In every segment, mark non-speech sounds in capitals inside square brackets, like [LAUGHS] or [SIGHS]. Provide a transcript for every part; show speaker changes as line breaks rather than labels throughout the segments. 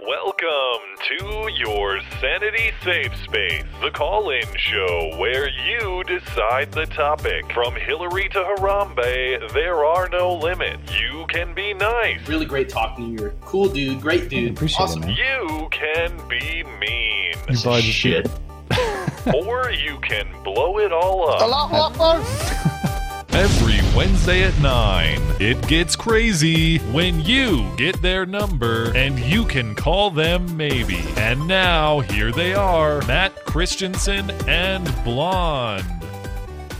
Welcome to your Sanity Safe Space, the call in show where you decide the topic. From Hillary to Harambe, there are no limits. You can be nice.
Really great talking. You're a cool dude, great dude.
appreciate it,
awesome.
man.
You can be mean.
You buy the
Shit.
or you can blow it all up.
Allahu
Every Wednesday at 9, it gets crazy when you get their number and you can call them maybe. And now, here they are Matt Christensen and Blonde.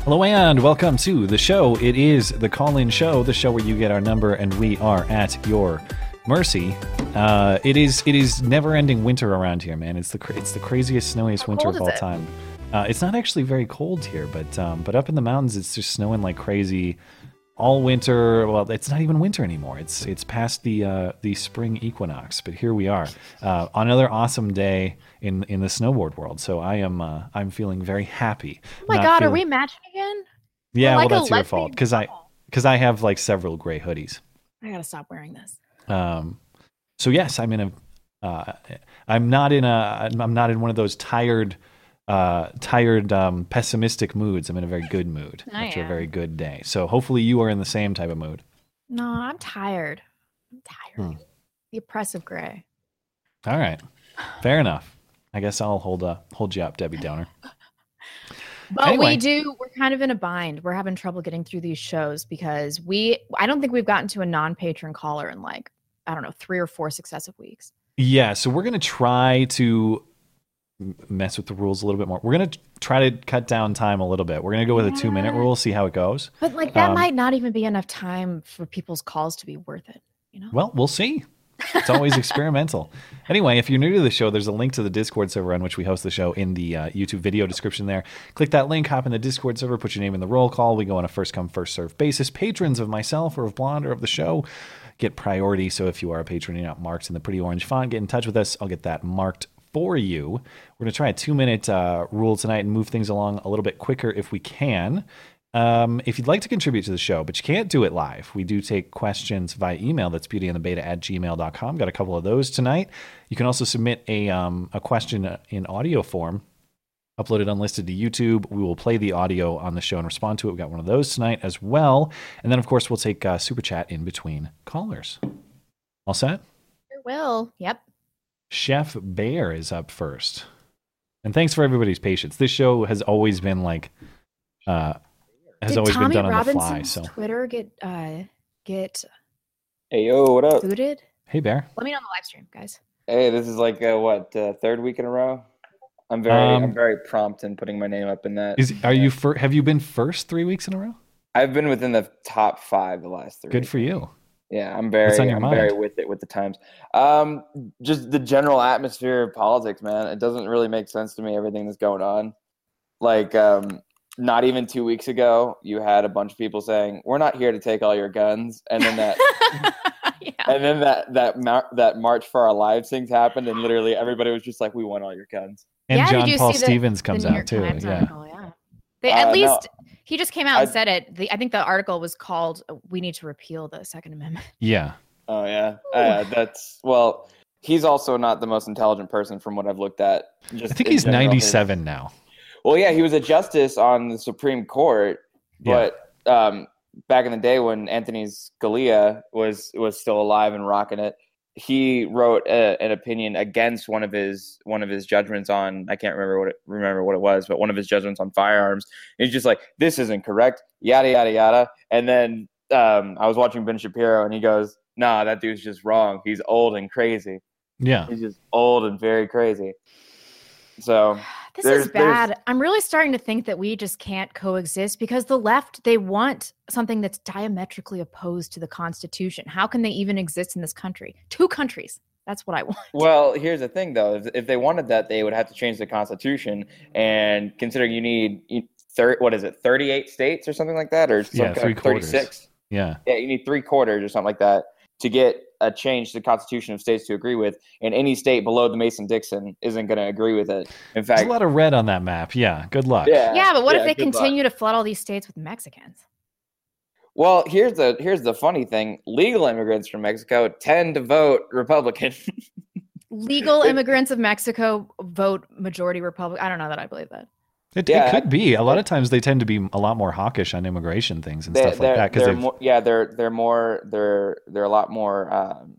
Hello and welcome to the show. It is the call-in show, the show where you get our number and we are at your mercy. Uh, it is it is never-ending winter around here, man. It's the cra- it's the craziest, snowiest
How
winter
cold
of
is
all
it?
time. Uh, it's not actually very cold here, but um, but up in the mountains, it's just snowing like crazy all winter. Well, it's not even winter anymore. It's it's past the uh, the spring equinox, but here we are uh, on another awesome day in in the snowboard world. So I am uh, I'm feeling very happy.
Oh my
Not
god, are
feeling-
we matching again?
yeah,
We're like
well, that's your
11
fault because I because I have like several gray hoodies.
I gotta stop wearing this.
Um, so yes, I'm in a uh, I'm not in a I'm not in one of those tired uh tired um pessimistic moods i'm in a very good mood
I
after a
am.
very good day so hopefully you are in the same type of mood Hmm.
No, I'm tired. I'm tired. The oppressive gray.
all right fair enough i guess i'll hold uh hold you up debbie downer
But
Anyway.
we do, we're kind of in a bind. We're having trouble getting through these shows because we, I don't think we've gotten to a non patron caller in like, I don't know, three or four successive weeks.
Yeah, so we're going to try to m- mess with the rules a little bit more. We're going to try to cut down time a little bit. We're going to go with a 2-minute rule, see how it goes.
But like, that
Um,
might not even be enough time for people's calls to be worth it, you know?
Well, we'll see. It's always
[LAUGHS]
experimental. Anyway, if you're new to the show, there's a link to the Discord server on which we host the show in the uh, YouTube video description there. Click that link, hop in the Discord server, put your name in the roll call. We go on a first come, first serve basis. Patrons of myself or of Blonde or of the show get priority. So if you are a patron, you're not marked in the pretty orange font, get in touch with us. I'll get that marked for you. We're going to try a two minute uh, rule tonight and move things along a little bit quicker if we can. Um, if you'd like to contribute to the show, but you can't do it live, we do take questions via email. That's beautyandthebeta at gmail.com. Got a couple of those tonight. You can also submit a, um, a question in audio form, upload it unlisted to YouTube. We will play the audio on the show and respond to it. We got one of those tonight as well. And then, of course, we'll take uh, Super Chat in between callers. All set?
Sure will. Yep.
Chef Bear is up first. And thanks for everybody's patience. This show has always been like, uh, has
Did
always
Tommy
been done on the
Robinson's
fly. So,
Twitter get, uh, get
Hey yo, what up?
booted?
hey, Bear.
Let me know on the live stream, guys.
Hey, this is like uh, what uh, third week in a row. I'm very,
Um,
I'm very prompt in putting my name up in that.
Is are you fir- have you been first three weeks in a row?
I've been within the top five the last three.
Good for you.
Yeah, I'm very,
on your
I'm very
mind?
with it with the times. Um, just the general atmosphere of politics, man. It doesn't really make sense to me everything that's going on. Like, um, not even two weeks ago, you had a bunch of people saying, "We're not here to take all your guns," and
[LAUGHS]
then that
yeah.
and then that that mar- that march for our lives things happened, and literally everybody was just like, "We want all your guns."
And
Yeah, did
John
you
Paul
see the-
Stevens comes
The New
out
York
too.
Times
yeah.
article, yeah. They, at
Uh, no.
least he just came out and
I-
said it. The, I think the article was called uh, "We Need to Repeal the Second Amendment." [LAUGHS]
Yeah.
Oh yeah, uh, that's well. He's also not the most intelligent person from what I've looked at. Just
I think
in
he's
general.
97 now.
Well, yeah, he was a justice on the Supreme Court,
Yeah.
but um, back in the day when Anthony Scalia was was still alive and rocking it, he wrote a, an opinion against one of his one of his judgments on I can't remember what it, remember what it was, but one of his judgments on firearms. He's just like this isn't correct, yada yada yada. And then um, I was watching Ben Shapiro, and he goes, "Nah, that dude's just wrong. He's old and crazy.
Yeah.
He's just old and very crazy." So
This
There's-
is
there's-
bad. I'm really starting to think that we just can't coexist because the left they want something that's diametrically opposed to the Constitution. How can they even exist in this country? Two countries. That's what I want.
Well, here's the thing, though. If, if they wanted that, they would have to change the Constitution. And considering you need you- thir- what is it, 38 states or something like that, or
Yeah,
some kind
three
of
quarters.
36.
Yeah.
Yeah, you need three quarters or something like that to get a change to the Constitution of states to agree with. And any state below the Mason Dixon isn't going to agree with it. In
There's
fact,
a lot of red on that map. Yeah. Good luck.
yeah,
Yeah, but what if
yeah,
they
good luck.
continue to flood all these states with Mexicans?
Well, here's the here's the funny thing: legal immigrants from Mexico tend to vote Republican. [LAUGHS]
legal immigrants of Mexico vote majority Republican. I don't know that I believe that.
It,
Yeah.
it could be. A lot of times they tend to be a lot more hawkish on immigration things and
They-
stuff like that. Because
they're
they've-
more, yeah, they're they're more they're they're a lot more. Um,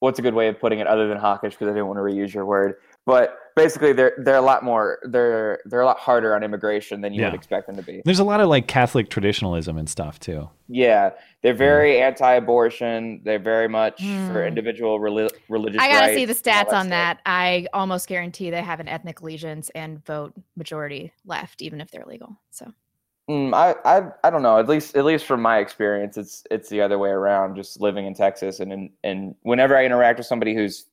what's a good way of putting it other than hawkish? Because I didn't want to reuse your word, but basically they're they're a lot more they're they're a lot harder on immigration than you would
Yeah.
expect them to be.
there's a lot of like Catholic traditionalism and stuff too.
Yeah, they're very anti-abortion. They're very much for
Hmm.
individual reli- religious.
I gotta see the
rights and all
stats on
stuff.
that. I almost guarantee they have an ethnic allegiance and vote majority left, even if they're legal. So
Mm, I, I I don't know. At least at least from my experience, it's it's the other way around. Just living in Texas, and in, and whenever I interact with somebody who's,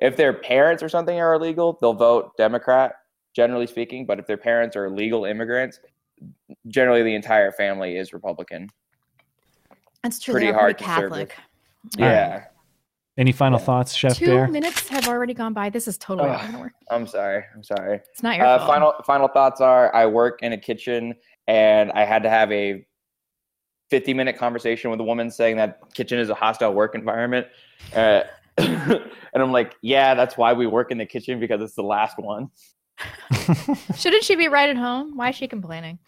if their parents or something are illegal, they'll vote Democrat, generally speaking. But if their parents are legal immigrants, generally the entire family is Republican.
that's true.
Pretty
they are
hard
pretty
conservative.
Catholic.
All right.
Yeah,
Any final
Yeah.
thoughts, Chef
Two
Bear?
minutes have already gone by. This is totally not
Ugh.
gonna work.
Oh, I'm sorry. I'm sorry.
It's not your
Uh,
fault.
final final thoughts are: I work in a kitchen, and I had to have a fifty minute conversation with a woman saying that kitchen is a hostile work environment, uh, [COUGHS] and I'm like, yeah, that's why we work in the kitchen because it's the last one.
Shouldn't she be right at home? Why is she complaining?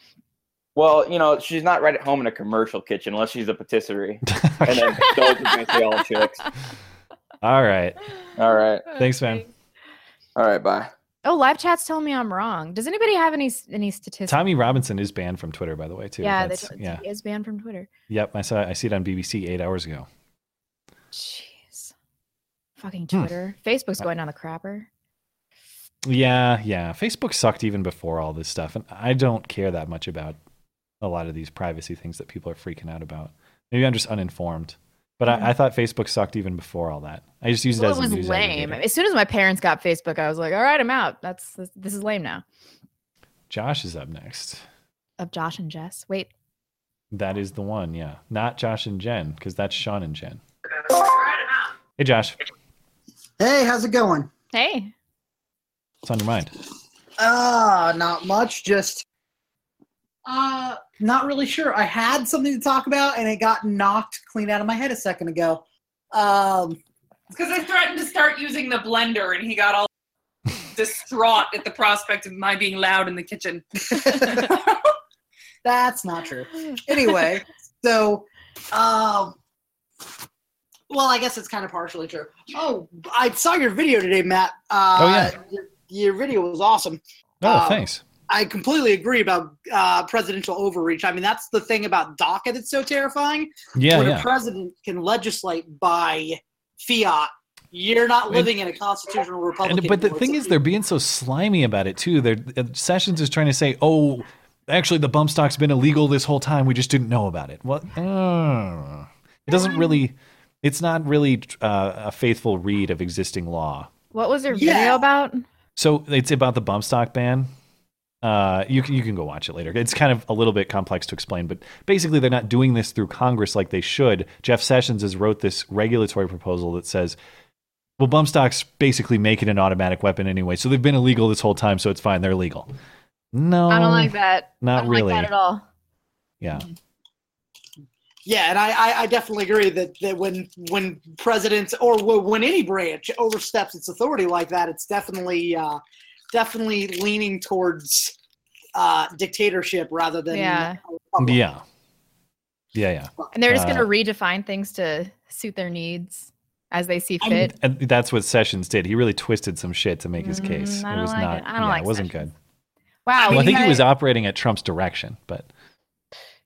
Well, you know, she's not right at home in a commercial kitchen unless she's a
[LAUGHS]
patisserie, and then those are basically all chicks.
All right.
All right,
Thanks, man.
all right, bye.
Oh, live chat's telling me I'm wrong. Does anybody have any s- any statistics?
Tommy Robinson is banned from Twitter, by the way, too.
yeah, they
That's-
told-
yeah.
he is banned from Twitter.
Yep. I saw. I see it on BBC eight hours ago.
Jeez, fucking
Hmm.
Twitter. Facebook's going down the crapper.
Yeah, yeah. Facebook sucked even before all this stuff, and I don't care that much about a lot of these privacy things that people are freaking out about. Maybe I'm just uninformed, but I, I thought Facebook sucked even before all that. I just used it
Hmm. Well,
as
it
a
was
news
lame.
aggregator.
As soon as my parents got Facebook, I was like, "All right, I'm out. That's this, this is lame now."
Josh is up next.
Of Josh and Jess. Wait,
That is the one. Yeah, not Josh and Jen, because that's Sean and Jen. Hey, Josh,
Hey, how's it going?
hey,
what's on your mind?
Uh, not much. Just uh, not really sure. I had something to talk about, and it got knocked clean out of my head a second ago. Um,
Because I threatened to start using the blender, and he got all distraught at the prospect of my being loud in the kitchen.
that's not true. Anyway, so um, well, I guess it's kind of partially true. Oh, I saw your video today, Matt. Uh,
Oh, yeah.
your, your video was awesome.
Oh,
Uh,
thanks.
I completely agree about uh, presidential overreach. I mean, that's the thing about DACA that's so terrifying.
Yeah,
when
yeah.
a president can legislate by fiat, you're not
And-
living in a constitutional republic.
And, but the
anymore.
thing
It's-
is, they're being so slimy about it too. They're uh, Sessions is trying to say, "Oh, actually, the bump stock's been illegal this whole time. We just didn't know about it." Well, uh, it doesn't really. It's not really uh, a faithful read of existing law.
what was your video
Yeah.
about?
So it's about the bump stock ban. Uh, you can you can go watch it later. It's kind of a little bit complex to explain, but basically they're not doing this through Congress like they should. Jeff Sessions has wrote this regulatory proposal that says, well, bump stocks basically make it an automatic weapon anyway, so they've been illegal this whole time, so it's fine, they're legal. No,
I don't like that. I
Not
don't
really.
like that at all.
Yeah,
yeah, and I, I, I definitely agree that, that when when presidents or w- when any branch oversteps its authority like that, it's definitely uh, definitely leaning towards uh, dictatorship rather than
Yeah.
a republic.
yeah, yeah, yeah.
And they're just
Uh,
going to redefine things to suit their needs as they see
I
fit.
And that's what Sessions did. He really twisted some shit to make his
Mm,
case.
I
it
don't
was
like
not.
it. I don't
yeah,
like
it wasn't
Sessions.
good.
wow.
Well, I
you
think he
guys-
was operating at Trump's direction, but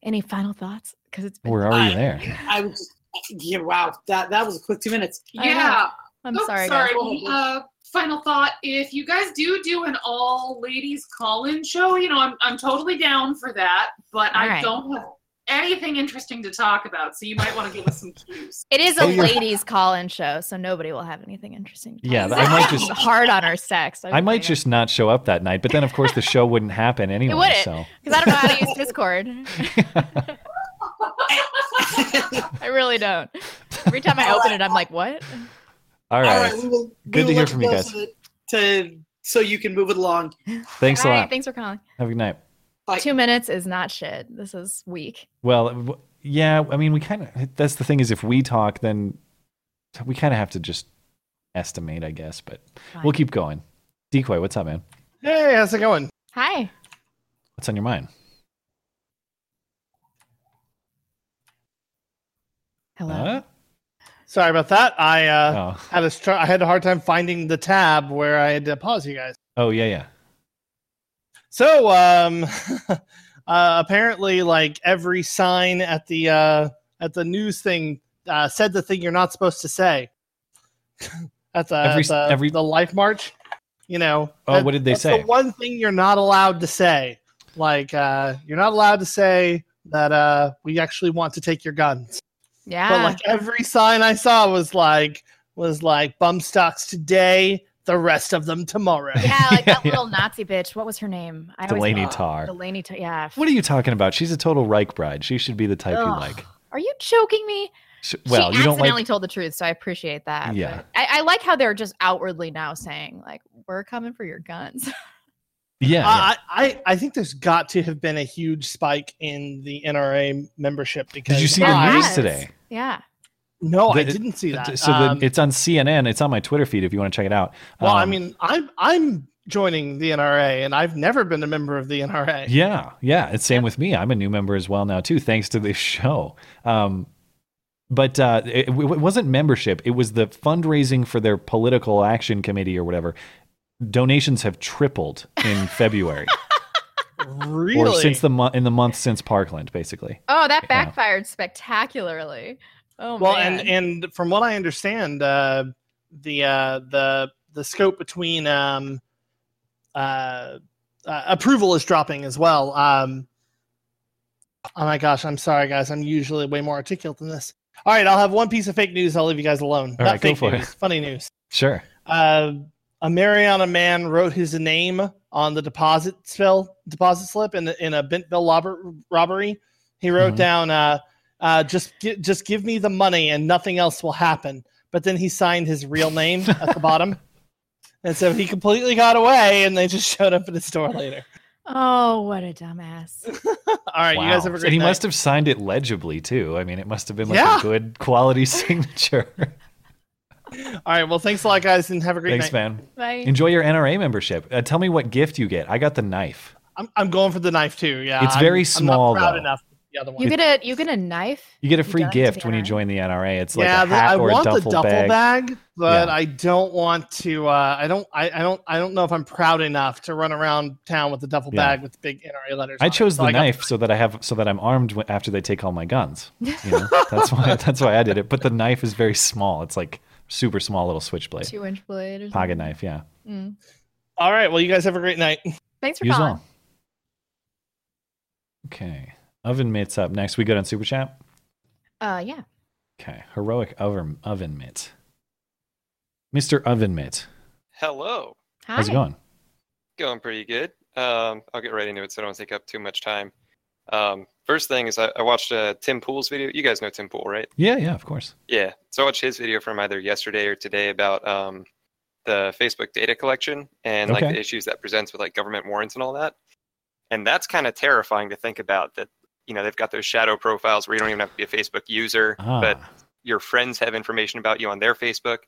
Any final thoughts? Because it's been.
we're already
I-
[LAUGHS]
there.
[LAUGHS] I was, yeah, wow, that that was a quick two minutes.
I know.
yeah.
I'm
Oh,
sorry, guys.
Sorry. Uh, final thought: If you guys do do an all ladies call-in show, you know I'm I'm totally down for that, but I
Alright.
don't have anything interesting to talk about, so you might want to give us some cues.
It is a
Oh, you're-
ladies' call-in show, so nobody will have anything interesting. to talk
Yeah,
about.
I might just-
[LAUGHS] hard on our sex.
I might just not show up that night, but then of course the show wouldn't
[LAUGHS]
happen anyway.
wouldn't.
So
because I don't know how
[LAUGHS]
to use
[LAUGHS]
Discord. I really don't. Every time I open it, I'm like, "What?"
all
All
right,
right, we will, we
Good to
will
hear
let
from you
go
guys.
so that- to so you can move it along.
thanks a
All right,
lot.
Thanks for calling.
Have a good night.
Bye.
Two minutes is not shit. This is weak.
Well, w- yeah, I mean, we kind of. That's the thing is, if we talk, then we kind of have to just estimate, I guess. But we'll keep going. Decoy, what's up, man?
Hey, how's it going?
Hi.
What's on your mind?
Hello.
Huh?
Sorry about that. I uh,
Oh.
had a str- I had a hard time finding the tab where I had to pause you guys.
oh, yeah, yeah.
So, um, [LAUGHS] uh, apparently, like every sign at the uh, at the news thing uh, said the thing you're not supposed to say. [LAUGHS] at the
Every-
every, the,
every-
the life march, you know.
Oh,
that-
what did they
that's
say?
The one thing you're not allowed to say, like uh, you're not allowed to say that uh, we actually want to take your guns.
Yeah.
But like every sign I saw was like was like bum stocks today, the rest of them tomorrow.
yeah, like that
[LAUGHS] Yeah.
little Nazi bitch. What was her name? I always
Delaney
forget.
Tarr.
Delaney Tar. Yeah.
What are you talking about? She's a total Reich bride. She should be the type you
Ugh.
like.
Are you joking me?
Sh- Well,
she
you don't
accidentally
like.
told the truth, so I appreciate that.
Yeah.
but I, I like how they're just outwardly now saying, like, we're coming for your guns.
Yeah, yeah.
I, I, I think there's got to have been a huge spike in the NRA membership because
Did you see
There
the news
has.
today?
Yeah.
No, Oh, I
The-
didn't see that.
So
Um,
the, it's on CNN. It's on my Twitter feed if you want to check it out.
well, I
Um,
mean, I'm I'm joining the NRA, and I've never been a member of the NRA.
Yeah, yeah. It's same with me. I'm a new member as well now too, thanks to this show. Um, but uh, it, it wasn't membership; it was the fundraising for their political action committee or whatever. Donations have tripled
[LAUGHS]
in February,
Really?
[LAUGHS] or since the month in the month since Parkland, basically.
[LAUGHS] Oh, that
Yeah.
backfired spectacularly. Oh,
well,
man.
and and from what I understand, uh, the uh, the the scope between um, uh, uh, approval is dropping as well. Um, oh my gosh, I'm sorry, guys. I'm usually way more articulate than this. All right, I'll have one piece of fake news. I'll leave you guys alone.
All
Not
right, go
fake
for it.
news, funny news.
Sure.
Uh, a Mariana man wrote his name on the deposit spill deposit slip in in a Bentville robber, robbery. He wrote
Mhm.
down, uh, uh, "Just gi- just give me the money and nothing else will happen." But then he signed his real name at
[LAUGHS]
the bottom, and so he completely got away. And they just showed up at his store later.
oh, what a dumbass.
[LAUGHS] All right, you guys have a
and
great
he
night.
must have signed it legibly too. I mean, it must have been like
Yeah.
a good quality [LAUGHS] signature.
All right, well, thanks a lot, guys, and have a great
thanks,
night.
man.
Bye.
Enjoy your NRA membership. Uh, tell me what gift you get. I got the knife.
I'm, I'm going for the knife too. Yeah,
It's
I'm-
very
I'm
small,
not proud
though.
enough. with The other one.
you get a you get a knife.
You get a
You
free
donate to
gift
the
when you
NRA?
join the NRA. It's like
yeah,
a
the-
hat
I
or
want
a duffel,
the duffel bag, but
Yeah.
I don't want to. Uh, I don't. I, I don't. I don't know if I'm proud enough to run around town with the duffel
Yeah.
bag with big NRA letters. on
I
it.
chose
So
the
got-
knife so that I have so that I'm armed wh- after they take all my guns. You know?
[LAUGHS]
that's why that's why I did it. But the knife is very small. It's like super small little switchblade,
Two inch blade or
pocket
something.
knife. Yeah,
Mm.
All right. Well, you guys have a great night.
Thanks for
you as
calling.
well. Okay, oven mitts up next. We good on super chat?
Uh, yeah.
Okay, heroic oven oven mitt, Mister Oven Mitt.
Hello.
Hi.
How's it going?
Going pretty good. Um, I'll get right into it so I don't take up too much time. Um, first thing is I, I watched uh, Tim Pool's video. You guys know Tim Pool, right?
Yeah, yeah, of course.
Yeah. So I watched his video from either yesterday or today about um, the Facebook data collection and like
Okay.
the issues that presents with like government warrants and all that. And that's kind of terrifying to think about that, you know, they've got those shadow profiles where you don't even have to be a Facebook user,
Ah,
but your friends have information about you on their Facebook,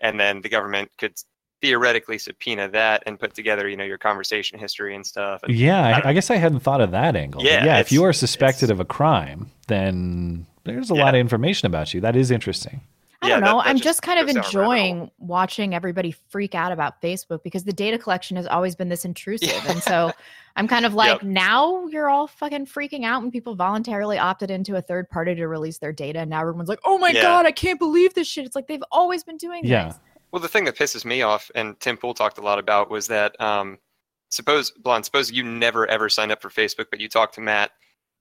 and then the government could theoretically subpoena that and put together, you know, your conversation history and stuff. And
yeah,
don't-
I, I guess I hadn't thought of that angle. But
Yeah,
yeah. If
it's-
you are suspected
it's-
of a crime, then there's a
Yeah.
lot of information about you. That is interesting.
I
Yeah,
don't know.
that- that
I'm
just
just kind of
goes down a rabbit hole.
enjoying watching everybody freak out about Facebook because the data collection has always been this intrusive.
[LAUGHS] Yeah.
And so I'm kind of like, now you're all fucking freaking out when people voluntarily opted into a third party to release their data. And now everyone's like, oh my
Yeah.
God, I can't believe this shit. It's like they've always been doing
Yeah.
this.
Well, the thing that pisses me off, and Tim Pool talked a lot about, was that um, suppose Blonde, suppose you never ever signed up for Facebook, but you talk to Matt,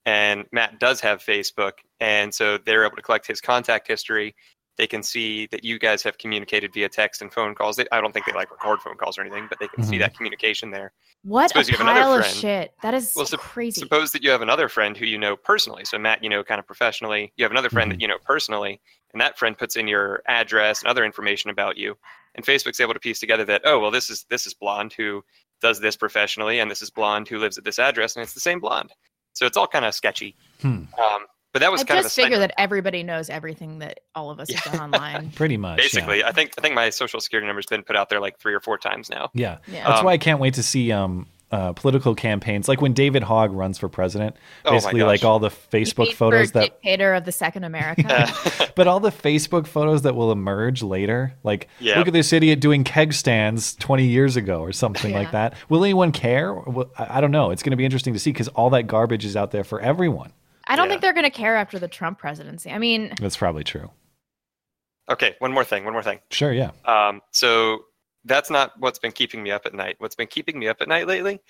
and Matt does have Facebook, and so they're able to collect his contact history. They can see that you guys have communicated via text and phone calls. They, I don't think they like record phone calls or anything, but they can see
Mhm.
that communication there.
What
Suppose
a
you have another
pile of
friend.
shit. That is
Well,
so
sup-
crazy.
Suppose that you have another friend who you know personally. So Matt, you know, kind of professionally. You have another friend
Mm-hmm.
that you know personally, and that friend puts in your address and other information about you. And Facebook's able to piece together that, oh, well, this is this is blonde who does this professionally, and this is blonde who lives at this address, and it's the same blonde. So it's all kind of sketchy.
Hmm.
Um, But that was
I
kind of a
just figure
sniper-
that everybody knows everything that all of us have
[LAUGHS]
done online.
Pretty much. Uh, yeah.
basically. I think I think my social security number's been put out there like three or four times now.
Yeah.
Yeah.
That's
Um,
why I can't wait to see um, uh, political campaigns. Like when David Hogg runs for president,
Oh my
basically,
gosh.
like all the
You mean
Facebook
for
photos that.
dictator of the second
[LAUGHS]
America.
[LAUGHS] But all the Facebook photos that will emerge later, like
Yeah.
look at this idiot doing keg stands 20 years ago or something like
Yeah.
that. Will anyone care? Well, I I don't know. It's going to be interesting to see because all that garbage is out there for everyone.
I don't
Yeah.
think they're going to care after the Trump presidency. I mean,
That's probably true.
Okay, one more thing. One more thing.
Sure. Yeah.
Um, so that's not what's been keeping me up at night. What's been keeping me up at night lately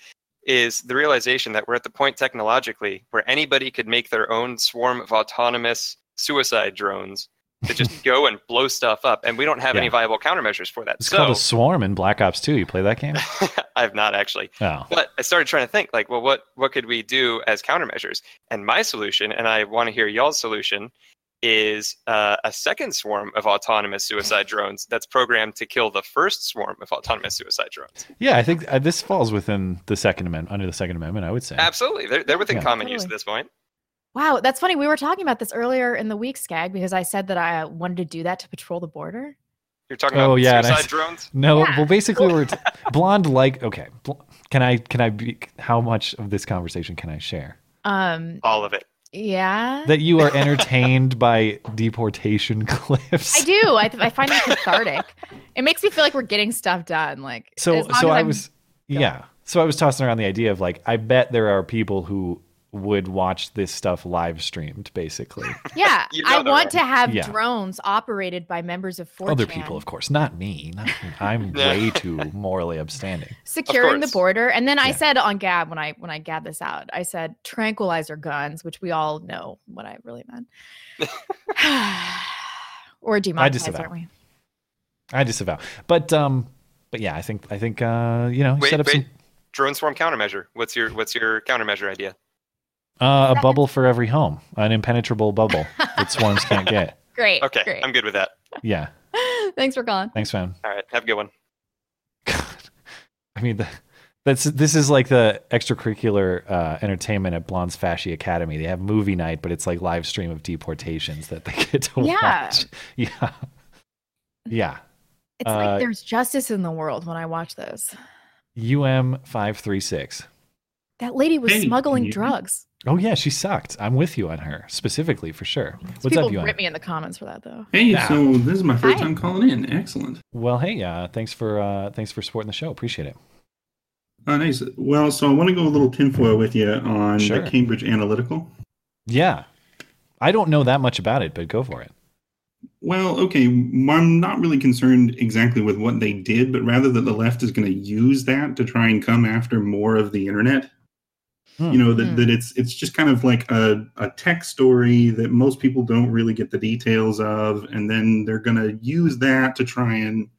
is the realization that we're at the point technologically where anybody could make their own swarm of autonomous suicide drones to
[LAUGHS]
just go and blow stuff up, and we don't have any
Yeah.
viable countermeasures for that.
It's
so
called a swarm in Black Ops 2. You play that
[LAUGHS]
game?
I've not actually.
Oh.
But I started trying to think, like, well, what what could we do as countermeasures? And my solution, and I want to hear y'all's solution, is uh, a second swarm of autonomous suicide drones that's programmed to kill the first swarm of autonomous suicide drones.
Yeah, I think uh, this falls within the Second Amendment, under the Second Amendment, I would say.
Absolutely, they're they're within
Yeah.
common use at
Totally.
this point.
wow, that's funny. We were talking about this earlier in the week, Skag, because I said that I wanted to do that to patrol the border.
You're talking
Oh,
about
yeah, and I-
suicide drones.
No,
Yeah.
well, basically, we're t- blonde like. Okay, bl- can I can I be? How much of this conversation can I share?
Um,
All of it.
yeah.
That you are
[LAUGHS]
entertained by deportation [LAUGHS] clips.
I do. I, th- I find it cathartic. it makes me feel like we're getting stuff done. Like
So
as long
so
as
I
I'm-
was yeah. So I was tossing around the idea of like I bet there are people who would watch this stuff live streamed,
[LAUGHS]
basically.
yeah.
You
I
know that,
want to have
Yeah.
drones operated by members of 4
Other people, of course, not me. Not me.
[LAUGHS]
I'm
Yeah.
way too morally upstanding.
securing the
course.
border. And then I
Yeah.
said on Gab when I when I gab this out, I said tranquilizer guns, which we all know what I really
[LAUGHS]
meant. [SIGHS] or demonetized,
disavow.
aren't we?
I disavow. But um, but yeah, I think I think uh, you know, you
Wait,
set up
wait.
some
Drone swarm countermeasure. What's your what's your countermeasure idea?
Uh, a bubble for every home, an impenetrable bubble that swarms can't
[LAUGHS]
get.
Great.
Okay,
Great.
I'm good with that.
Yeah.
[LAUGHS] Thanks for calling.
Thanks, man.
All right, have a good one.
God. I mean, the, that's this is like the extracurricular uh, entertainment at Blonde's Fasci Academy. They have movie night, but it's like live stream of deportations that they [LAUGHS] get to
Yeah.
watch. Yeah. Yeah.
It's
Uh,
like there's justice in the world when I watch those.
UM five three six.
That lady was
Hey, can
smuggling
you-
drugs.
Oh yeah, she sucked. I'm with you on her specifically for sure. What's
People
up, UM?
rip me in the comments for that though.
Hey,
Yeah.
so this is my first
Hi.
time calling in. Excellent.
Well, hey, uh, thanks for uh, thanks for supporting the show. Appreciate it.
Oh, nice. Well, so I want to go a little tinfoil with you on
Sure.
the Cambridge Analytical.
Yeah. I don't know that much about it, but go for it.
Well, okay, m- I'm not really concerned exactly with what they did, but rather that the left is going to use that to try and come after more of the internet.
Hmm.
You know that,
Hmm.
that it's it's just kind of like a, a tech story that most people don't really get the details of, and then they're going to use that to try and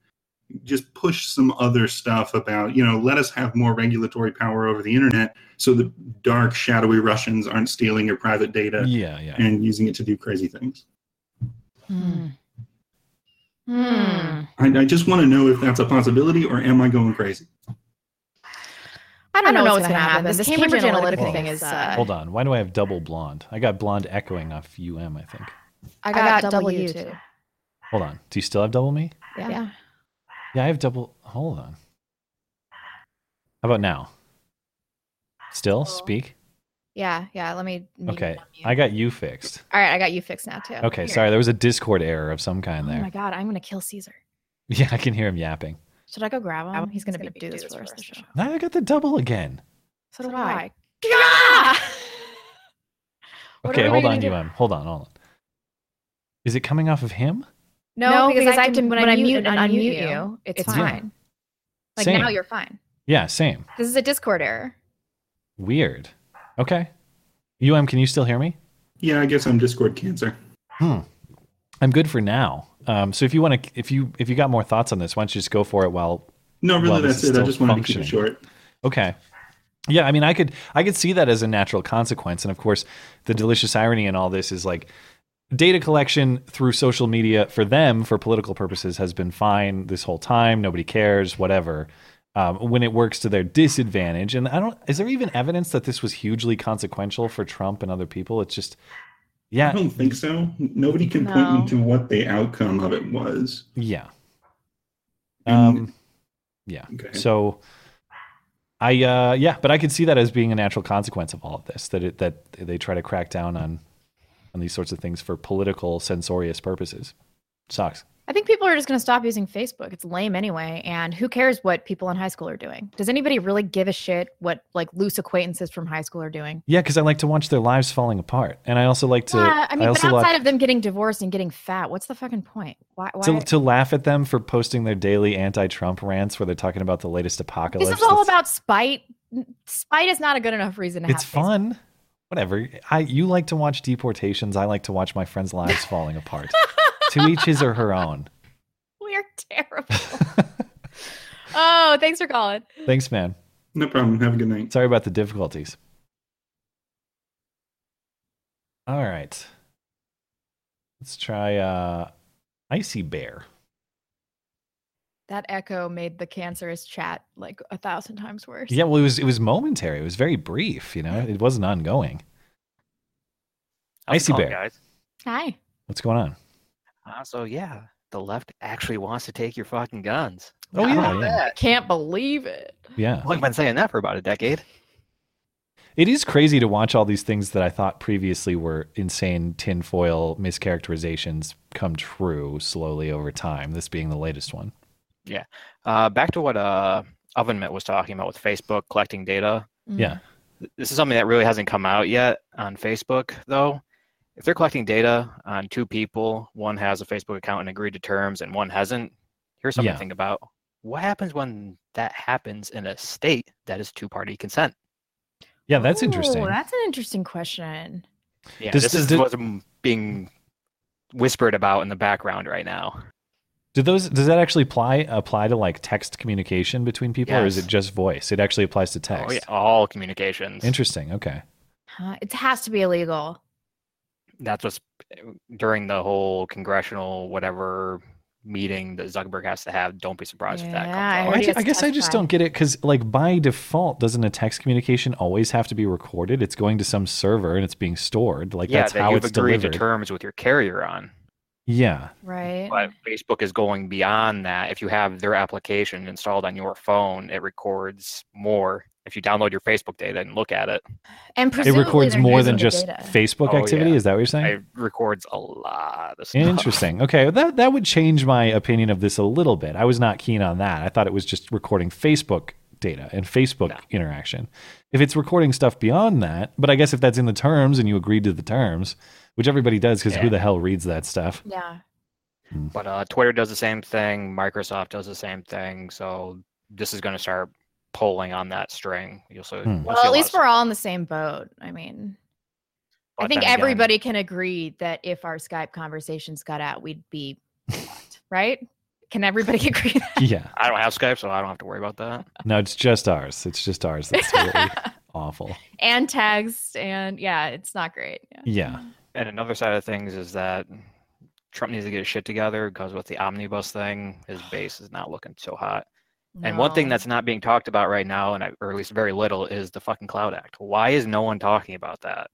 just push some other stuff about you know let us have more regulatory power over the internet so the dark shadowy Russians aren't stealing your private data
Yeah, yeah.
and using it to do crazy things.
Hmm.
Hmm.
I, I just want to know if that's a possibility or am I going crazy?
I
don't
don't,
know
know
what's
what's
gonna
going to happen.
happen.
This,
This
Cambridge,
Cambridge
Analytica
Analytica
thing
thing
is.
is,
Uh,
Hold on. Why do I have double blonde? I got blonde echoing off UM, I think.
I
got
got,
double
double
U,
W
too.
too.
Hold on. Do you still have double me?
Yeah.
Yeah, I have double. Hold on. How about now? Still speak?
Yeah. Yeah. Let me. mute
Okay.
on mute.
I got you fixed.
All right. I got you fixed now too.
Okay.
Here.
Sorry. There was a Discord error of some kind
Oh my
there.
god. I'm going to kill Caesar.
[LAUGHS] Yeah, I can hear him yapping.
Should I go grab him?
him?
He's going
He's
to
gonna
be do this for the rest of the show.
Now I got the double again.
So
do
do I. What are
Okay.
we
Hold
gonna
on,
do?
UM. Hold on. Hold on. Is it coming off of him?
No, because, I can when I mute and unmute you, it's,
it's
fine.
fine.
Like
Same.
now you're fine.
Yeah, same.
This is a Discord error.
Weird. Okay. UM, can you still hear me?
Yeah, I guess I'm Discord cancer.
Hmm. I'm good for now. Um, so if you want to, if you if you got more thoughts on this, why don't you just go for it? While
No, really,
Well, this
that's
is
it. I
still
just wanted to keep
functioning.
it short.
okay, yeah. I mean, I could I could see that as a natural consequence, and of course, the delicious irony in all this is like data collection through social media for them for political purposes has been fine this whole time. Nobody cares, whatever. Um, when it works to their disadvantage, and I don't, is there even evidence that this was hugely consequential for Trump and other people? It's just Yeah.
I don't think so. Nobody can
No.
point me to what the outcome of it was.
Yeah.
And-
Um, yeah.
Okay.
So I uh yeah, but I could see that as being a natural consequence of all of this that it that they try to crack down on on these sorts of things for political censorious purposes. Sucks.
I think people are just going to stop using Facebook. It's lame anyway, and who cares what people in high school are doing? Does anybody really give a shit what like loose acquaintances from high school are doing?
Yeah, because I like to watch their lives falling apart, and I also like to.
yeah, I mean, but
also
outside
like-
of them getting divorced and getting fat, what's the fucking point? Why? why?
to, to laugh at them for posting their daily anti-Trump rants where they're talking about the latest apocalypse.
this is all
that's-
about spite. Spite is not a good enough reason to
It's
have. Facebook.
fun. Whatever. I you like to watch deportations. I like to watch my friends' lives falling apart. to each his or her own.
[LAUGHS] We are terrible.
[LAUGHS]
oh, thanks for calling.
Thanks, man.
No problem. Have a good night.
Sorry about the difficulties. All right. Let's try uh Icy Bear.
That echo made the cancerous chat like a thousand times worse.
Yeah, well it was it was momentary. It was very brief, you know. It wasn't ongoing.
How's it
Icy
going,
Bear.
guys?
Hi.
What's going on?
Uh, so yeah, the left actually wants to take your fucking guns.
Oh,
How
yeah,
about
yeah.
that?
I can't believe it.
Yeah.
Well, I've been saying that for about a decade.
It is crazy to watch all these things that I thought previously were insane tinfoil mischaracterizations come true slowly over time, this being the latest one.
Yeah. Uh, back to what uh, OvenMint was talking about with Facebook collecting data.
Yeah.
Th- This is something that really hasn't come out yet on Facebook, though. If they're collecting data on two people, one has a Facebook account and agreed to terms, and one hasn't, here's something
Yeah.
to think about. What happens when that happens in a state that is two party consent?
Yeah, that's
Ooh,
interesting.
That's an interesting question.
Yeah,
Does-
this
does
is
it-
what's m- being whispered about in the background right now.
Do those does that actually apply apply to like text communication between people or is
Yes.
it just voice? It actually applies to text.
Oh, yeah, all communications.
Interesting. Okay.
Huh? It has to be illegal.
That's what's eh, during the whole congressional whatever meeting that Zuckerberg has to have. Don't be surprised if that
Yeah, I
comes
heard
out.
I,
he
ju-
has
I
to
guess I just
testify.
don't get it because, like, by default, doesn't a text communication always have to be recorded? It's going to some server and it's being stored. Like,
yeah,
that's
that
how
you've
it's
agreed
delivered.
to terms with your carrier on.
yeah.
Right.
But Facebook is going beyond that. If you have their application installed on your phone, it records more. If you download your Facebook data and look at it,
and
It
presumably
records
they're
more than
using the
just
data.
Facebook
Oh,
activity.
yeah.
Is that what you're saying?
it records a lot of stuff.
[LAUGHS]
[LAUGHS]
Interesting. Okay, that that would change my opinion of this a little bit. I was not keen on that. I thought it was just recording Facebook data and Facebook
No.
interaction. If it's recording stuff beyond that, but I guess if that's in the terms and you agreed to the terms, which everybody does because who
Yeah.
the hell reads that stuff?
Yeah.
Hmm.
But uh, Twitter does the same thing. Microsoft does the same thing. So this is going to start pulling on that string. You'll see.
Hmm.
you'll
Well,
see a
at
lot
least
of
we're
stuff.
all in the same boat. I mean, I
But
think
then again,
everybody can agree that if our Skype conversations got out, we'd be
[LAUGHS]
fucked, right? Can everybody [LAUGHS] agree?
Yeah.
I don't have Skype, so I don't have to worry about that.
No, it's just ours. It's just ours. That's
[LAUGHS]
really
That?
awful.
and text and yeah, it's not great. Yeah.
Yeah.
And another side of things is that Trump needs to get his shit together because with the omnibus thing, his base is not looking so hot. And one thing
No.
that's not being talked about right now, and I, or at least very little, is the fucking Cloud Act. Why is no one talking about that?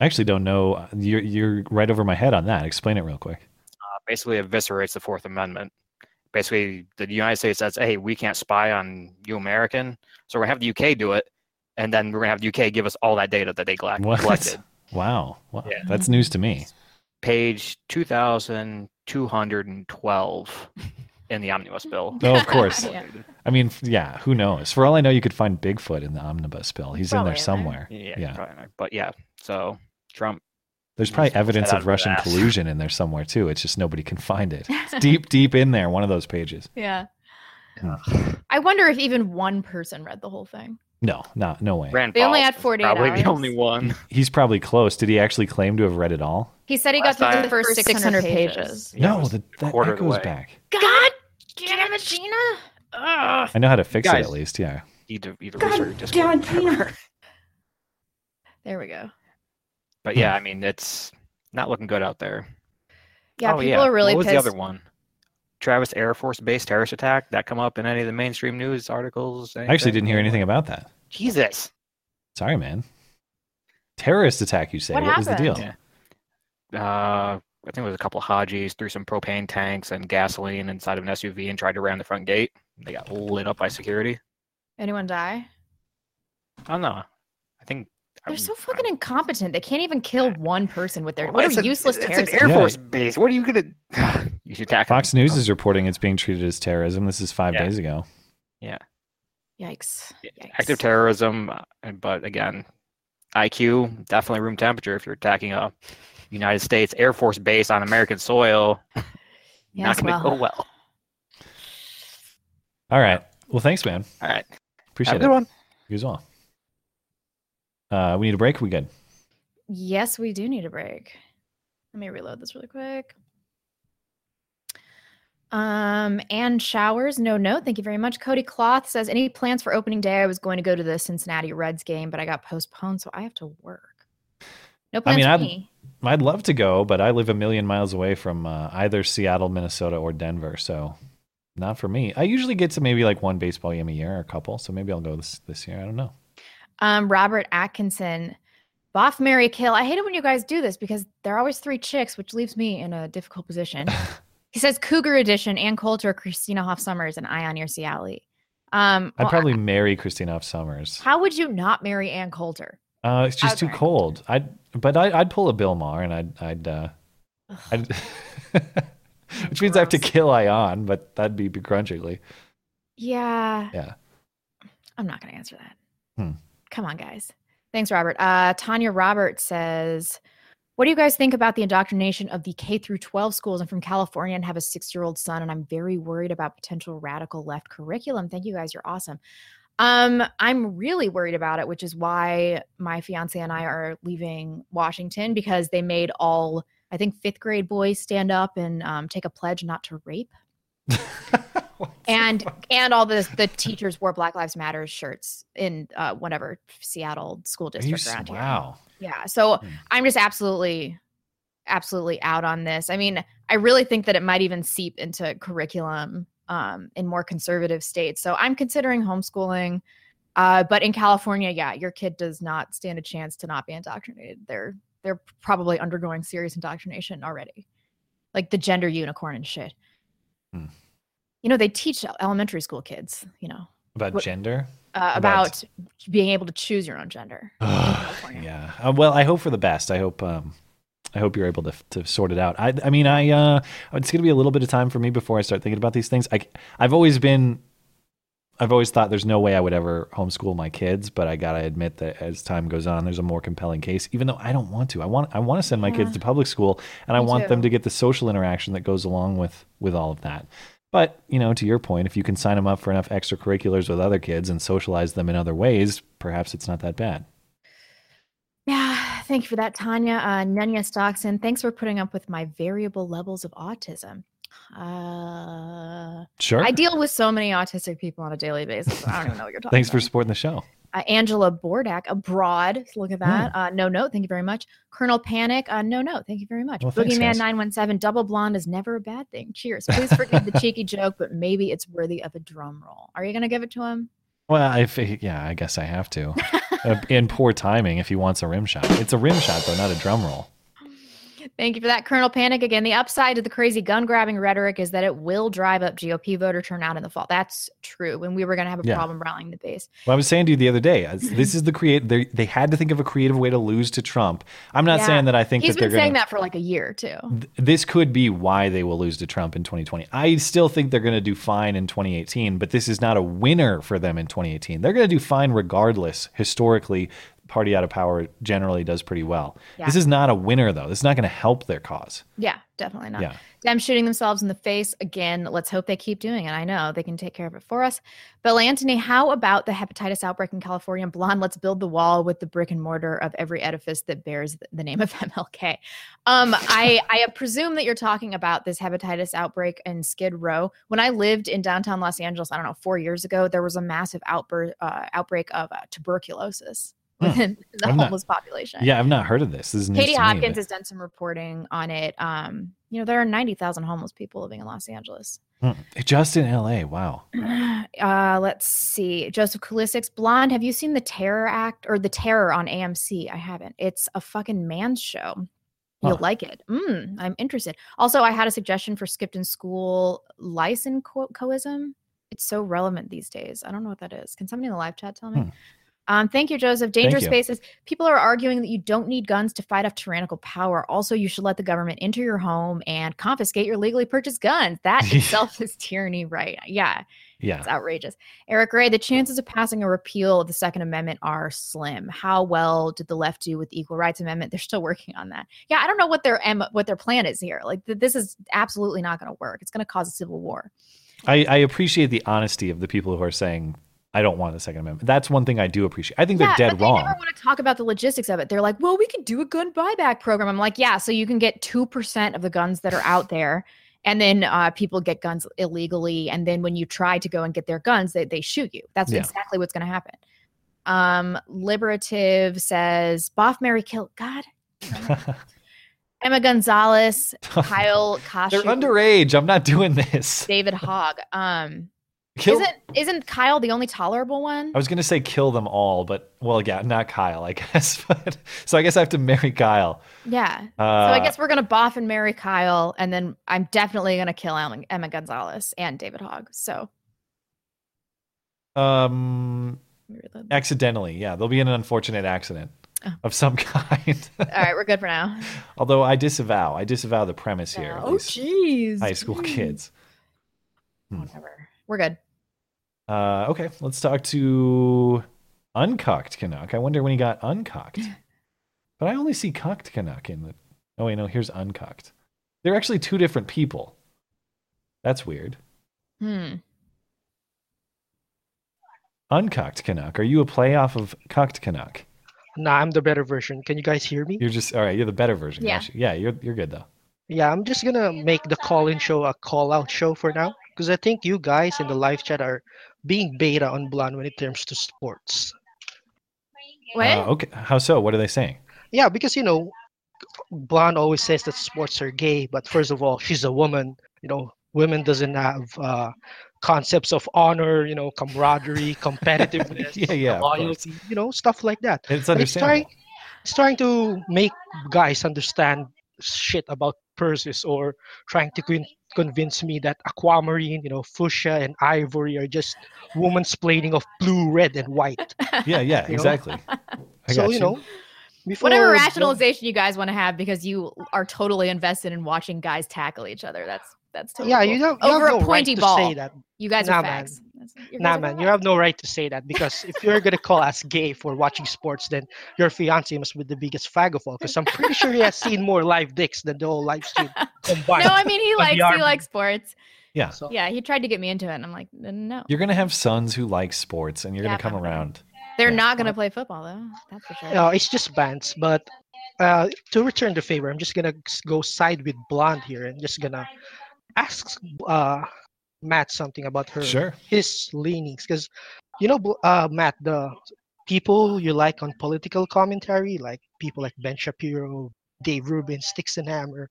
I actually don't know. You're you're right over my head on that. Explain it real quick.
uh, basically eviscerates the Fourth Amendment. Basically, the United States says, "Hey, we can't spy on you, American." So we're gonna have the UK do it, and then we're gonna have the UK give us all that data that they collect-
What?
collected.
Wow. wow.
Yeah.
That's news to me.
Page two thousand two hundred and twelve in the omnibus bill.
[LAUGHS] Oh, of course.
[LAUGHS] Yeah.
I mean, f- yeah, who knows? For all I know, you could find Bigfoot in the omnibus bill. He's in
Probably
there
in there.
somewhere.
Yeah,
Yeah.
probably not. but yeah. So Trump,
There's probably
He's pulled
evidence
that out
of
of their
Russian
ass.
collusion in there somewhere too. It's just nobody can find
[LAUGHS]
it. It's deep, deep in there, one of those pages.
Yeah. I wonder if even one person read the whole thing.
No, not no way.
Rand
They only
Paul's
had 48
probably
hours.
the only one.
He's probably close. Did he actually claim to have read it all?
He said he
Last
got through the
time-
first 600 pages.
Yeah, it
no,
was
the,
a
that,
quarter
that
of the
goes
way.
back.
God damn it, Gina. Ugh.
I know how to fix it
Guys.
at least. Yeah.
Need to, need to research Discord.
There we go.
Hmm.
But yeah, I mean, it's not looking good out there.
Yeah,
oh,
people
yeah.
are really
What was
pissed.
the other one? Travis Air Force Base terrorist attack that come up in any of the mainstream news articles?
I actually didn't hear anything about that.
Jesus.
Sorry, man. Terrorist attack, you say? What,
What
was the deal?
happened?
Yeah. uh, I think it was a couple of Hajis, threw some propane tanks and gasoline inside of an SUV and tried to ram the front gate. They got lit up by security.
Anyone die?
I don't know. I think
They're so fucking incompetent. They can't even kill one person with their. What
Oh, It's
a
a-
useless
it's an
terrorist.
Air Force base. What are you gonna? [SIGHS] you should tackle.
Fox News is reporting it's being treated as terrorism. This is five
Yeah.
days ago.
Yeah.
Yikes. Yikes.
active terrorism, uh, but again, IQ definitely room temperature. If you're attacking a United States Air Force base on American soil,
[LAUGHS] Yes,
not going to go
well.
well.
All right. Well, thanks, man.
All right.
Appreciate
Have a good
it.
one.
You as well. Uh, we need a break. We good?
Yes, we do need a break. Let me reload this really quick. Um, and showers, no note. Thank you very much. Cody Cloth says, any plans for opening day? I was going to go to the Cincinnati Reds game, but I got postponed, so I have to work. No
I
plans
mean,
for
I'd,
me.
I'd love to go, but I live a million miles away from uh, either Seattle, Minnesota, or Denver, so not for me. I usually get to maybe like one baseball game a year or a couple, so maybe I'll go this this year. I don't know.
Um, Robert Atkinson, boff, Mary, kill. I hate it when you guys do this because there are always three chicks, which leaves me in a
[LAUGHS]
difficult position. he says Cougar Edition, Ann Coulter, Christina Hoff Summers, and Ion Yirsi Ali. Um,
I'd
well,
probably marry Christine Hoff Summers.
How would you not marry Ann Coulter?
Uh, she's too cold. I'd, but I, I'd pull a Bill Maher, and I'd, I'd, uh, I'd [LAUGHS] which means I have to kill Ion, but that'd be begrudgingly.
Yeah,
Yeah.
I'm not going to answer that.
Hmm.
Come on, guys. Thanks, Robert. Uh, Tanya Roberts says, "What do you guys think about the indoctrination of the K through 12 schools?" I'm from California and have a six-year-old son, and I'm very worried about potential radical left curriculum. Thank you, guys. You're awesome. Um, I'm really worried about it, which is why my fiance and I are leaving Washington because they made all, I think, fifth grade boys stand up and um, take a pledge not to
[LAUGHS]
rape and and all the the teachers wore Black Lives Matter shirts in uh, whatever Seattle school
Are you s-
district around here.
wow.
Yeah, so
Hmm.
I'm just absolutely absolutely out on this. I mean, I really think that it might even seep into curriculum um, in more conservative states. So I'm considering homeschooling. Uh, but in California, yeah, your kid does not stand a chance to not be indoctrinated. They're they're probably undergoing serious indoctrination already, like the gender unicorn and shit.
Hmm.
You know, they teach elementary school kids. You know,
About
what-
gender?
uh,
About-
about being able to choose your own gender.
Yeah. Uh, well, I hope for the best. I hope um, I hope you're able to, to sort it out. I, I mean, I uh, it's going to be a little bit of time for me before I start thinking about these things. I, I've always been, I've always thought there's no way I would ever homeschool my kids, but I gotta admit that as time goes on, there's a more compelling case. Even though I don't want to, I want I want to send my kids
Yeah.
to public school, and I
Me
want them
too.
to get the social interaction that goes along with with all of that. But you know, to your point, if you can sign them up for enough extracurriculars with other kids and socialize them in other ways, perhaps it's not that bad.
Yeah, thank you for that, Tanya. Uh, Nanya Stockson, thanks for putting up with my variable levels of autism. Uh,
Sure.
I deal with so many autistic people on a daily basis. I don't even know what you're talking
Thanks
about.
for supporting the show.
uh, Angela Bordak abroad. Look
Hmm.
at that. Uh, no note. Thank you very much. Colonel Panic. Uh, no note. Thank you very much.
Well, thanks,
Boogeyman
guys.
nine one seven. Double blonde is never a bad thing. Cheers. Please
[LAUGHS]
forgive the cheeky joke, but maybe it's worthy of a drum roll. Are you gonna give it to him?
Well, if yeah, I guess I have to. uh, in poor timing, if he wants a rim shot, it's a rim shot though, not a drum roll.
Thank you for that, Colonel Panic. Again, the upside to the crazy gun grabbing rhetoric is that it will drive up GOP voter turnout in the fall. That's true. When we were going to have a
Yeah.
problem rallying the base.
Well, I was saying to you the other day, as- this is the create. They they had to think of a creative way to lose to Trump. I'm not
Yeah.
saying that I think
he's
that
been
they're
saying
going to.
that for like a year too.
This could be why they will lose to Trump in 2020. I still think they're going to do fine in 2018, but this is not a winner for them in 2018. They're going to do fine regardless. Historically, party out of power generally does pretty well.
Yeah.
This is not a winner though. This is not going to help their cause.
Yeah, definitely not.
Yeah.
Them shooting themselves in the face again. Let's hope they keep doing it. I know they can take care of it for us. Bill Anthony, how about the hepatitis outbreak in California? And Blonde, let's build the wall with the brick and mortar of every edifice that bears th- the name of [LAUGHS] MLK. Um, I I presume that you're talking about this hepatitis outbreak in Skid Row. When I lived in downtown Los Angeles, I don't know, four years ago, there was a massive outbur- uh, outbreak of uh, tuberculosis
Hmm.
within [LAUGHS] the
I'm not-
homeless population.
Yeah, I've not heard of this. This is news
Katie
to me,
Hopkins
but-
has done some reporting on it. Um, you know, there are 90,000 homeless people living in Los Angeles.
Hmm. Just in LA. Wow.
[CLEARS THROAT] Uh, let's see. Joseph Kulisik's Blonde. Have you seen the Terror Act or the Terror on AMC? I haven't. It's a fucking man's show You'll
Huh.
like it. Mm, I'm interested. Also, I had a suggestion for skipped in school lysenkoism. It's so relevant these days. I don't know what that is. Can somebody in the live chat tell me?
Hmm.
Um, thank you, Joseph. Danger
you.
spaces. People are arguing that you don't need guns to fight off tyrannical power. Also, you should let the government enter your home and confiscate your legally purchased guns.
[LAUGHS]
That itself is tyranny, right? Yeah.
Yeah.
It's outrageous. Eric Ray, the chances of passing a repeal of the Second Amendment are slim. How well did the left do with the Equal Rights Amendment? They're still working on that. Yeah, I don't know what their M- what their plan is here. Like th- this is absolutely not going to work. It's going to cause a civil war.
I, I appreciate the honesty of the people who are saying, I don't want the Second Amendment. That's one thing I do appreciate. I think
Yeah,
they're
but
dead
they
wrong.
never want to talk about the logistics of it. They're like, well, we could do a gun buyback program. I'm like, yeah, so you can get 2% of the guns that are out there. And then uh, people get guns illegally. And then when you try to go and get their guns, they, they shoot you. That's
Yeah.
exactly what's going to happen. Um, Liberative says, Boff, Mary, Kill. God.
[LAUGHS]
Emma Gonzalez, Kyle Kosh.
They're underage. I'm not doing this.
David Hogg. Um,
Kill-
isn't isn't Kyle the only tolerable one?
I was going to say kill them all, but well, yeah, not Kyle, I [LAUGHS] guess. But so I guess I have to marry Kyle.
Yeah. so
Uh,
I guess we're gonna boff and marry Kyle, and then I'm definitely gonna kill Emma, Emma Gonzalez and David Hogg. So
Um,
reload.
accidentally, yeah, they'll be in an unfortunate accident
Oh.
of some [LAUGHS] kind.
all right, we're good
[LAUGHS]
for now.
Although I disavow, I disavow the premise here.
Oh,
Oh,
of these
jeez.
high school kids. Hmm.
Whatever. We're good.
Uh, okay, let's talk to uncocked Canuck. I wonder when he got
[LAUGHS]
uncocked. but I only see cocked Canuck in the. Oh wait, no, here's uncocked. They're actually two different people. That's weird.
Hmm.
Uncocked Canuck. Are you a playoff of cocked Canuck?
Nah, I'm the better version. Can you guys hear me?
You're just all right. You're the better version.
Yeah.
Actually. yeah. You're you're good though.
Yeah, I'm just gonna make the call-in show a call-out show for now, because I think you guys in the live chat are being beta on Blonde when it comes to sports.
What?
Uh, okay. How so? What are they saying?
Yeah, because you know, Blonde always says that sports are gay, but first of all, she's a woman. You know, women doesn't have uh, concepts of honor, you
[LAUGHS]
know, camaraderie, competitiveness,
Yeah, yeah, of course.
loyalty, you know, stuff like that.
It's
But trying,
understandable.
it's trying to make guys understand shit about purses or trying to con- convince me that aquamarine, you know, fuchsia and ivory are just woman's planing of blue, red, and white.
Yeah. Yeah.
You know?
Exactly. I
so
got
you, know, before
Whatever
Blonde-
rationalization you guys want to have because you are totally invested in watching guys tackle each other. That's that's totally
Yeah, you
cool.
don't- you have
over
no
a
right
pointy
to
ball.
say that.
You guys
Nah,
are
man.
fags. That's- you guys
Nah,
are
man,
fags.
you have no right to say that because if you're gonna call us gay for watching sports, then your fiance must be the biggest fag of all. Because I'm pretty sure he has seen more live dicks than the whole live
[LAUGHS]
stream combined.
No, I mean he
of the
likes he
army.
likes sports.
Yeah.
Yeah, he tried to get me into it, and I'm like, no,
You're gonna have sons who like sports, and you're
Yeah,
gonna come around.
they're not gonna play football though. That's for sure.
No, Uh, it's just bands. But uh, to return the favor, I'm just gonna s- go side with Blonde here and just gonna ask uh, Matt something about her
Sure.
his leanings because you know Bl- uh, Matt the people you like on political commentary like people like Ben Shapiro, Dave Rubin, Sticks and Hammer.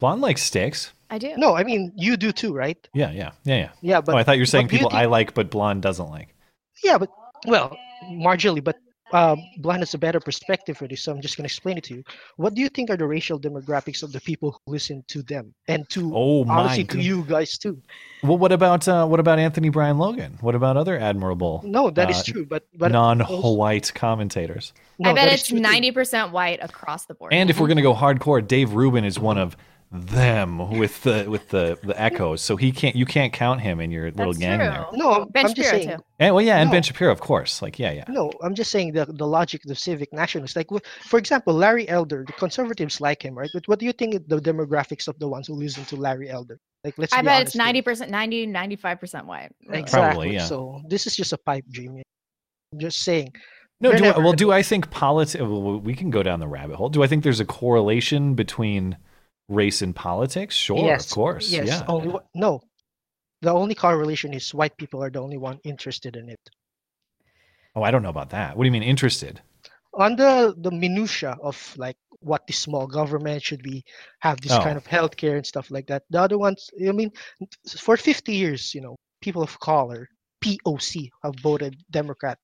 Blonde likes sticks.
I do.
No, I mean you do too, right?
Yeah. Yeah. Yeah. Yeah.
Yeah,
oh,
but-
I thought you were saying
but do you
people
think-
I like, but blonde doesn't like.
Yeah, but well, marginally, but um, Blonde has a better perspective for this, so I'm just gonna explain it to you. What do you think are the racial demographics of the people who listen to them and to
Oh my
honestly to
goodness.
you guys too?
Well, what about uh, what about Anthony Bryan Logan? What about other admirable?
No, that
that
is
is
true, but- but those-
non-white commentators.
I
No,
bet
that is
it's
true, too.
ninety percent white across the board.
And if we're gonna go hardcore, Dave Rubin is one of them with the with the the echoes, so he can't you can't count him in your little gang there.
No,
Ben
I'm just
Shapiro,
saying.
too.
And well, yeah, and
No.
Ben Shapiro, of course. Like, yeah, yeah.
No, I'm just saying the the logic of the civic nationalists. Like, wh- for example, Larry Elder, the conservatives like him, right? But what do you think the demographics of the ones who listen to Larry Elder? Like, let's
I
be
bet
honest
it's
here.
90%, 90, 95% white. really.
Exactly.
Probably, yeah.
So this is just a pipe dream. yeah. I'm just saying.
No,
We're
do I,
never
well,
gonna-
do I think politics? Well, we can go down the rabbit hole. Do I think there's a correlation between race and politics? Sure,
yes,
of course.
Yes.
Yeah.
Oh.
Only one- no. The only correlation is white people are the only one interested in it.
Oh, I don't know about that. What do you mean interested?
On the the minutia of like what the small government should we have this kind
Oh.
of healthcare and stuff like that. The other ones, I mean, for 50 years, you know, people of color (POC) have voted Democrat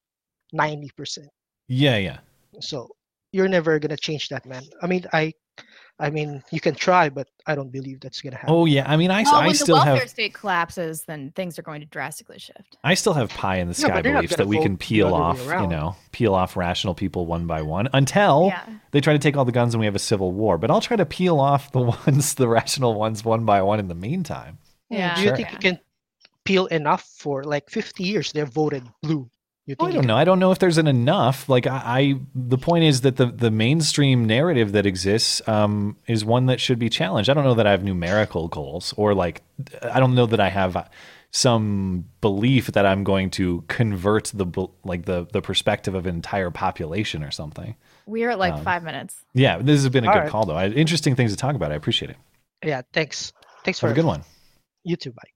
90 percent.
Yeah, yeah.
So you're never gonna change that, man. I mean, I
I mean, you can try, but I don't believe that's gonna happen.
Oh yeah, I mean, I,
well,
I
when
still
the welfare
have
state collapses, then things are going to drastically shift.
I still have pie in the
Yeah, but
sky
they're not
beliefs
gonna
that we can
vote the
peel
other way
off, you
around.
know, peel off rational people one by one until
Yeah.
they try to take all the guns and we have a civil war. But I'll try to peel off the [LAUGHS] ones, the rational ones, one by one in the meantime.
Yeah.
Do you
Sure.
think you can peel enough for like 50 years? They've voted blue. You
Oh, I don't know. I don't know if there's an enough. Like I, I the point is that the the mainstream narrative that exists um, is one that should be challenged. I don't know that I have numerical goals or like I don't know that I have uh, some belief that I'm going to convert the bel- like the the perspective of an entire population or something.
We are at like
Um,
five minutes.
Yeah, this has been a
All
good
right.
call though. I, interesting things to talk about. I appreciate it.
Yeah. Thanks. Thanks for
Have a good one.
You too. Bye.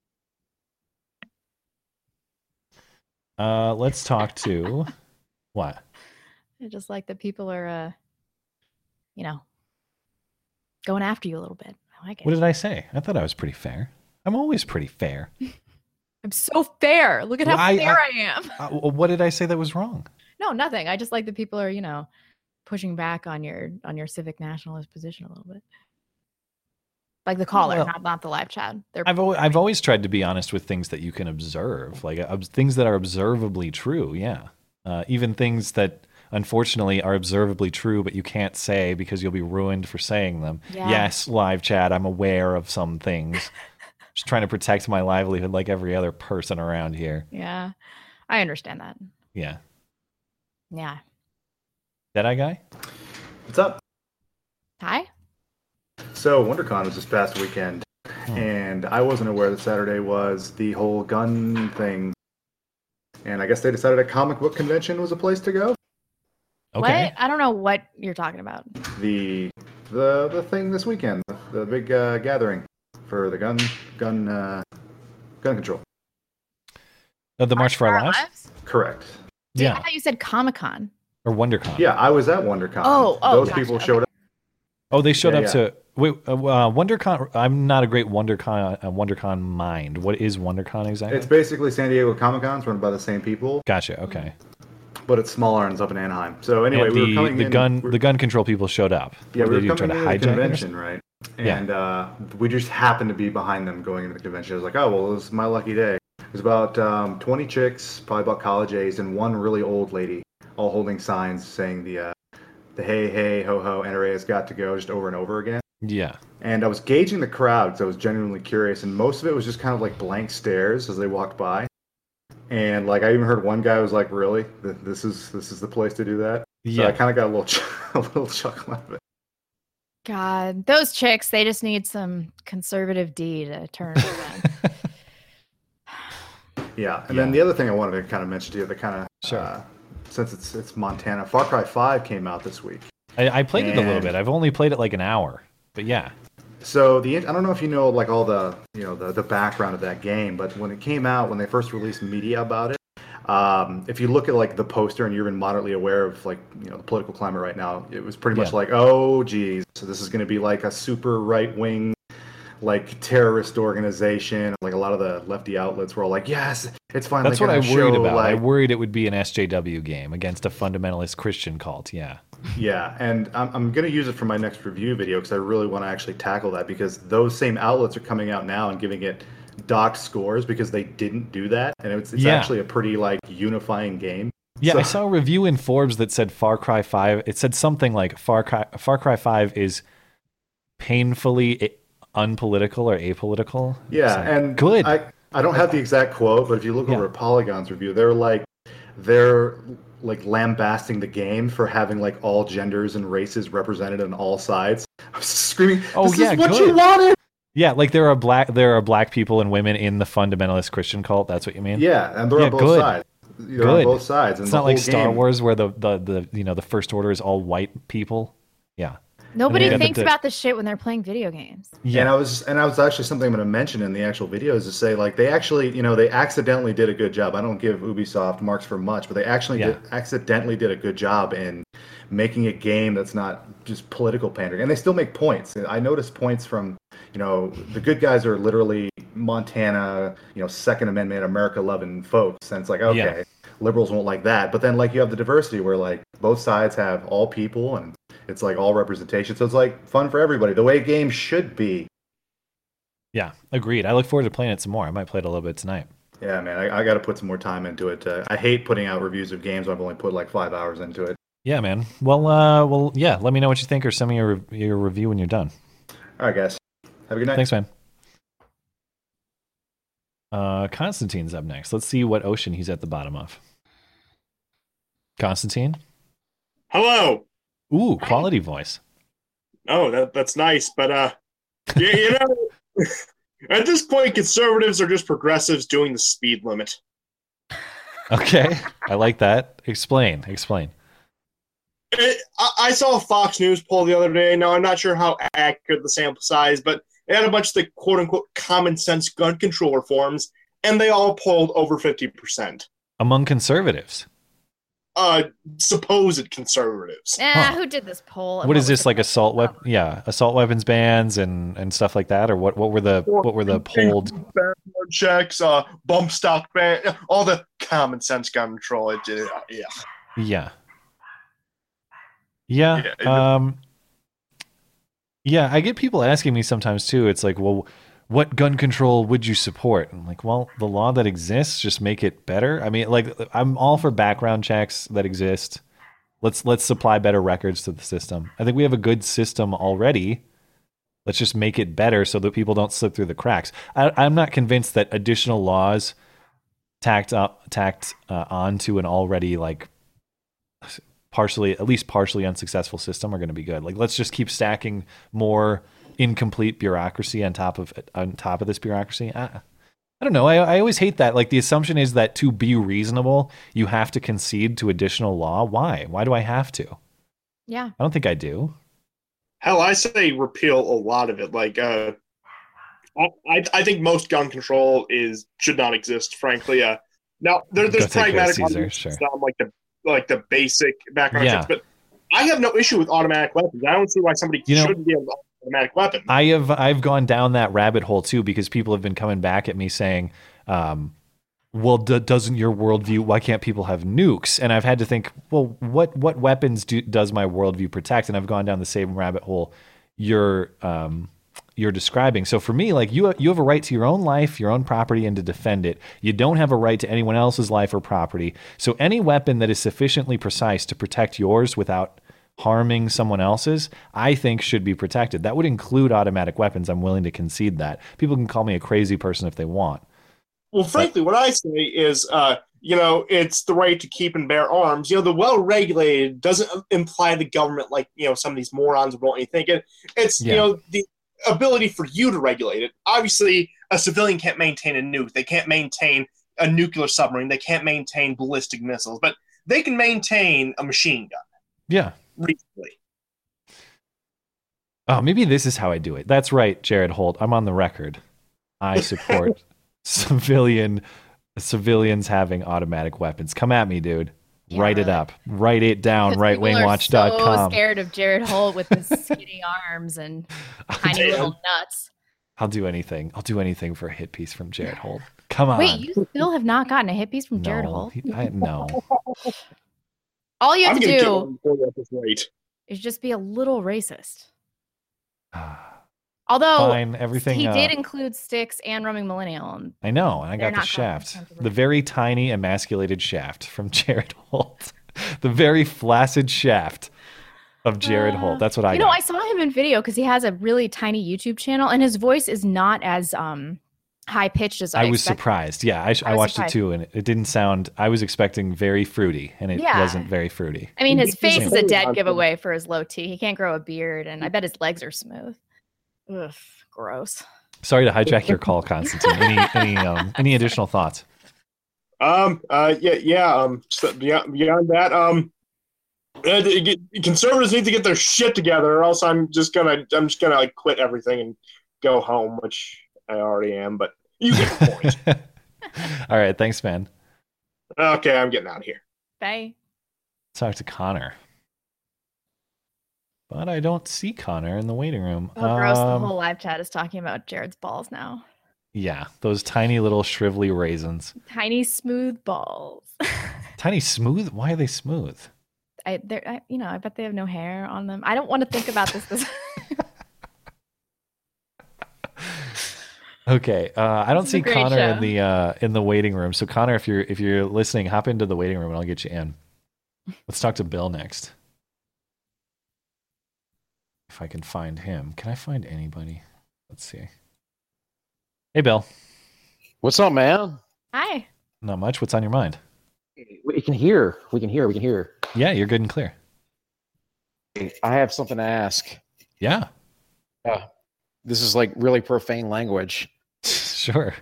Uh, let's talk to [LAUGHS] what?
I just like that people are, uh, you know, going after you a little bit. I like it.
What did I say? I thought I was pretty fair. I'm always pretty fair.
I'm so fair. Look at how
Well, I-
fair
I-
I, am.
Uh, what did I say that was wrong?
[LAUGHS] no, nothing. I just like that people are, you know, pushing back on your on your civic nationalist position a little bit. Like the caller,
Well-
not not the live chat. They're
I've always, I've always tried to be honest with things that you can observe, like ob- things that are observably true. Yeah, uh, even things that unfortunately are observably true, but you can't say because you'll be ruined for saying them.
Yeah.
Yes, live chat. I'm aware of some
[LAUGHS]
things. Just trying to protect my livelihood, like every other person around here.
yeah. I understand that.
Yeah,
Yeah.
that I guy.
What's up?
Hi.
So WonderCon was this past weekend,
Hmm.
and I wasn't aware that Saturday was the whole gun thing. And I guess they decided a comic book convention was a place to go.
What? I don't know what you're talking about.
The the the thing this weekend, the big uh, gathering for the gun gun uh, gun control.
Uh, the March for Our Lives.
Correct.
I
Yeah,
thought you said Comic Con.
or WonderCon.
Yeah, I was at WonderCon.
Oh, oh,
those
gotcha,
people
okay.
showed up.
Oh, they showed
Yeah,
up
yeah.
to wait. Uh, uh, WonderCon. I'm not a great WonderCon uh, WonderCon mind. What is WonderCon exactly?
It's basically San Diego Comic Con's run by the same people,
gotcha. Okay.
but it's smaller and it's up in Anaheim. So anyway,
And
we were
the-
coming
the
in.
gun the gun control people showed up.
Yeah,
What did
we were
you try to
coming into the
hijack it or
convention,
something?
right?
Yeah.
And uh, we just happened to be behind them going into the convention. I was like, oh, well, this is my lucky day. It was about um, 20 chicks, probably about college age, and one really old lady, all holding signs saying the, uh, the hey, hey, ho, ho, NRA has got to go just over and over again.
Yeah.
And I was gauging the crowd because I was genuinely curious, and most of it was just kind of like blank stares as they walked by. And like I even heard one guy was like, "Really? Th- This is this is the place to do that?" So
Yeah.
I kind of got a little ch- [LAUGHS] a little chuckle out of it.
God, those chicks, they just need some conservative D to
[LAUGHS]
turn it around.
Yeah, and then the other thing I wanted to kind of mention to you, that kind of uh, since it's it's Montana, Far Cry Five came out this week.
I, I played it a little
And-
bit. I've only played it like an hour, but yeah.
So the I don't know if you know like all the you know the, the background of that game, but when it came out, when they first released media about it, um, if you look at like the poster and you've been moderately aware of like you know the political climate right now, it was pretty much
Yeah.
like oh geez, so this is going to be like a super right wing like terrorist organization. Like a lot of the lefty outlets were all like yes, it's finally
That's what I
gonna
worried
show,
about. I
Like,
worried it would be an SJW game against a fundamentalist Christian cult. Yeah.
Yeah, and I'm, I'm going to use it for my next review video because I really want to actually tackle that because those same outlets are coming out now and giving it docked scores because they didn't do that, and it's, it's
Yeah.
actually a pretty like unifying game.
Yeah,
So-
I saw a review in Forbes that said Far Cry 5. It said something like Far Cry Far Cry 5 is painfully i- unpolitical or apolitical. It's
[LAUGHS] Yeah,
like,
and
good.
I, I don't have the exact quote, but if you look over at Polygon's review, they're like they're like lambasting the game for having like all genders and races represented on all sides. [LAUGHS] I was screaming,
Oh,
"This
yeah,
is what you
good.
wanted!"
yeah, like there are black there are black people and women in the fundamentalist Christian cult. That's what you mean?
Yeah, and they're on
Yeah,
both
good.
sides. They're
good.
on both sides. And
it's
the
not like
whole
Star
game-
Wars where the, the, the you know the first order is all white people. Yeah.
Nobody
Yeah.
thinks
Yeah.
about this shit when they're playing video games.
Yeah. And I was and I was actually something I'm going to mention in the actual video is to say like they actually you know they accidentally did a good job. I don't give Ubisoft marks for much, but they actually
Yeah.
did, accidentally did a good job in making a game that's not just political pandering. And they still make points. I noticed points from you know the good guys are literally Montana, you know Second Amendment America loving folks, and it's like okay.
Yeah.
Liberals won't like that, but then like you have the diversity where like both sides have all people and It's like all representation, so it's like fun for everybody. The way games should be.
Yeah, agreed. I look forward to playing it some more. I might play it a little bit tonight.
Yeah, man, I, I got to put some more time into it. Uh, I hate putting out reviews of games. I've only put like five hours into it.
Yeah, man. Well, uh, well, yeah. Let me know what you think, or send me your re- your review when you're done.
All right, guys. Have a good night.
Thanks, man. Uh, Constantine's up next. Let's see what ocean he's at the bottom of. Constantine.
Hello.
Ooh, quality voice.
Oh, that, that's nice, but uh, yeah, you know, [LAUGHS] at this point, conservatives are just progressives doing the speed limit.
Okay, I like that. Explain. Explain.
It, Eh, I, I saw a Fox News poll the other day. Now I'm not sure how accurate the sample size, but they had a bunch of the quote unquote common sense gun control reforms, and they all polled over fifty percent.
Among conservatives.
Uh, supposed conservatives.
Ah, who did this poll? and
what is
was
this like assault weapon yeah assault weapons bans and and stuff like that or what what were the what were the polled
Background checks, uh, bump stock ban, all the common sense gun control. It did, uh, yeah.
yeah yeah um yeah i get people asking me sometimes too it's like well what gun control would you support i'm like well the law that exists just make it better i mean like i'm all for background checks that exist let's let's supply better records to the system i think we have a good system already let's just make it better so that people don't slip through the cracks I, i'm not convinced that additional laws tacked up tacked uh, onto an already like partially at least partially unsuccessful system are going to be good like let's just keep stacking more incomplete bureaucracy on top of on top of this bureaucracy i, I don't know I, I always hate that like the assumption is that to be reasonable you have to concede to additional law why why do i have to i
Yeah.
don't think i do
Hell, I say repeal a lot of it. Like, uh, I, I- I think most gun control is should not exist. Frankly, uh, now there,
Go
there's
take care of
pragmatic
Caesar,
reasons
sure.
on, like the like the basic background
Yeah.
checks, but I have no issue with automatic weapons. I don't see why somebody
You know-
shouldn't be able to own an automatic weapon.
I have I've gone down that rabbit hole too because people have been coming back at me saying, um, "Well, d- doesn't your worldview? Why can't people have nukes?" And I've had to think, well, what what weapons do, does my worldview protect? And I've gone down the same rabbit hole you're um, you're describing. So for me, like you you have a right to your own life, your own property, and to defend it. You don't have a right to anyone else's life or property. So any weapon that is sufficiently precise to protect yours without harming someone else's, I think should be protected. That would include automatic weapons. I'm willing to concede that. People can call me a crazy person if they want.
Well, frankly, what I say is, uh, you know, it's the right to keep and bear arms. You know, the well regulated doesn't um, imply the government, like you know, some of these morons would want you thinking. It's you
Yeah.
know the ability for you to regulate it. Obviously, a civilian can't maintain a nuke. They can't maintain a nuclear submarine. They can't maintain ballistic missiles, but they can maintain a machine gun
Yeah.
reasonably.
Oh, maybe this is how I do it. That's right, Jared Holt. I'm on the record. I
[LAUGHS]
support civilian civilians having automatic weapons. Come at me, dude. Write it up. Write it down.
Because people are
Rightwingwatch.com.
So scared of Jared Holt
[LAUGHS]
with his skinny arms and tiny little nuts.
I'll do anything. I'll do anything for a hit piece from Jared Holt. Come on.
Wait, you still have not gotten a hit piece from
no,
Jared Holt?
he- I,
[LAUGHS]
no.
All you have
I'm
to
gonna get
do
one before the episode's late.
is just be a little racist. Although
Ah, Fine, everything,
he
uh,
did include sticks and roaming millennial. and
I know, and I
They're
got the
not common
shaft. The very tiny emasculated shaft from [LAUGHS] Jared Holt. the very flaccid shaft of Jared
[SIGHS]
Holt. That's what I
you
got.
know, I saw him in video because he has a really tiny YouTube channel, and his voice is not as um high pitched as I,
I was
expected.
surprised. Yeah, I, sh-
I
I,
was
watched
surprised.
it too, and it didn't sound. I was expecting very fruity, and it
Yeah.
wasn't very fruity.
I mean, his face is a dead
Anyway.
giveaway for his low T. He can't grow a beard, and I bet his legs are smooth. Ugh, gross.
Sorry to hijack your call, Constantine. Any any um, any additional thoughts?
Um. Uh. Yeah. Yeah. Um. So beyond, beyond that. Um. uh, the- get- Conservatives need to get their shit together, or else I'm just gonna I'm just gonna like quit everything and go home, which I already am. But you get the point.
All right, thanks, man.
okay, I'm getting out of here.
Bye.
Talk to Connor, but I don't see Connor in the waiting room.
Oh, gross. The
Um,
whole live chat is talking about Jared's balls now.
yeah, those tiny little shrivelly raisins,
Tiny, smooth balls.
tiny smooth. Why are they smooth?
I, they're, I, you know, I bet they have no hair on them. I don't want to think about this. this
Okay, uh, I don't
This is a
see
great
Connor
show.
in the uh, in the waiting room. So Connor, if you're if you're listening, hop into the waiting room and I'll get you in. Let's talk to Bill next. If I can find him, can I find anybody? Let's see. Hey, Bill.
What's up, man?
Hi.
Not much. What's on your mind?
We can hear. We can hear. We can hear.
Yeah, you're good and clear. [LAUGHS]
I have something to ask.
Yeah.
Uh, this is like really profane language.
[LAUGHS] Sure.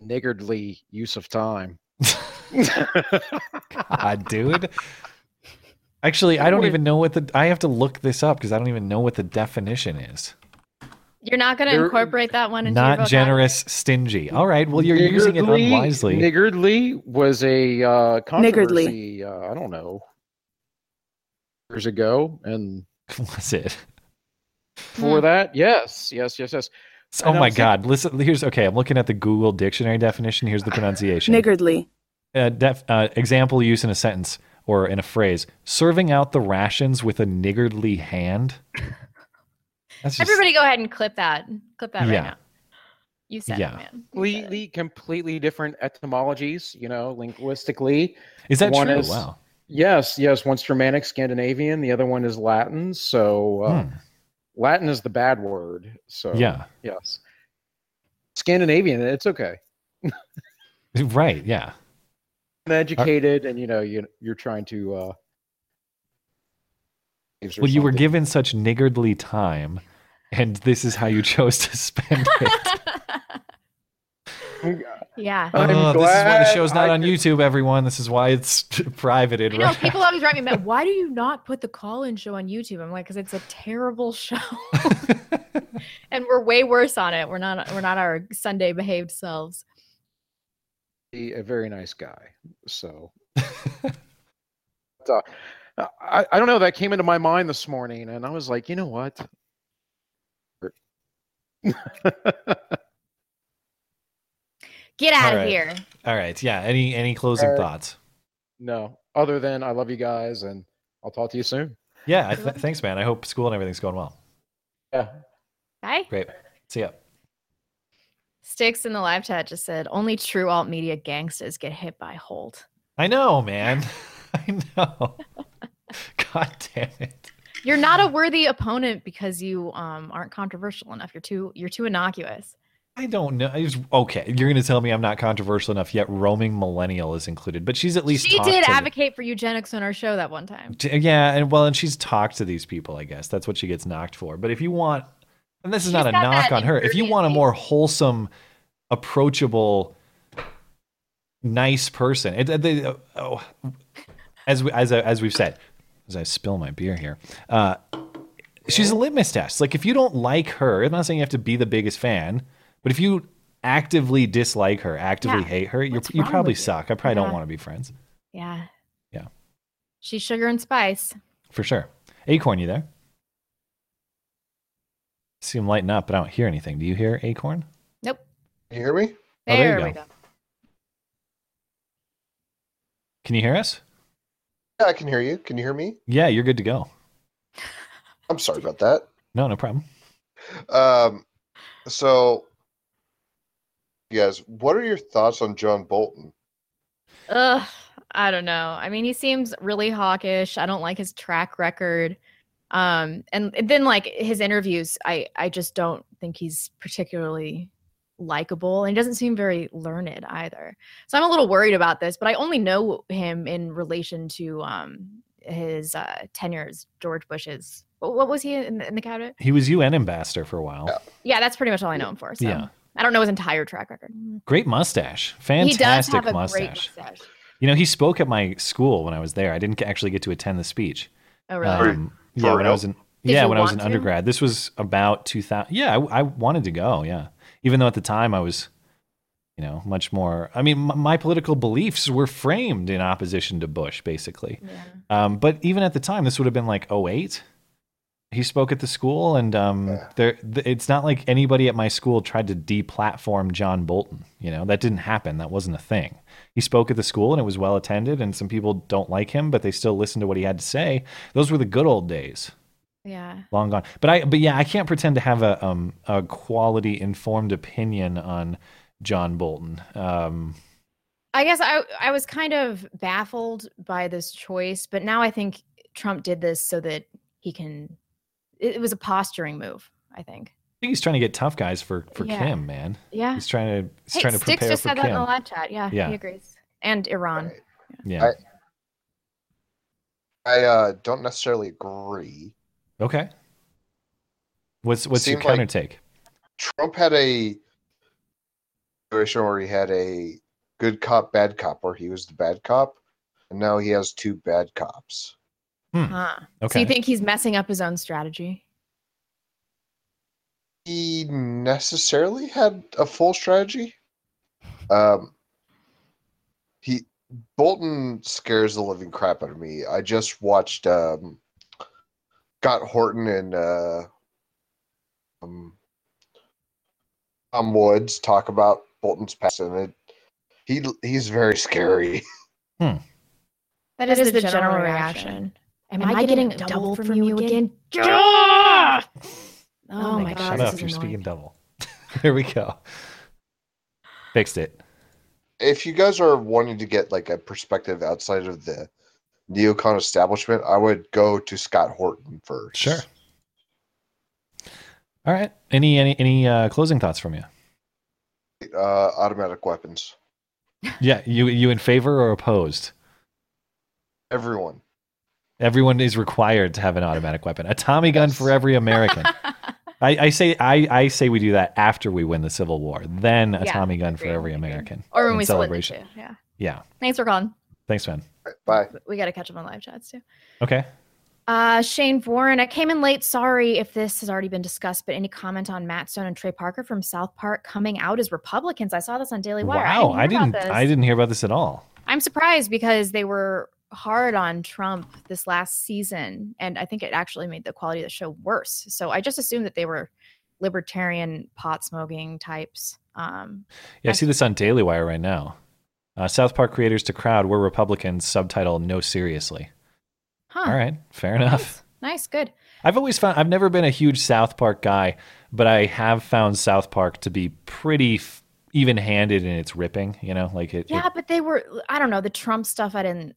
Niggardly use of time.
God, Ah, dude. Actually, I don't even know what the. I have to look this up because I don't even know what the definition is.
[LAUGHS] You're not going to
They're-
incorporate that one into your
Not
vocab-
generous, stingy. All right. [LAUGHS] Well, you're using it
Niggardly-
unwisely.
Niggardly was a uh,
Niggardly.
controversy. Uh, I don't know years ago, and
[LAUGHS] was it
for that? Yes, yes, yes, yes.
Oh
And I
my
was
God! Listen, here's okay. I'm looking at the Google dictionary definition. Here's the pronunciation.
Niggardly.
uh, def, uh, example use in a sentence or in a phrase: serving out the rations with a niggardly hand. That's just,
Everybody, go ahead and clip that. Clip that right
Yeah.
now. You said
Yeah.
it, man.
completely completely different etymologies you know linguistically
Is that
one
true?
is,
Wow.
yes yes one's germanic scandinavian the other one is latin so uh, latin is the bad word so
Hmm. Yeah.
yes scandinavian it's okay
[LAUGHS] right. Yeah.
educated and you know you, you're trying to uh or
Well, you were
something.
given such niggardly time, and this is how you chose to spend it.
[LAUGHS]
Yeah.
Oh, this is why the
glad
show's not on YouTube, everyone. This is why it's [LAUGHS] privated.
You know,
right?
people always write
[LAUGHS]
me, "Matt, why do you not put the call-in show on YouTube?" I'm like, "Cause it's a terrible
[LAUGHS]
[LAUGHS] show, and we're way worse on it. We're not. We're not our Sunday behaved selves."
be a very nice guy.
[LAUGHS]
So, But, uh, I, I don't know. That came into my mind this morning, and I was like, you know what?
Get out
All
of
right.
here.
All right. Yeah. Any any closing
All right.
thoughts?
No, other than I love you guys, and I'll talk to you soon.
Yeah. I th- thanks, man. I hope school and everything's going well.
Yeah.
Bye.
Great. See ya.
Sticks in the live chat just said, "Only true alt media gangsters get hit by Holt."
I know, man. [LAUGHS] I know. [LAUGHS] God damn it.
You're not a worthy opponent because you um, aren't controversial enough. You're too. You're too innocuous.
I don't know. I just- okay, you're going to tell me I'm not controversial enough yet. Roaming millennial is included, but she's at least
She
talked
did
to the-
advocate for eugenics on our show that one time.
T- Yeah, and well, and she's talked to these people, I guess. That's what she gets knocked for. But if you want, and this is not a
She's got
knock
that
on her, if you want a more wholesome, approachable, nice person, it, it- they, oh, as we, as I, as we've said, as I spill my beer here, uh, she's a litmus test. Like if you don't like her, I'm not saying you have to be the biggest fan, but if you actively dislike her, actively
Yeah.
hate her, you're,
What's
you
wrong
probably
with you?
suck. I probably
Yeah.
don't want to be friends
Yeah.
Yeah.
She's sugar and spice.
for sure. Acorn, you there? See him lighten up, but I don't hear anything. Do you hear Acorn?
Nope.
You hear me?
Oh, there you
There we
go.
go.
Can you hear us?
Yeah, I can hear you. Can you hear me?
Yeah, you're good to go.
I'm sorry about that.
No, no problem.
Um, so, you guys, what are your thoughts on John Bolton?
Ugh, I don't know. I mean, he seems really hawkish. I don't like his track record. Um, and then like his interviews, I I just don't think he's particularly likable, and he doesn't seem very learned either. So I'm a little worried about this. But I only know him in relation to um his uh, tenure as George Bush's. What, what was he in, the- in the cabinet?
He was UN ambassador for a while.
Yeah, that's pretty much all I know him for. So
Yeah.
I don't know his entire track record.
Great mustache.
he does
Fantastic
have a
mustache.
great mustache.
You know, he spoke at my school when I was there. I didn't actually get to attend the speech. Um,
Oh, really?
For
yeah, when I
real?
was in
Did
yeah
you
when I was
want
an
to?
undergrad. This was about 2000. Yeah, I, I wanted to go. Yeah, even though at the time I was, you know, much more. I mean, m- my political beliefs were framed in opposition to Bush, basically. Um, but even at the time, this would have been like 08. He spoke at the school, and um, there. Th- it's not like anybody at my school tried to deplatform John Bolton. You know that didn't happen. That wasn't a thing. He spoke at the school, and it was well attended. And some people don't like him, but they still listened to what he had to say. Those were the good old days
Yeah.
long gone. But I, but yeah, I can't pretend to have a um a quality informed opinion on John Bolton. Um,
I guess I I was kind of baffled by this choice, but now I think Trump did this so that he can. It, it was a posturing move, I think.
I think he's trying to get tough guys for for
Yeah.
Kim, man.
Yeah.
he's trying to he's
Hey,
trying to
Styx
prepare
just
for
said
Kim.
that in the live chat. Yeah,
Yeah.
he agrees. And Iran.
Yeah.
I uh, don't necessarily agree.
okay. What's what's your
Seemed like-
counter take?
Trump had a situation where he had a good cop, bad cop, where he was the bad cop, and now he has two bad cops.
Hmm.
Huh. So
Okay.
you think he's messing up his own strategy?
He necessarily had a full strategy. Um, he Bolton scares the living crap out of me. I just watched um, Scott Horton and uh, um, Tom Woods talk about Bolton's past, and it, he he's very scary. [LAUGHS]
That is, the, general, reaction. Am, I, getting, a double from you again? Oh, my god.
Ah! Shut
this
up!
is
You're
annoying.
speaking double. [LAUGHS] there we go. Fixed it.
if you guys are wanting to get like a perspective outside of the neocon establishment, I would go to Scott Horton first.
Sure. All right. Any any any uh, closing thoughts from
[LAUGHS]
you?
Uh, automatic weapons.
Yeah. You you in favor or opposed?
Everyone.
Everyone is required to have an automatic weapon, a Tommy gun for every
[LAUGHS]
American. I, I say I, I say we do that after we win the Civil War, then a
Yeah,
Tommy gun for every American.
Or when
in
we
celebration.
split into two. Yeah.
Yeah.
Thanks for calling.
Thanks, man.
Bye.
We got to catch up on live chats too.
Okay.
Uh, Shane Warren, I came in late. Sorry if this has already been discussed, but any comment on Matt Stone and Trey Parker from South Park coming out as Republicans? I saw this on Daily Wire.
Wow.
I
I didn't.
didn't. hear about this.
I didn't hear about this at all.
I'm surprised because they were hard on Trump this last season, and I think it actually made the quality of the show worse. So I just assumed that they were libertarian pot smoking types. Um,
Yeah, I see this on Daily Wire right now. Uh, South Park creators to crowd were Republicans. Subtitle: No, seriously.
huh.
All right. Fair enough.
Nice. Good.
I've always found I've never been a huge South Park guy, but I have found South Park to be pretty f- even-handed in its ripping. You know, like it. it-
Yeah, but they were. I don't know the Trump stuff. I didn't.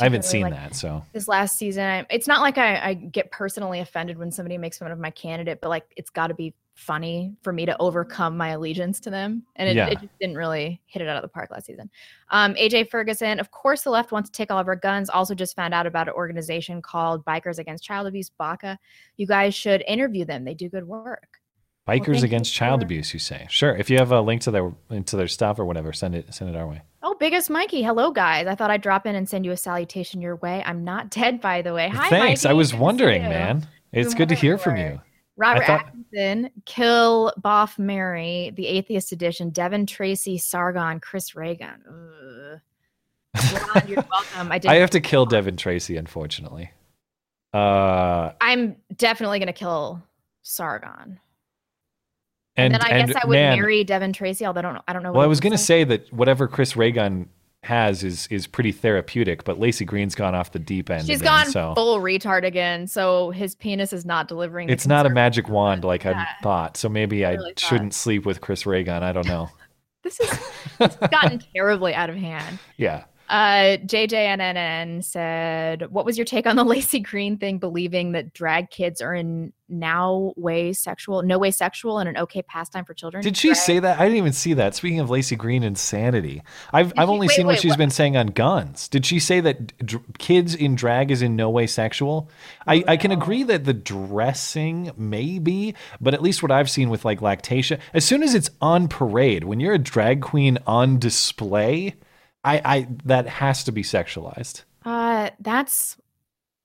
I haven't
particularly
seen
like.
that, so
This last season, I, it's not like I, I get personally offended when somebody makes fun of my candidate, but like it's got to be funny for me to overcome my allegiance to them, and it,
Yeah.
it just didn't really hit it out of the park last season. Um, AJ Ferguson, of course, the left wants to take all of our guns. Also, just found out about an organization called Bikers Against Child Abuse (BACA). You guys should interview them; they do good work.
bikers
thank you
against child abuse. You say sure. If you have a link to their into their stuff or whatever, send it send it our way.
Oh, biggest Mikey! Hello, guys. I thought I'd drop in and send you a salutation your way. I'm not dead, by the way. Hi,
Thanks.
Mikey.
I was
Good to see
wondering,
you.
man. It's
Been
good to
wondering
hear from you.
Robert
I thought-
Atkinson, Kill Boff Mary, The Atheist Edition, Devin Tracy, Sargon, Chris Reagan. Ugh.
[LAUGHS]
Ron, you're welcome. I did.
I have to kill Devin Tracy, unfortunately. Uh,
I'm definitely gonna kill Sargon.
and
And, then I
and,
guess I would
man,
marry Devin Tracy, although I don't. I don't know.
Well, I was
going
gonna say that whatever Chris Raygun has is is pretty therapeutic, but Lacey Green's gone off the deep end.
She's
again,
gone
so
full retard again, so his penis is not delivering. the
it's not a magic wand like I thought. So maybe I
really thought.
shouldn't sleep with Chris Raygun. I don't
[LAUGHS]
know.
This has it's
[LAUGHS]
gotten terribly out of hand.
yeah.
Uh, JJNNN said, "What was your take on the [LAUGHS] Lacey Green thing? Believing that drag kids are in now way sexual, no way sexual, and an okay pastime for children."
Did she say that? I didn't even see that. Speaking of Lacey Green insanity, I've I've only
wait,
seen what
wait,
she's
what-
been saying on guns. Did she say that d- dr- kids in drag is in no way sexual? I, I can agree that the dressing maybe, but at least what I've seen with like lactation, as soon as it's on parade, when you're a drag queen on display, I, I that has to be sexualized.
Uh, that's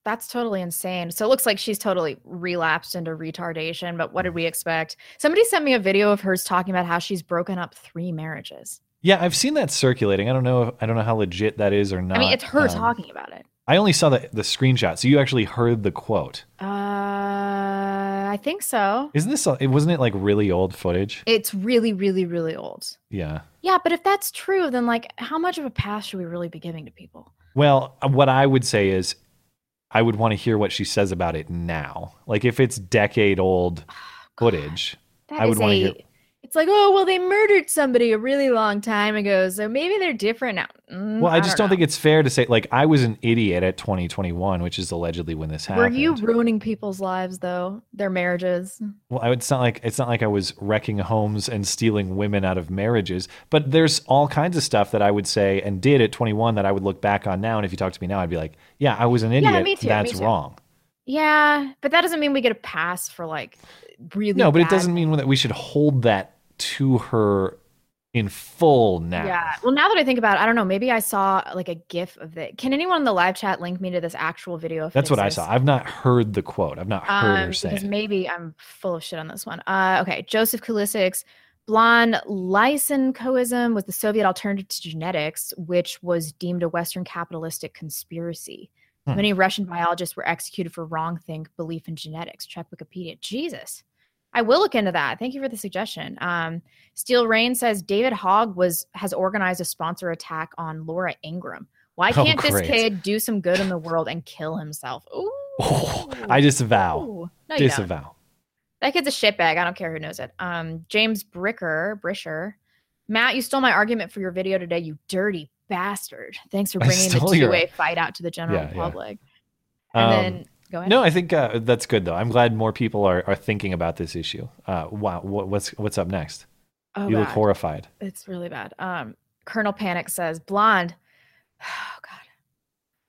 that's totally insane. So it looks like she's totally relapsed into retardation. But what did we expect? Somebody sent me a video of hers talking about how she's broken up three marriages.
Yeah, I've seen that circulating. I don't know. I don't know how legit that is or not.
I mean, it's her
Um,
talking about it.
I only saw the the screenshot, so you actually heard the quote.
Uh, I think so.
Isn't this? It wasn't it like really old footage?
It's really, really, really old.
Yeah.
Yeah, but if that's true, then like, how much of a pass should we really be giving to people?
Well, uh, what I would say is, I would want to hear what she says about it now. Like if it's decade
[SIGHS]
old footage,
That
I would
is
want to
a-
hear.
It's like, oh well, they murdered somebody a really long time ago, so maybe they're different now. Mm,
Well, I just don't,
know.
think it's fair to say like I was an idiot at 2021, which is allegedly when this
Were
happened.
you ruining people's lives though? Their marriages.
Well, I, would- it's not like it's not like I was wrecking homes and stealing women out of marriages, but there's all kinds of stuff that I would say and did at 21 that I would look back on now. And if you talk to me now, I'd be like, yeah, I was an
Yeah,
idiot.
me too, me
That's
too.
wrong.
Yeah, but that doesn't mean we get a pass for like really.
no, but it
bad-
doesn't mean that we should hold that to her in full now.
Yeah. Well, now that I think about it, I don't know. Maybe I saw like a GIF of it. Can anyone in the live chat link me to this actual video? If it
That's what I
exists?
saw. I've not heard the quote. I've not heard
Um,
her say
because
it.
maybe I'm full of shit on this one. Uh, okay, Joseph Kulisik's blonde lysenkoism was the Soviet alternative to genetics, which was deemed a Western capitalistic conspiracy.
Hmm.
Many Russian biologists were executed for wrongthink belief in genetics. Check Wikipedia. Jesus. I will look into that. Thank you for the suggestion. Um, Steel Rain says David Hogg was has organized a sponsor attack on Laura Ingram. Why
Oh,
can't this
great.
kid do some good in the world and kill himself? Ooh,
I disavow.
Ooh. No, you don't.
disavow.
That kid's a shitbag. I don't care who knows it. Um, James Bricker, Brisher, Matt, you stole my argument for your video today. You dirty bastard! Thanks for
I
bringing the
stole your-
two-way fight out to the general
Yeah, yeah.
public. And then go ahead.
Um, No, I think uh, that's good though. I'm glad more people are, are thinking about this issue. Uh, wow, what, what's what's up next?
Oh,
you look
God.
horrified.
It's really bad. Um, Colonel Panic says, "Blonde." [SIGHS] Oh God.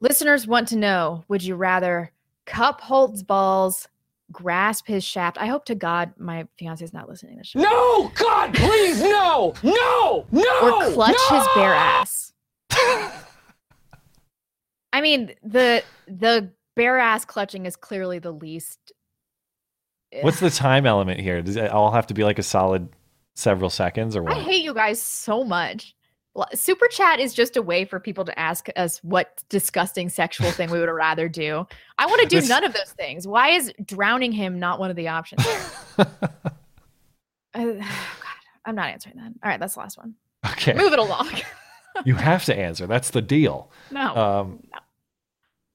Listeners want to know: Would you rather cup Holt's balls, grasp his shaft? I hope to God my fiance is not listening to this. Show.
No, God, please, no, no, no,
or clutch his bare
no!
ass. I mean, the the bare ass clutching is clearly the least. eh,
What's
[SIGHS]
the time element here? Does it all have to be like a solid several seconds or
I
what?
hate you guys so much. L- Super chat is just a way for people to ask us what disgusting sexual
[LAUGHS]
thing we would rather do. I want to do
This-
none of those things. Why is drowning him not one of the options?
[LAUGHS]
Uh, [SIGHS] God, I'm not answering that. All right, that's the last one.
Okay.
Move it along.
you have to answer. That's the deal.
No,
Um,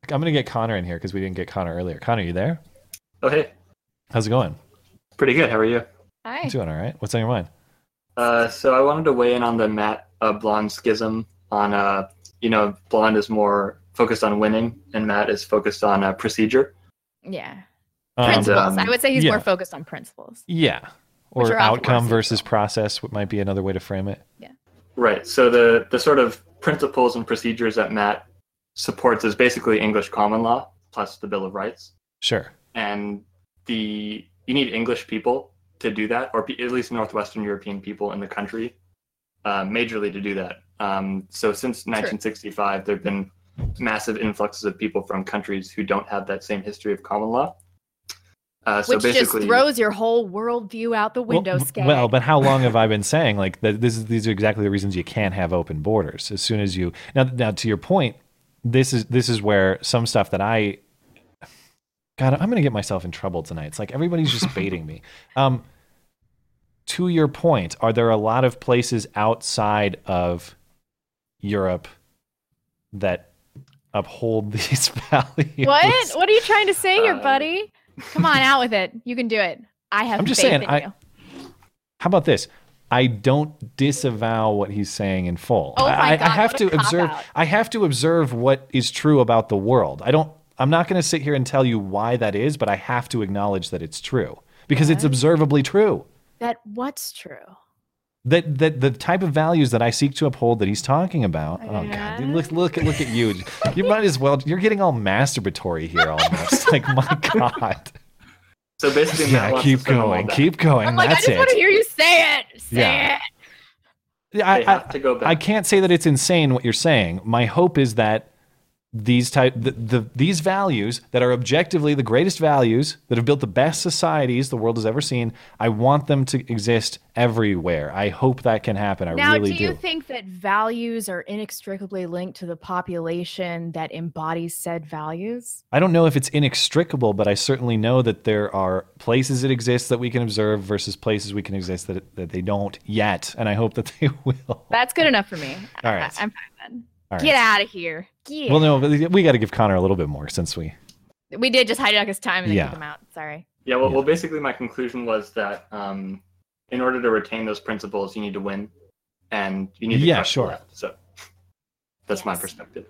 I'm gonna get Connor in here because we didn't get Connor earlier. Connor, you there?
Oh, hey.
How's it going?
Pretty good. How are you?
Hi.
Doing all right. What's on your mind?
Uh, so I wanted to weigh in on the Matt uh, Blonde schism. On uh, you know, Blonde is more focused on winning, and Matt is focused on uh, procedure.
[LAUGHS] yeah.
Um,
principles. I would say he's more
yeah.
focused on principles.
Yeah.
Which
Or
are often
outcome versus process what might be another way to frame it.
Right. So the the sort of principles and procedures that Matt supports is basically English common law plus the Bill of Rights,
Sure.
and the you need English people to do that, or pe- at least Northwestern European people in the country, uh, majorly to do that. Um, so since 1965, there have been massive influxes of people from countries who don't have that same history of common law. Uh, so
Which just
basically,
throws your whole worldview out the window,
well,
Skag.
Well,
[LAUGHS]
but how long have I been saying like that? This is these are exactly the reasons you can't have open borders. As soon as you now now to your point, this is this is where some stuff that I God, I'm gonna get myself in trouble tonight. It's like everybody's
[LAUGHS]
just baiting me. Um, to your point, are there a lot of places outside of Europe that uphold [LAUGHS] these values?
what? What are you trying to say here, buddy? Come on, out with it. You can do it. I have.
I'm just
faith
saying.
in
I,
you.
how about this? I don't disavow what he's saying in full.
Oh my
I, I
God,
have
what
to
a
observe.
cop-out.
I have to observe what is true about the world. I don't. I'm not going to sit here and tell you why that is, but I have to acknowledge that it's true because it's observably true.
That what's true?
That that the type of values that I seek to uphold that he's talking about. Oh God! dude, Look look at look at you. You might as well. You're getting all masturbatory here almost. like my God.
so basically, Matt
Yeah,
wants
keep
to send them all
going.
back.
Keep going.
I'm like, I
That's
just
it.
want to hear you say it. Say
Yeah.
it.
Yeah, I,
They have
I-
to go back.
I can't say that it's insane what you're saying. My hope is that these type the, the these values that are objectively the greatest values that have built the best societies the world has ever seen i want them to exist everywhere i hope that can happen i
now,
really
do you think that values are inextricably linked to the population that embodies said values?
I don't know if it's inextricable, but I certainly know that there are places it exists that we can observe versus places we can exist that, that they don't yet. And I hope that [LAUGHS] they will. All
That's good enough for me.
right.
I, am fine then.
All right.
Get out of here. Get.
Well, no, but we got to give Connor a little bit more since we.
We did just hijack his time and then
Yeah.
kick him out. Sorry.
Yeah, well, well, basically, my conclusion was that um, in order to retain those principles, you need to win, and you need to
Yeah,
crush the
sure.
left. So that's my perspective.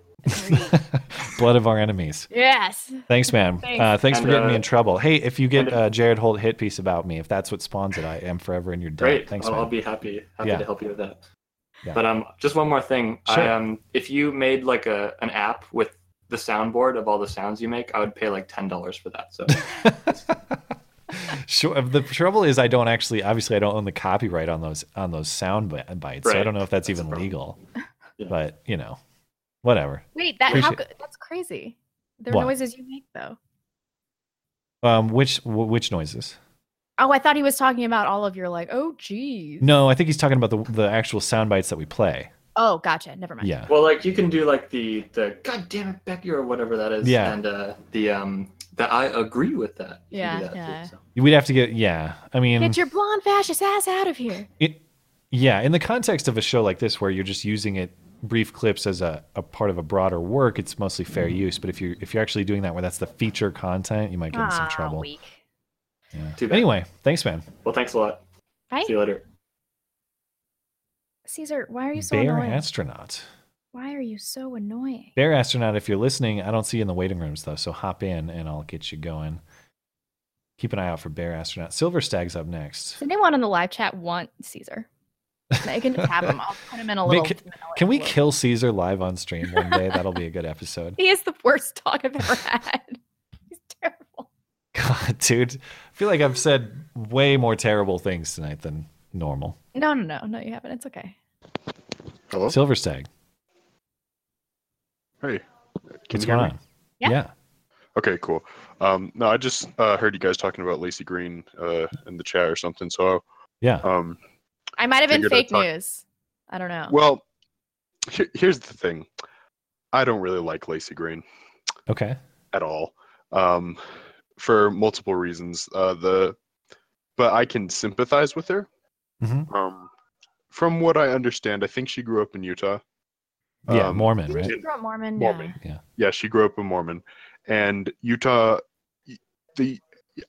Blood of our enemies.
Yes.
Thanks, man.
[LAUGHS] Thanks.
Uh, thanks for
And,
getting me
uh,
in trouble. Hey, if you get uh, Jared Holt hit piece about me, if that's what spawns it, I am forever in your debt.
Great.
Thanks,
I'll,
man.
I'll be happy happy
Yeah.
to help you with that.
Yeah.
But um, just one more thing. I
Sure.
um, if you made like a an app with the soundboard of all the sounds you make, I would pay like ten dollars
[LAUGHS]
for that. So
Sure. uh, The trouble is, I don't actually. Obviously, I don't own the copyright on those on those sound bi- bites, so I
Right.
don't know if that's, even legal. But you know, whatever.
Wait, that how,
Appreciate-
co- that's crazy. The
What?
noises you make, though.
Um, which wh- which noises?
Oh, I thought he was talking about all of your like, oh, geez.
No, I think he's talking about the the actual sound bites that we play.
Oh, gotcha. Never mind.
Yeah.
Well, like you can do like the the God damn it, Becky, or whatever that is.
Yeah.
And uh, the um the I agree with that. You can
Yeah.
do that.
yeah.
We'd have to get yeah. I mean,
Get your blonde fascist ass out of here.
It, yeah, in the context of a show like this, where you're just using it brief clips as a, a part of a broader work, it's mostly
Mm-hmm.
fair use. But if you're if you're actually doing that where that's the feature content, you might get in some
Ah,
trouble.
weak.
Yeah.
Too bad.
Anyway, thanks, man.
Well, thanks a lot.
Right?
See you later.
Caesar, why are you so
Bear
annoying?
astronaut.
Why are you so annoying?
Bear astronaut, if you're listening, I don't see you in the waiting rooms though, so hop in and I'll get you going. Keep an eye out for Bear astronaut. Silver Stag's up next.
Does anyone in the live chat want Caesar? I can just have him. I'll
[LAUGHS]
put him in a
Man,
little.
can, can we kill Caesar live on stream one day? That'll be a good episode.
[LAUGHS]
[LAUGHS]
[LAUGHS] He is the worst dog I've ever had.
dude. I feel like I've said way more terrible things tonight than normal.
No, no, no, no, you haven't. It's okay.
Hello? Silver Stag.
Hey. Can
What's
you hear
going
me?
on? Yeah. Yeah.
Okay, cool. Um, no, I just uh, heard you guys talking about Lacey Green uh, in the chat or something. So,
yeah.
Um,
I might have been
Figured I'd
fake
talk-
news. I don't know.
well, here, here's the thing. I don't really like Lacey Green
Okay.
at all, um, for multiple reasons. Uh, the, but I can sympathize with her.
Mhm.
Um, from what I understand, I think she grew up in Utah.
Yeah,
Um,
Mormon, right?
and-
Mormon.
Mormon.
Yeah.
Yeah, she grew up a Mormon, and Utah. The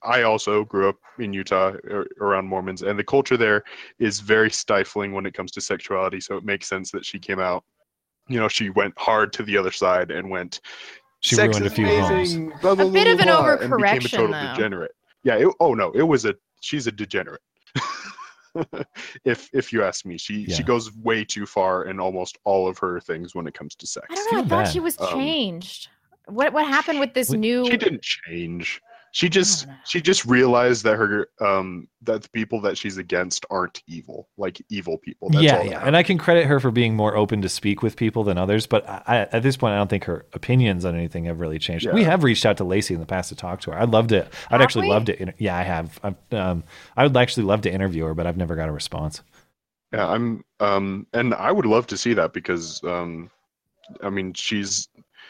I also grew up in Utah ar- around Mormons, and the culture there is very stifling when it comes to sexuality. So it makes sense that she came out. You know, she went hard to the other side and went.
She
"Sex
ruined a
is
few homes."
amazing, blah, blah,
A bit
blah,
of an
blah," and became a
overcorrection,
total
though.
Degenerate. Yeah. It, oh no, it was a. She's a degenerate. [LAUGHS] if if you ask me, she
Yeah.
she goes way too far in almost all of her things when it comes to sex.
I don't know. I thought she was changed. What what happened with this
Wait,
new?
Um, She didn't change. She just she just realized that her um that the people that she's against aren't evil, like evil people. That's
yeah,
all that
yeah. And I can credit her for being more open to speak with people than others, but I, I, at this point, I don't think her opinions on anything have really changed.
Yeah.
We have reached out to Lacey in the past to talk to her. I'd love to. I'd actually love to. inter- Yeah, I have. I've, um, I would actually love to interview her, but I've never got a response.
Yeah, I'm um and I would love to see that because um I mean she's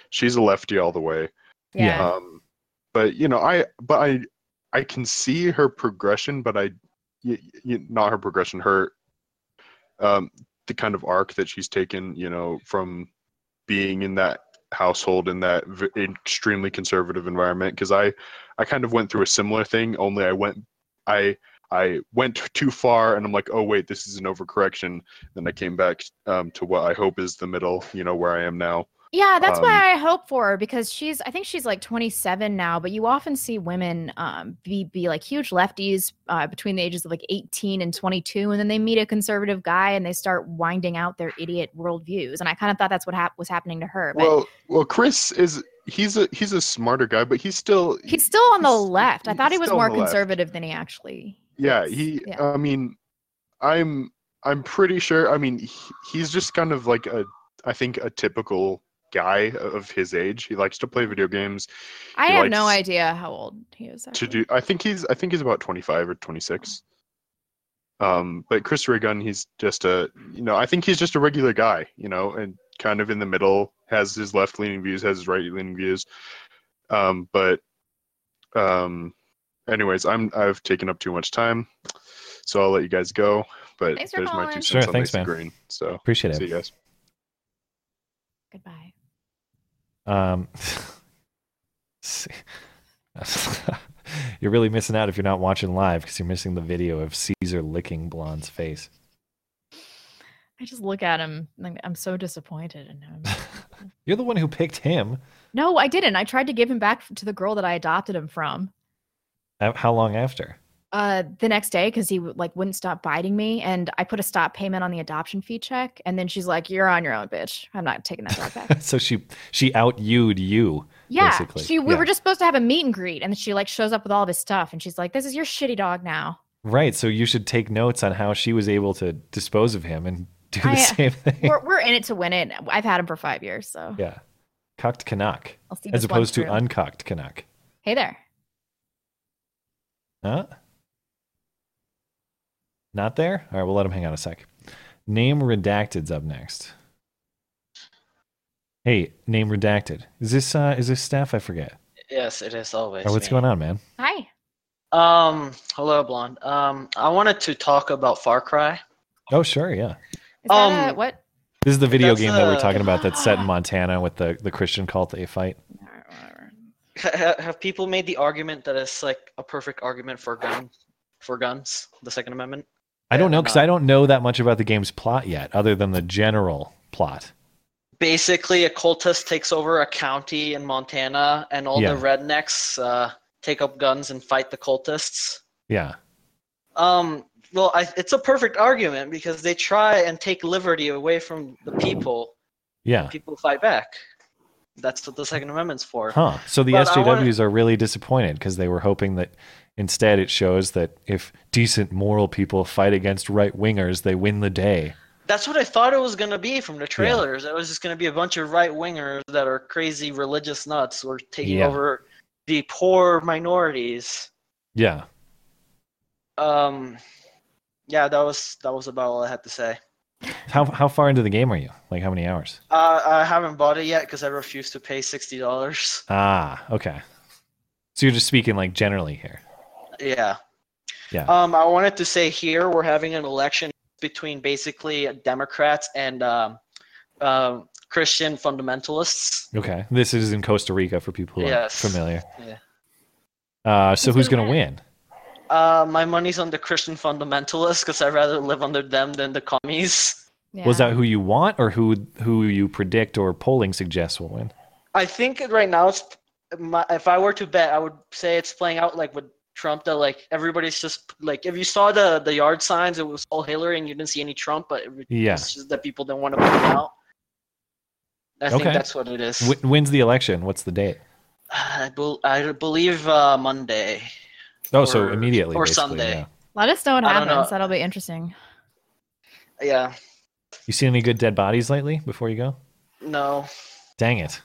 she's a lefty all the way.
Yeah.
Um but you know, I but I I can see her progression but I y- y- not her progression, her um the kind of arc that she's taken, you know, from being in that household in that v- extremely conservative environment because I I kind of went through a similar thing only I went I I went too far and I'm like, oh wait, this is an overcorrection. Then I came back um, to what I hope is the middle, you know, where I am now.
Yeah, that's
Um,
why I hope for her because she's I think she's like 27 now, but you often see women um, be be like huge lefties uh, between the ages of like 18 and 22, and then they meet a conservative guy and they start winding out their idiot worldviews. And I kind of thought that's what hap- was happening to her. But
Well, well, Chris is he's a he's a smarter guy, but he's still
he's still on the left. I thought he was
still on
more
the left.
conservative than he actually.
yeah he
yeah.
I mean, I'm I'm pretty sure. I mean, he, he's just kind of like a I think a typical guy of his age. He likes to play video games.
I
He
have
likes
no idea how old he is.
To do, I think he's I think he's about twenty five or twenty six. Um, but Chris Gunn, he's just a you know I think he's just a regular guy, you know, and kind of in the middle. Has his left leaning views, has his right leaning views. Um, but um, anyways, I'm I've taken up too much time, so I'll let you guys go. But
Thanks for
there's my
calling.
two cents
Sure,
on
thanks,
Lacey
man.
Green. So
Appreciate it.
See you guys.
Goodbye.
Um, [LAUGHS] you're really missing out if you're not watching live because you're missing the video of Caesar licking Blonde's face.
I just look at him. and I'm- I'm so disappointed in him.
You're the one who picked him.
No, I didn't. I tried to give him back to the girl that I adopted him from.
Uh, How long after? [LAUGHS]
Uh, the next day, because he w- like wouldn't stop biting me, and I put a stop payment on the adoption fee check, and then she's like, "You're on your own, bitch. I'm not taking that dog
[LAUGHS]
back."
so she she out you'd you.
yeah,
basically.
she. We
Yeah.
were just supposed to have a meet and greet, and she like shows up with all of his stuff, and she's like, "This is your shitty
[LAUGHS]
dog now."
right. So you should take notes on how she was able to dispose of him and do the
I- uh,
same thing. [LAUGHS]
We're we're in it to win it. I've had him for five years, so
Yeah, cocked Canuck,
I'll see
as
this one
opposed to
through.
uncocked Canuck.
hey there.
Huh? Not there? All right, we'll let him hang on a sec. Name redacted's up next. Hey, name redacted. Is this uh is this staff? I forget.
Yes, it is
All
always.
right, what's
me.
going on, man?
Hi.
Um, hello, blonde. Um, I wanted to talk about Far Cry. Um,
Oh, sure, yeah.
Is that a, what?
This is the video
That's,
game that we're
uh,
talking about that's
[LAUGHS]
set in Montana with the the Christian cult that you fight.
Ha- ha- Have people made the argument that it's like a perfect argument for gun, for guns, the Second Amendment?
I don't know because I don't know that much about the game's plot yet, other than the general plot.
Basically, a cultist takes over a county in Montana, and all
Yeah.
the rednecks uh, take up guns and fight the cultists.
Yeah.
Um, well, I, it's a perfect argument because they try and take liberty away from the people.
Yeah.
People fight back. That's what the Second Amendment's for.
Huh. So the
But I
SJWs
wanna-
are really disappointed because they were hoping that instead it shows that if decent moral people fight against right wingers, they win the day.
That's what I thought it was going to be from the trailers. It was just going to be a bunch of right wingers that are crazy religious nuts who are taking
Yeah.
over the poor minorities.
Yeah.
Um, yeah, that was that was about all I had to say.
How how far into the game are you? Like how many hours?
Uh, I haven't bought it yet because I refuse to pay sixty dollars.
Ah, okay. So you're just speaking like generally here.
Yeah.
Yeah.
Um, I wanted to say here we're having an election between basically Democrats and um, uh, Christian fundamentalists.
Okay. This is in Costa Rica for people who
Yes.
are familiar.
Yeah.
Uh, so who's gonna win?
Uh, my money's on the Christian fundamentalists because I'd rather live under them than the commies.
Was that who you want or who who you predict or polling suggests will win?
I think right now it's my, if I were to bet, I would say it's playing out like with Trump that like everybody's just like if you saw the the yard signs, it was all Hillary and you didn't see any Trump, but it was
Yeah.
just that people didn't want to vote him out. I think that's what it is.
Wh- when's the election? What's the date?
[SIGHS] I, bel I believe uh, Monday.
Oh, so
or-
immediately,
or
basically,
Sunday.
yeah.
Let us know what
I don't
happens.
know.
That'll be interesting.
Yeah.
You seen any good dead bodies lately before you go?
No.
Dang it.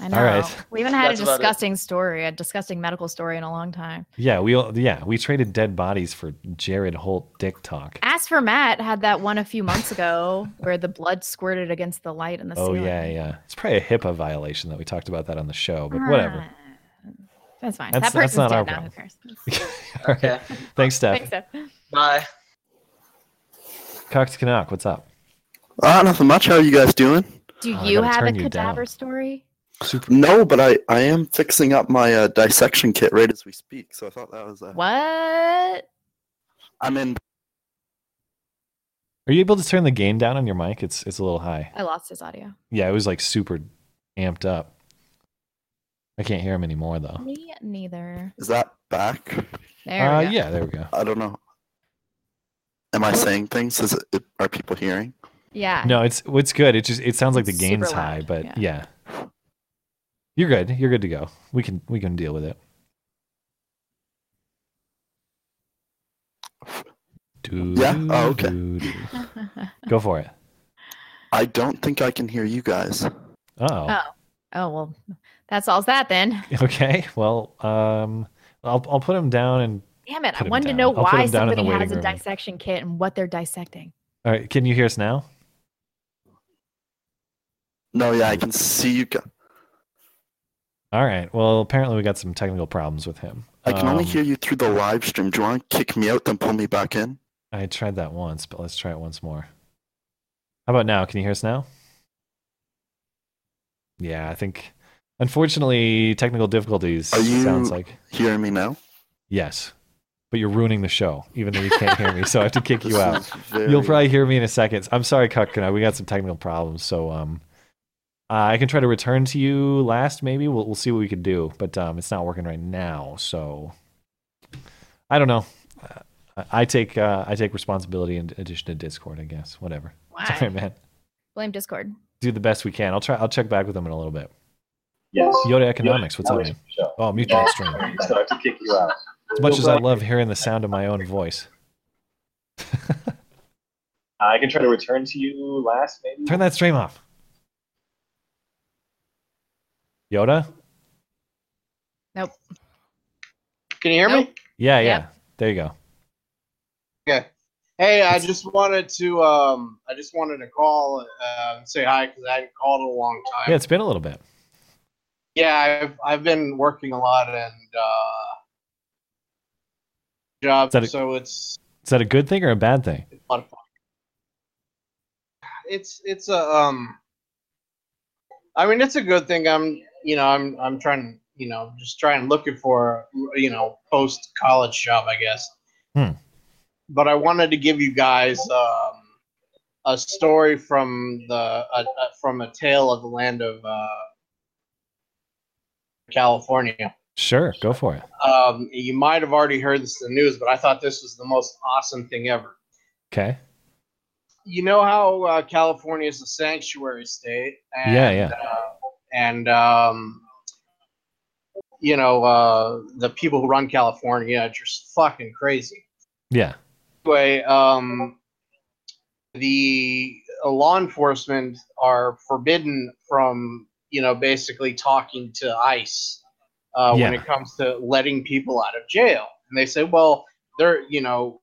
I
All
know.
right.
We haven't had
That's
a
about it.
disgusting story, a disgusting medical story in a long time.
Yeah, we all yeah, we traded dead bodies for Jared Holt dick talk.
As for Matt, had that one a few months ago where the blood squirted against the light in the
Oh
ceiling.
yeah, yeah. It's probably a HIPAA violation that we talked about that on the show, but whatever.
Ah, That's fine.
That's-
that person's
that's not
dead
our
now. Who
problem.
cares?
[LAUGHS] All right. Thanks, Steph.
Thanks, Steph.
Bye.
Cox Canuck, what's up?
Uh, nothing much. How are you guys doing?
Do
Oh, I
you
gotta
have a
turn you down.
cadaver story?
No, but I, I am fixing up my uh, dissection kit right as we speak, so I thought that was. Uh,
What?
I'm in.
Are you able to turn the gain down on your mic? It's it's a little high.
I lost his audio.
Yeah, it was like super amped up. I can't hear him anymore though.
Me neither.
Is that back?
There
uh
we go.
yeah, there we go.
I don't know. Am I saying things? Is it, are people hearing?
Yeah.
No, it's it's good. It just it sounds like the
It's
gain's
super
high,
loud,
but yeah. You're good. You're good to go. We can we can deal with it. Do,
Yeah? Oh,
do,
okay.
do, do. Go for it.
I don't think I can hear you guys.
Oh.
[LAUGHS] Oh. Oh well, that solves that then.
[LAUGHS] Okay. Well, um, I'll I'll put him down and.
Damn it!
Put
I
'em
wanted to
down.
know
I'll put
why
'em down in the
somebody has
waiting
a
room.
dissection kit and what they're dissecting.
All right. Can you hear us now?
No, yeah, I can see you. Ca-
All right. Well, apparently we got some technical problems with him.
I can only
Um,
hear you through the live stream. Do you want to kick me out, then pull me back in?
I tried that once, but let's try it once more. How about now? Can you hear us now? Yeah, I think unfortunately technical difficulties
Are you
sounds like.
hearing me now?
Yes. But you're ruining the show, even though you can't hear me, so I have to kick you
This
out.
is very-
You'll probably hear me in a second. I'm sorry, Kukkuna. We got some technical problems, so um I can try to return to you last, maybe. We'll we'll see what we can do. But um it's not working right now, so I don't know. I, I take uh, I take responsibility in addition to Discord, I guess. Whatever. Sorry, man.
Blame Discord.
Do the best we can. I'll try I'll check back with them in a little bit.
Yes.
Yoda Economics, what's up, man? Oh, mute that stream.
So I have to kick you out.
[LAUGHS] As much as I love hearing the sound of my own voice.
I can try to return to you last, maybe.
Turn that stream off. Yoda?
Nope.
Can you hear me?
Yeah, yeah. There you go.
Okay. Hey, I just wanted to um, I just wanted to call uh, and say hi because I hadn't called in a long time.
Yeah, it's been a little bit.
Yeah, I've I've been working a lot and uh, job,
Is that a-
so it's
Is that a good thing or a bad thing?
fun. It's it's a um. I mean, it's a good thing. I'm you know I'm I'm trying you know just trying looking for you know post college job I guess.
Hmm.
But I wanted to give you guys um, a story from the uh, from a tale of the land of uh, California.
Sure, go for it.
Um, you might have already heard this in the news, but I thought this was the most awesome thing ever
Okay.
you know how uh, California is a sanctuary state. And,
Yeah, yeah.
Uh, and um, you know uh, the people who run California are just fucking crazy.
Yeah.
Anyway, um, the uh, law enforcement are forbidden from you know basically talking to ICE uh, when
Yeah.
it comes to letting people out of jail, and they say, well, they're you know,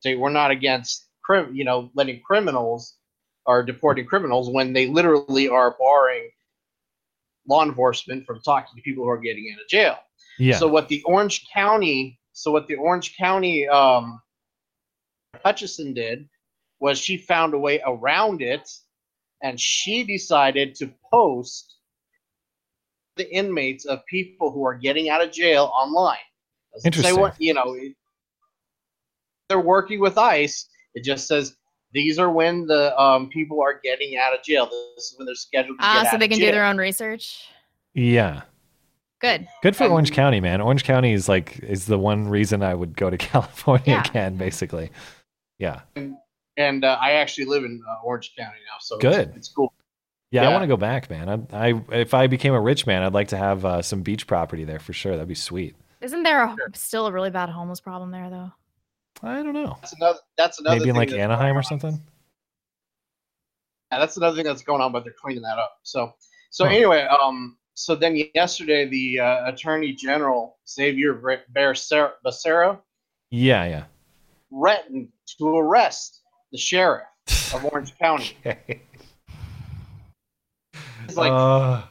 say we're not against crim- you know letting criminals or deporting criminals when they literally are barring law enforcement from talking to people who are getting out of jail.
Yeah.
So what the Orange County, so what the Orange County um, Hutchison did was she found a way around it, and she decided to post the inmates of people who are getting out of jail online. Doesn't say
Interesting.
what- you know, they're working with ICE. It just says these are when the um, people are getting out of jail. This is when they're scheduled. to
Ah,
get
so
out
they
of
can do
jail.
their own research.
Yeah.
Good.
Good for Orange County, man. Orange County is like is the one reason I would go to [LAUGHS] California
Yeah.
again, basically. Yeah.
and uh, I actually live in uh, Orange County now, so
Good.
It's, it's cool.
Yeah, I
Yeah.
want to go back, man. I, I if I became a rich man, I'd like to have uh, some beach property there for sure. That'd be sweet.
Isn't there a, still a really bad homeless problem there though?
I don't know.
That's another. That's another.
Maybe in
thing
like
that-
Anaheim or something.
yeah, that's another thing that's going on, but they're cleaning that up. So, so
Huh.
anyway, um, so then yesterday the uh, Attorney General Xavier Ber- Becer- Becerra
Yeah, yeah.
threatened to arrest the sheriff of Orange
[LAUGHS]
County. It's like
Uh,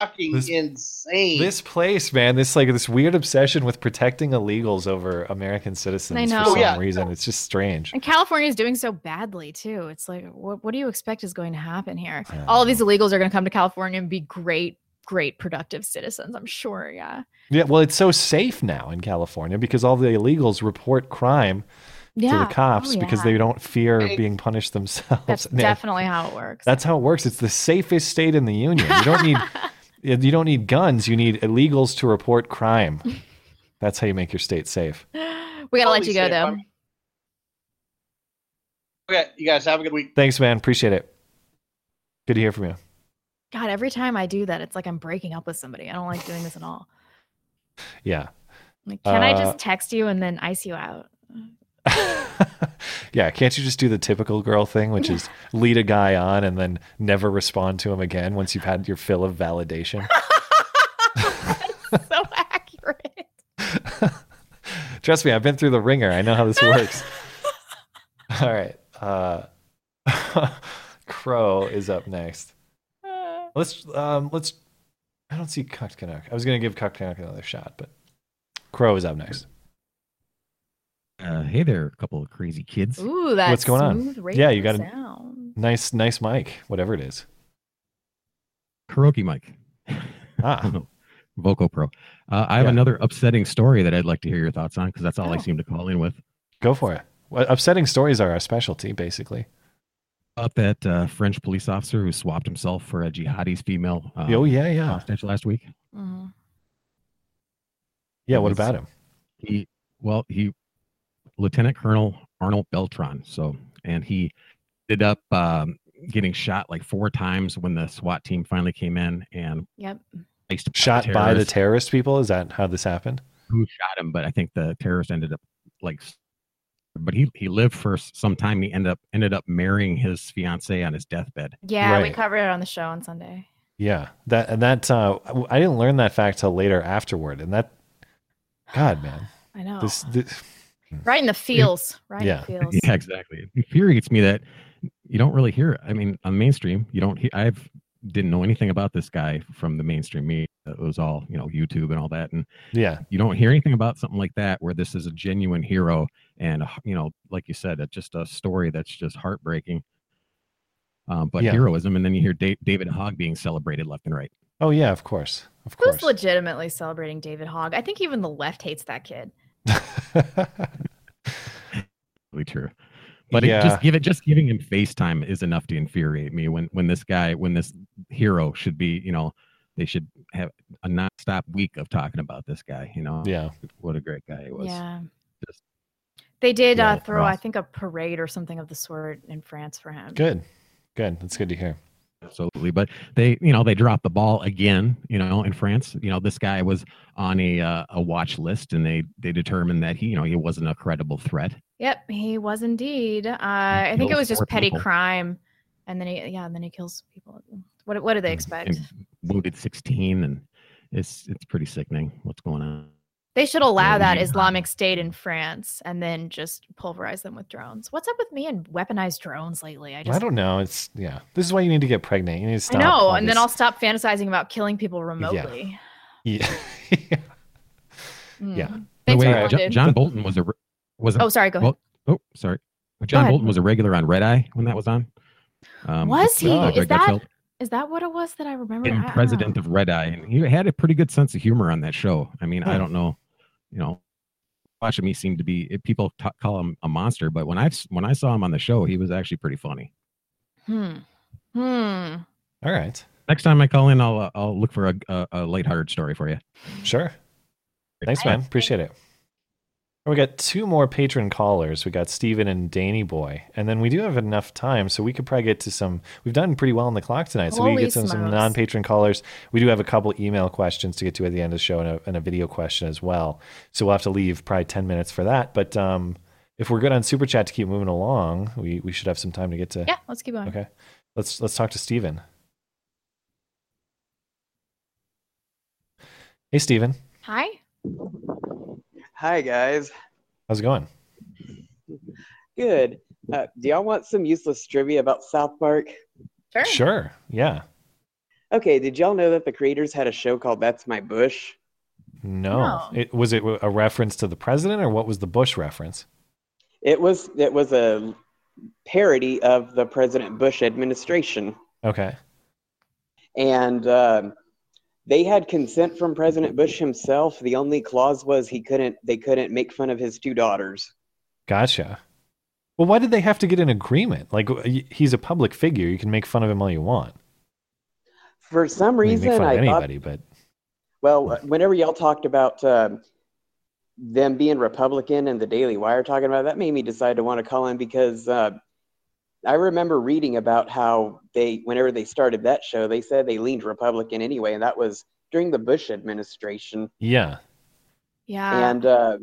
fucking
this-
insane.
this place, man, this like this weird obsession with protecting illegals over American
I
citizens
know.
for some
Yeah.
reason. It's just strange.
And California is doing so badly too. It's like, what, what do you expect is going to happen here? All of these illegals are going to come to California and be great, great productive citizens. I'm sure. Yeah.
Yeah, well, it's so safe now in California because all the illegals report crime to
Yeah.
the cops
Oh,
because
yeah.
they don't fear
Right.
being punished themselves. [LAUGHS]
That's
Man,
definitely how it works. [GASPS]
That's how it works. It's the safest state in the union. You don't
[LAUGHS]
need you don't need guns. You need illegals to report crime.
[LAUGHS]
That's how you make your state safe.
We got to let
Totally
you go
safe.
though.
I'm- Okay, you guys have a good week.
Thanks, man. Appreciate it. Good to hear from you.
God, every time I do that, it's like I'm breaking up with somebody. I don't like doing this at all.
Yeah.
Like, can I
Uh,
just text you and then ice you out?
Yeah, can't you just do the typical girl thing, which
[LAUGHS]
is lead a guy on and then never respond to him again once you've had your fill of
[LAUGHS]
validation?
so accurate.
[LAUGHS] Trust me, I've been through the ringer. I know how this
[LAUGHS]
works. All right. Uh,
uh, [LAUGHS]
Crow is up next. Let's um, let's. I don't see Kuktanuk. I was gonna give Kuktanuk another shot, but Crow is up next.
Uh, hey there, a couple of crazy kids.
Ooh, that's
What's going on?
smooth radio
Yeah, you got a
sound.
nice, nice mic, whatever it is.
Karaoke mic. [LAUGHS] Oh,
Ah.
Vocal Pro. Uh, I have
Yeah.
another upsetting story that I'd like to hear your thoughts on because that's all I
Oh.
seem to call in with.
Go for it. Well, upsetting stories are our specialty, basically.
Up that uh, French police officer who swapped himself for a jihadi's female. Uh,
Oh, yeah, yeah.
Hostage last week.
Yeah,
It
what
was-
about him?
He well, he Lieutenant Colonel Arnold Beltran. So, and he ended up um, getting shot like four times when the SWAT team finally came in and
Yep.
placed upon
Shot by the
terrorists
terrorist people? Is that how this happened?
who shot him, but I think the terrorist ended up like. s- But he he lived for s- some time. He ended up ended up marrying his fiancee on his deathbed.
Yeah, we covered it on the show on Sunday.
Yeah, that and that uh, I didn't learn that fact till later afterward, and that, God, man,
I know.
this, this
Right in the feels.
[LAUGHS]
Right
yeah,
in the feels.
[LAUGHS] yeah, exactly. It infuriates me that you don't really hear. I mean, on mainstream, you don't. Hear, I've didn't know anything about this guy from the mainstream media. It was all you know, YouTube and all that, and
Yeah.
you don't hear anything about something like that where this is a genuine hero and a- you know, like you said, it's just a story that's just heartbreaking. Um, but
Yeah.
heroism, and then you hear da- David Hogg being celebrated left and right.
Oh yeah, of course, of
Who's legitimately celebrating David Hogg? I think even the left hates that kid.
Really true. But it
Yeah.
just give it just giving him FaceTime is enough to infuriate me when when this guy when this hero should be, you know, they should have a nonstop week of talking about this guy, you know.
Yeah.
What a great guy he was.
yeah. They did
Yeah,
uh,
it's
throw, I
rough.
think, a parade or something of the sort in France for him.
Good.
Good. That's good to hear.
Absolutely. But they, you know, they dropped the ball again, you know, in France. You know, this guy was on a uh, a watch list and they they determined that he, you know, he wasn't a credible threat.
Yep, he was indeed. Uh, I think it
killed
was just
four
petty
people.
crime, and then he, yeah, and then he kills people. What, what do they expect?
And wounded 16 and it's it's pretty sickening what's going on.
They should allow
Yeah,
that
yeah.
Islamic State in France, and then just pulverize them with drones. What's up with me and weaponized drones lately? I
I,
just,
don't know. It's yeah. This is why you need to get pregnant. You need to
I
stop.
know,
all
and then
this-
I'll stop fantasizing about killing people remotely.
[LAUGHS]
Hmm.
Yeah. yeah.
By the
Thanks,
way,
Arnold,
Jo-
dude.
John Bolton was a re- was a,
Oh, sorry, go ahead.
Bol- oh, sorry. John
ahead.
Bolton was a regular on Red Eye when that was on. Um,
was
played
he?
by
Is
Greg
that
Gutfeld.
is that what it was that I remember? I- I
and
don't
president of Red Eye, and he had a pretty good sense of humor on that show. I mean, I
Hmm.
don't know, you know, watching me seemed to be it- people ta call him a monster, but when I when I saw him on the show, he was actually pretty funny.
know. Hmm. Hmm.
All right,
next time I call in, I'll uh, I'll look for a a, a lighthearted story for you.
Sure. Thanks, man. Appreciate it. We got two more patron callers. We got Steven and Danny Boy. And then we do have enough time, so we could probably get to some. We've done pretty well on the clock tonight, so we can
Holy
get some, some
smokes.
non patron callers. We do have a couple email questions to get to at the end of the show and a, and a video question as well. So we'll have to leave probably 10 minutes for that. But um, if we're good on Super Chat to keep moving along, we, we should have some time to get to.
Yeah, let's keep going.
Okay. Let's, let's talk to Steven. Hey, Steven.
Hi.
Hi guys.
How's it going?
Good. Uh, do y'all want some useless trivia about South Park?
Sure.
Sure. Yeah.
Okay, did y'all know that the creators had a show called That's My Bush?
No. It was it a reference to the president or what was the Bush reference?
It was it was a parody of the President Bush administration.
Okay.
and um, they had consent from President Bush himself. The only clause was he couldn't they couldn't make fun of his two daughters.
Gotcha. Well, why did they have to get an agreement? Like uh, y- he's a public figure. You can make fun of him all you want.
For some
I mean,
reason,
make fun
I
of
thought
anybody, but
Well, uh, whenever y'all talked about um them being Republican and the Daily Wire talking about it, that, made me decide to want to call in because uh, I remember reading about how they, whenever they started that show, they said they leaned Republican anyway, and that was during the Bush administration.
yeah.
Yeah.
And uh,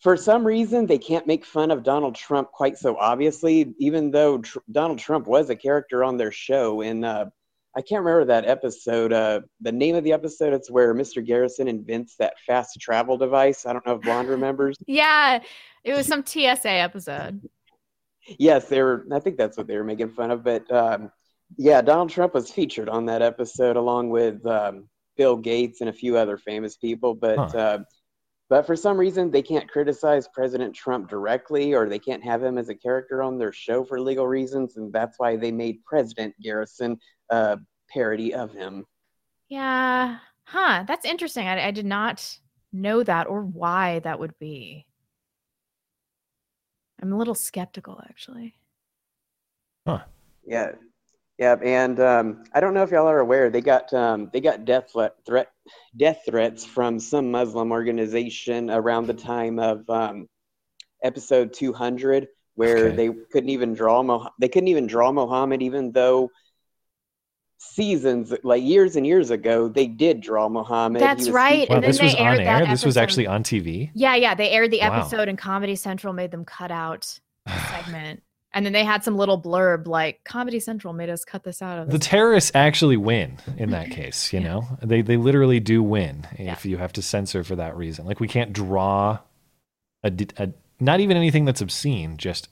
for some reason they can't make fun of Donald Trump quite so obviously, even though tr- Donald Trump was a character on their show. And uh, I can't remember that episode. Uh, the name of the episode it's where Mr. Garrison invents that fast travel device. I don't know if Blonde remembers.
Yeah, it was some TSA episode.
Yes, they were. I think that's what they were making fun of. But um, yeah, Donald Trump was featured on that episode along with um, Bill Gates and a few other famous people. But
Huh.
uh, but for some reason, they can't criticize President Trump directly, or they can't have him as a character on their show for legal reasons, and that's why they made President Garrison a parody of him.
Yeah. Huh. That's interesting. I, I did not know that or why that would be. I'm a little skeptical, actually.
Yeah, yeah, and um, I don't know if y'all are aware they got um, they got death threat, threat death threats from some Muslim organization around the time of um, episode 200, where
Okay.
they couldn't even draw Mo- they couldn't even draw Muhammad, even though seasons like years and years ago they did draw Muhammad. He
That's
was
right,
featured-
and Wow,
this
then
was
they
on
aired that
air. This was
episode.
actually on TV.
Yeah, yeah. They aired the
Wow.
episode and Comedy Central made them
[SIGHS]
cut out the segment. And then they had some little blurb like Comedy Central made us cut this out of
The
this."
terrorists actually win in
[LAUGHS]
that case, you know? They they literally do win if you have to censor for that reason. Like we can't draw a, d- a- not even anything that's obscene, just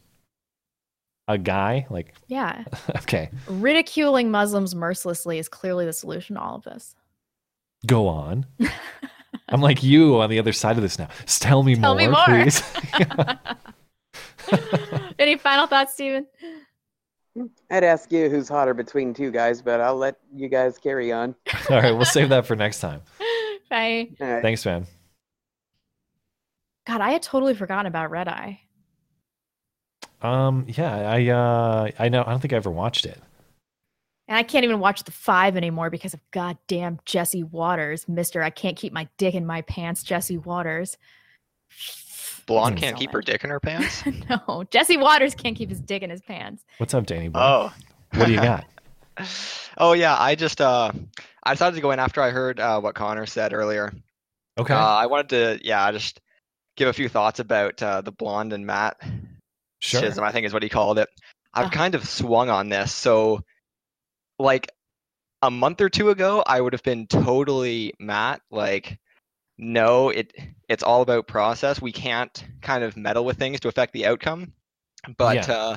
a guy like [LAUGHS]
yeah.
okay,
Ridiculing Muslims mercilessly is clearly the solution to all of this.
go
[LAUGHS]
on. I'm like you on the other side of this now. S- Tell me
Tell
more,
me more.
please.
[LAUGHS]
[LAUGHS]
Any final thoughts, Steven?
Hmm. I'd ask you who's hotter between two guys, but I'll let you guys carry on.
All right, we'll save that for next time.
Bye.
Thanks, man.
God, I had totally forgotten about Red Eye.
Um yeah, I uh I know I don't think I ever watched it.
And I can't even watch The Five anymore because of goddamn Jesse Waters, Mister. I can't keep my dick in my pants, Jesse Waters. [LAUGHS]
Blonde can't keep her dick in her pants.
No, Jesse Waters can't keep his dick in his pants.
What's up, Danny? Boy?
Oh.
What do you got?
[LAUGHS] Oh yeah, I just uh I decided to go in after I heard uh, what Connor said earlier.
Okay.
Uh, I wanted to yeah, I just give a few thoughts about uh, the blonde and Matt
Sure.
schism, I think is what he called it. I've kind of swung on this, so like a month or two ago, I would have been totally Matt. Like, no, it it's all about process. We can't kind of meddle with things to affect the outcome. But
Yeah.
uh,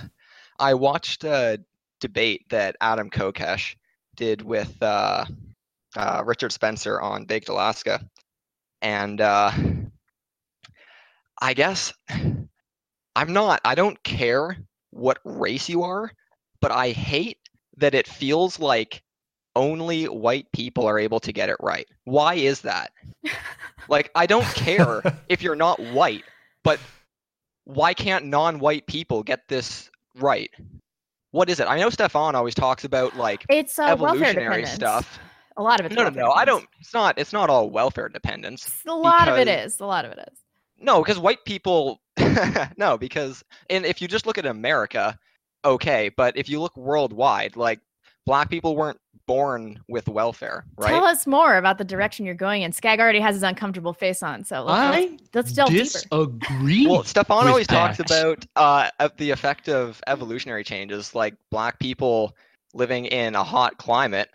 I watched a debate that Adam Kokesh did with uh, uh, Richard Spencer on Baked Alaska, and uh, I guess I'm not. I don't care what race you are, but I hate that it feels like only white people are able to get it right. Why is
[LAUGHS]
that? like, I don't care if you're not white, but why can't non-white people get this right? What is it? I know Stefan always talks about like
It's uh, welfare
evolutionary
dependence.
stuff.
A lot of it.
No, no, no. I don't. It's not. It's not all welfare dependence.
A lot of it
because-
is. A lot of it is.
no, because white people. [LAUGHS] no, because and if you just look at America, okay, but if you look worldwide, like black people weren't born with welfare, right?
Tell us more about the direction you're going in. Skag already has his uncomfortable face on, so let's,
I
let's, let's delve deeper.
disagree. Well, Stefan
with
always talks
that.
about uh, of the effect of evolutionary changes, like black people living in a hot climate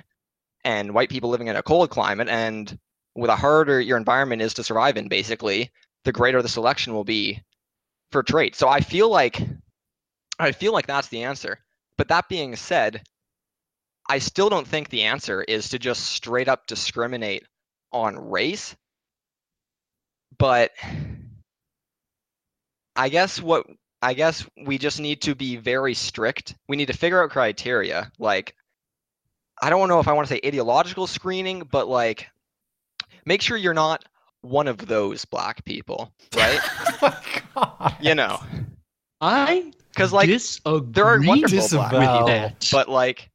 and white people living in a cold climate, and with a harder your environment is to survive in, basically, the greater the selection will be for traits. So I feel like I feel like that's the answer. But that being said, I still don't think the answer is to just straight up discriminate on race. But I guess what I guess we just need to be very strict. We need to figure out criteria. Like I don't know if I want to say ideological screening, but like make sure you're not one of those black people,
[LAUGHS]
right?
Oh
You know.
I
because like there are
disagree
wonderful
with
black people,
that.
but like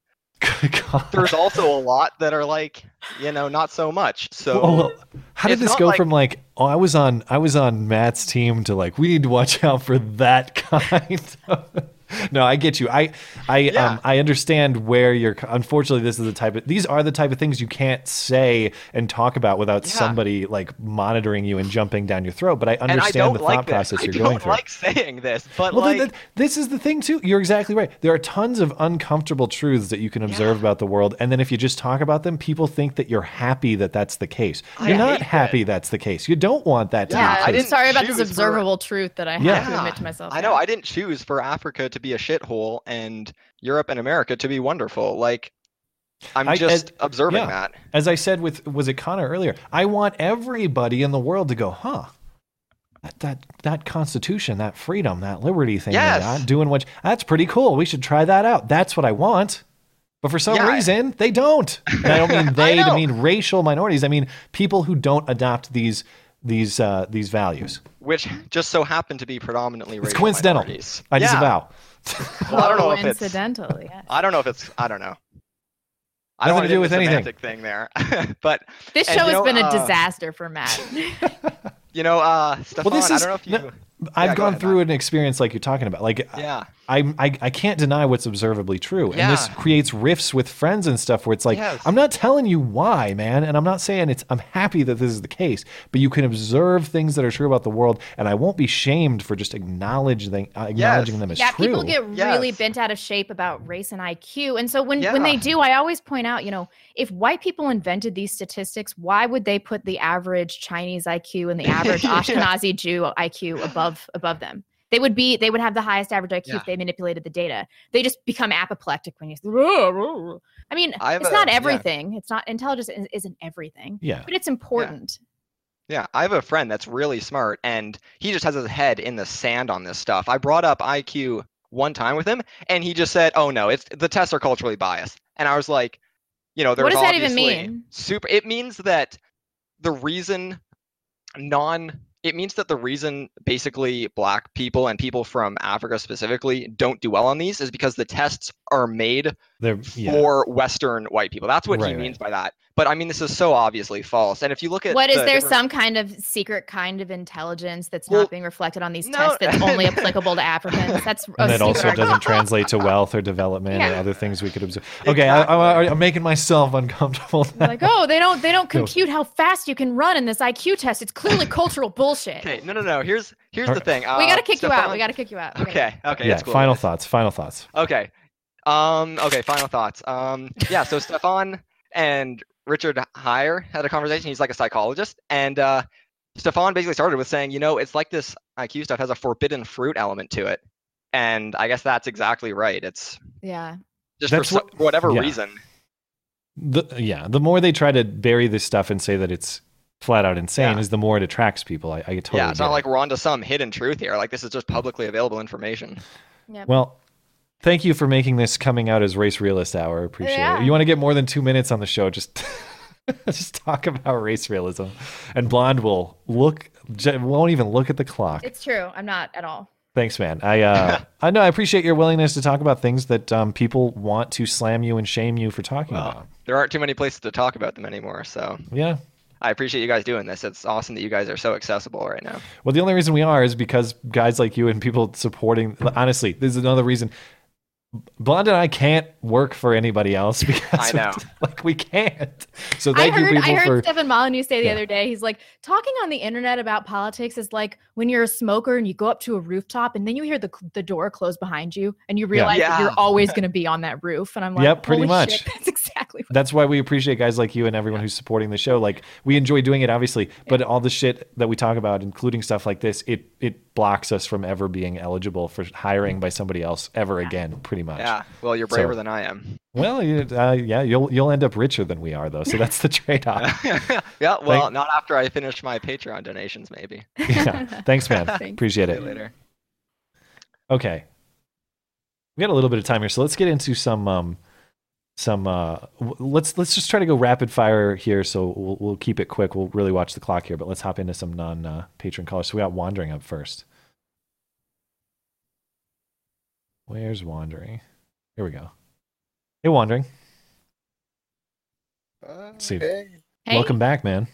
there's also a lot that are like you know not so much. So
Well, how did
it's
this
not
go
like-
from like oh I [LAUGHS] was on I was on Matt's team to like we need to watch out for that kind? of- [LAUGHS] no, I get you. I I um, I understand where you're. Unfortunately, this is the type of these are the type of things you can't say and talk about without somebody like monitoring you and jumping down your throat. But I
and I don't
understand the
like
thought
this.
process
I
you're
don't
going through.
like saying this, but
well,
like
th- th- this is the thing too. You're exactly right. There are tons of uncomfortable truths that you can observe about the world, and then if you just talk about them, people think that you're happy that that's the case.
I
You're not
hate
happy that's the case. You don't want that to
Yeah,
be. the
I'm
case.
sorry about this
choose for-
observable truth that I have to
Yeah.
admit to myself.
I know I didn't choose for Africa to be a shithole and Europe and America to be wonderful. Like I'm
I-
just
as-
observing
yeah.
that.
As I said with was it Connor earlier, I want everybody in the world to go, huh? That that, that constitution, that freedom, that liberty thing, they're
Yes.
not doing what that's pretty cool. We should try that out. That's what I want. But for some
Yeah.
reason, they don't. And I don't
[LAUGHS]
mean they, I,
know.
mean racial minorities. I mean people who don't adopt these these uh, these values.
Which just so happened to be predominantly
It's
racial
coincidental.
minorities.
I
Yeah.
disavow.
Well, [LAUGHS] I don't know if it's
Coincidental, yeah.
I don't know if it's I don't know.
Nothing
I don't
to
wanna
do
get
with
into the
anything.
semantic thing there. [LAUGHS] but
This show
and, you
has
know,
been a
uh,
disaster for
[LAUGHS]
Matt.
You know, uh Stefan,
this
I
is-
don't know if you
I've
Yeah, go
gone
ahead,
through an experience like you're talking about. Like
Yeah.
I, I I can't deny what's observably true, and this
Yeah.
creates rifts with friends and stuff where it's like
Yes.
I'm not telling you why, man, and I'm not saying it's I'm happy that this is the case, but you can observe things that are true about the world, and I won't be shamed for just acknowledging them, uh, acknowledging them as
yeah,
true.
people get really bent out of shape about race and IQ. And so when when they
Yeah.
do, I always point out, you know, if white people invented these statistics, why would they put the average Chinese IQ
[LAUGHS]
and the average
Yeah.
Ashkenazi Jew IQ above above them? They would be they would have the highest average IQ
Yeah.
if they manipulated the data. They just become apoplectic when you say, I mean,
I have
it's
a-
not
yeah.
everything. It's not intelligence is- isn't everything.
Yeah.
But it's important.
Yeah, I have a friend that's really smart and he just has his head in the sand on this stuff. I brought up IQ one time with him and he just said, "Oh no, it's the tests are culturally biased." And I was like, you know, there's
does that even
obviously
mean?
Super it means that the reason non it means that the reason basically black people and people from Africa specifically don't do well on these is because the tests are made
They're- yeah.
for western white people. That's what
Right,
he
right.
means by that. But I mean this is so obviously false. And if you look at
What is
the
there
different-
some kind of secret kind of intelligence that's
Well,
not being reflected on these
no.
tests that's only
[LAUGHS]
applicable to
[LAUGHS]
Africans? That's a
and that
secret
also
argument. [LAUGHS]
doesn't translate to wealth or development or
Yeah.
other things we could observe. Okay, I, I, I'm making myself uncomfortable. now. [LAUGHS]
like oh they don't they don't
No.
compute how fast you can run in this IQ test. It's clearly cultural bullshit.
Okay, no, no, no. Here's here's the
Alright.
thing.
we
Uh,
gotta kick you out.
Stefan-
We gotta kick you out. We gotta-
Okay, okay,
yeah.
that's cool.
Final thoughts. Final thoughts.
Okay, um, okay. Final thoughts. Um, yeah. So Stefan and Richard Heyer had a conversation. He's like a psychologist, and uh, Stefan basically started with saying, you know, it's like this IQ stuff has a forbidden fruit element to it, and I guess that's exactly right. It's
Yeah.
just
That's
for so-
what-
whatever
yeah.
reason.
the yeah the more they try to bury this stuff and say that it's flat out insane
Yeah.
is the more it attracts people i, I totally
yeah, it's not
get it.
like we're onto some hidden truth here. Like this is just publicly available information.
well thank you for making this coming out as race realist hour appreciate
Yeah.
it you want to get more than two minutes on the show just [LAUGHS] just talk about race realism and blonde will look j- won't even look at the clock
It's true. I'm not at all.
Thanks, man. I
[LAUGHS]
uh, I know I appreciate your willingness to talk about things that um, people want to slam you and shame you for talking about.
There aren't too many places to talk about them anymore, so
Yeah.
I appreciate you guys doing this. It's awesome that you guys are so accessible right now.
Well, the only reason we are is because guys like you and people supporting. Honestly, this is another reason. Blonde and I can't work for anybody else [LAUGHS] because
I know.
like we can't. So
I
thank
heard
you
I
people
heard
for
Stephen Molyneux say the
Yeah.
other day, he's like, talking on the internet about politics is like when you're a smoker and you go up to a rooftop and then you hear the cl- the door close behind you and you
Yeah.
realize
Yeah.
that you're
[LAUGHS]
always gonna be on that roof. And I'm like,
Yep, pretty
"Holy shit,
much."
that's [LAUGHS] exactly
that's why we appreciate guys like you and everyone who's supporting the show. Like we enjoy doing it, obviously, but all the shit that we talk about, including stuff like this, it it blocks us from ever being eligible for hiring by somebody else ever again, pretty much.
Yeah. Well, you're
So-
braver than I am. [LAUGHS]
Well, you, uh, yeah, you'll you'll end up richer than we are though, so that's
[LAUGHS]
the trade off.
Yeah. Well, not after I finish my Patreon donations, maybe. [LAUGHS]
yeah. Thanks, man.
Thanks.
Appreciate
See
it.
you later.
Okay. We got a little bit of time here, so let's get into some um some uh w- let's let's just try to go rapid fire here so we'll we'll keep it quick. We'll really watch the clock here, but let's hop into some non uh, patron callers. So we got wandering up first. Where's wandering? Here we go. Hey wandering. Let's see.
Hey.
Welcome back, man.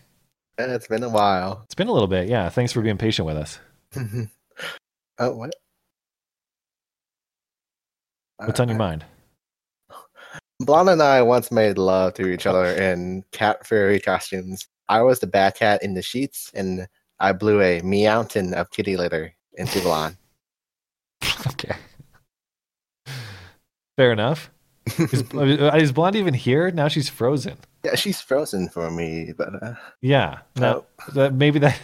Yeah, it's been a while. [LAUGHS]
It's been a little bit. Yeah, thanks for being patient with us.
oh, what?
What's on your mind?
Blonde and I once made love to each other in cat furry costumes. I was the bad cat in the sheets, and I blew a meowton of kitty litter into
[LAUGHS]
Blonde.
okay. Fair enough. Is, is Blonde even here? Now she's frozen.
Yeah, she's frozen for me, but uh,
Yeah. No, that, maybe that.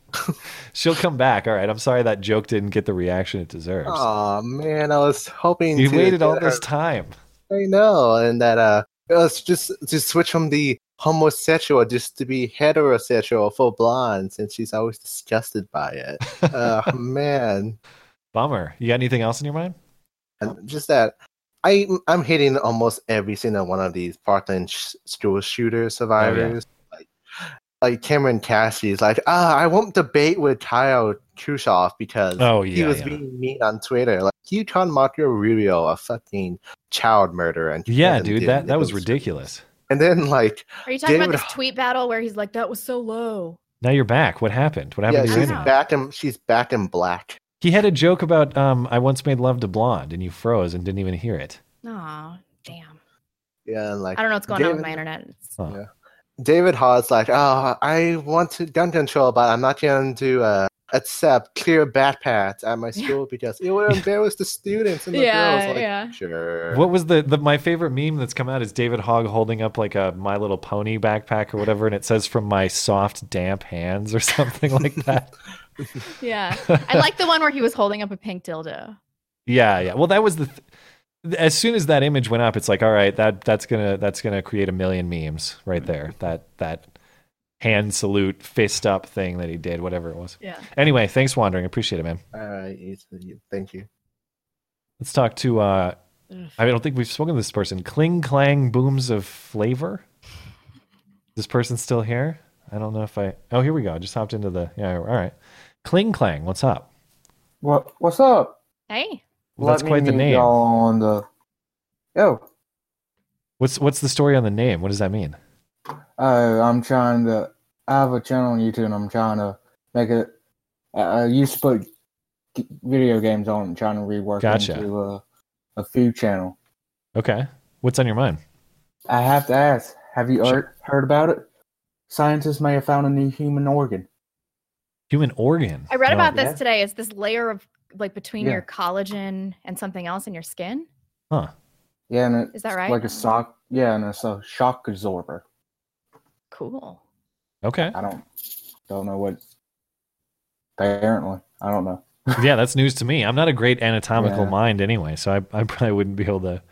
[LAUGHS] She'll come back. All right. I'm sorry that joke didn't get the reaction it deserves.
oh man, I was hoping
you
to
waited all
get
this
her-
time.
I know, and that uh, it was just to switch from the homosexual just to be heterosexual for blonde, since she's always disgusted
[LAUGHS]
by it. Oh man,
bummer. You got anything else in your mind?
And just that I I'm hitting almost every single one of these Parkland sh- school
Oh,
shooter survivors. Like, like Cameron Cassidy's like, ah, I won't debate with Kyle Khrushchev because
Oh,
he
yeah,
was
yeah.
being mean on Twitter. Like you can't mock your Rubio a fucking child murderer and
Yeah,
and
dude.
did
That that was
Nichols.
ridiculous.
[LAUGHS] And then like
Are you talking
David
about this tweet battle where he's like, "That was so low"?
Now you're back. What happened? What happened
yeah,
to your
she's
internet?
back in she's back in black.
He had a joke about um, I once made love to blonde, and you froze and didn't even hear it.
Aw, damn.
Yeah, and like
I don't know what's going on with
David-
my internet. It's-
Yeah.
David Hall's like, oh, I want to gun control, but I'm not going to uh, accept clear bat pads at my school
[LAUGHS]
because it would embarrass the students and the
Yeah,
girls. Like,
yeah.
Sure.
What was the, the my favorite meme that's come out is David Hogg holding up like a My Little Pony backpack or whatever, and it says "from my soft, damp hands" or [LAUGHS] something like that.
Yeah,
[LAUGHS]
I like the one where he was holding up a pink dildo.
yeah, yeah. Well, that was the. Th- as soon as that image went up, it's like, all right, that that's gonna that's gonna create a million memes right there. That that hand salute, fist up thing that he did, whatever it was.
Yeah.
Anyway, thanks, wandering. Appreciate it, man.
All right, it's- thank you.
Let's talk to. uh I don't think we've spoken to this person. Cling clang booms of flavor. This person's still here. I don't know if I. Oh, here we go. I just hopped into the. Yeah. All right. Cling clang. What's up?
What What's up?
Hey,
Well, that's quite the
meet
name.
Y'all on the oh. yo.
What's What's the story on the name? What does that mean?
Uh, I'm trying to. I have a channel on YouTube, and I'm trying to make it. I, I used to put g- video games on, and trying to rework
Gotcha.
it into a, a food channel.
Okay. What's on your
[LAUGHS]
mind?
I have to ask: Have you heard, heard about it? Scientists may have found a new human organ.
Human organ.
I read
No.
about this
Yeah.
today. It's this layer of like between
Yeah.
your collagen and something else in your skin.
Huh.
Yeah, and
Is
it's
that right?
Like a sock. Yeah, and it's a shock absorber.
Cool.
Okay.
I don't don't know what. Apparently, I don't know.
yeah, that's news to me. I'm not a great anatomical
Yeah.
mind anyway, so I, I probably wouldn't be able to.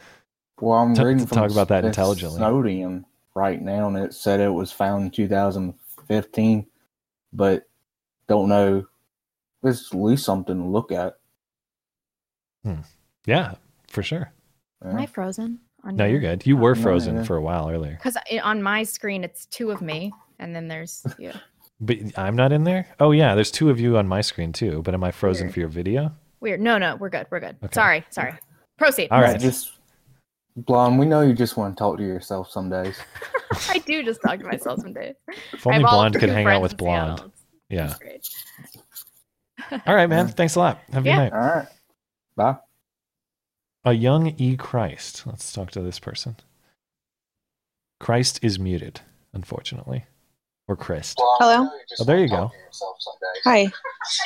Well, I'm
to-
reading
to
from
talk about that
Smith
intelligently.
Snowdium right now, and it said it was found in 2015, but don't know. It's at least something to look at.
Hmm. Yeah, for sure.
Am I frozen? On Oh.
No, you're good. You were
No,
frozen
yeah.
for a while earlier,
Because on my screen it's two of me, and
[LAUGHS]
then there's you.
but I'm not in there. Oh yeah, there's two of you on my screen too. But am I frozen
Weird.
for your video?
Weird. No, no, we're good. We're good.
Okay.
Sorry, sorry. Proceed.
All right.
Just blonde. We know you just want to talk to yourself some days.
[LAUGHS] I do just talk to myself some days.
If only
I have all
blonde could
two
hang out
friends
with
in Seattle.
blonde. Yeah.
It's great.
[LAUGHS] All right, man. Thanks a lot. Have a
Yeah.
good night.
All right. Bye.
A young E Christ. Let's talk to this person. Christ is muted, unfortunately, or Christ.
Hello.
Oh, there you go.
Hi.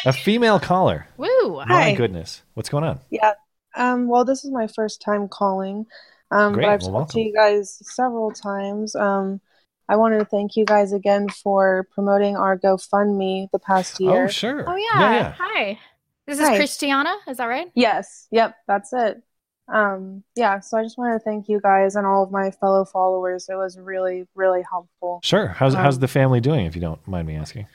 A female caller.
Woo.
My
Hi.
goodness, what's going on?
Yeah. Um, well, this is my first time calling, um,
Great,
but I've
well,
talked
welcome.
to you guys several times. Um, I wanted to thank you guys again for promoting our GoFundMe the past year.
Oh, sure. Oh, yeah. Hi. This is
Hi.
Christiana. Is that right?
Yes. Yep. That's it. Um, yeah. So I just wanted to thank you guys and all of my fellow followers. It was really, really helpful.
Sure. How's how's
Um,
the family doing? If you don't mind me asking.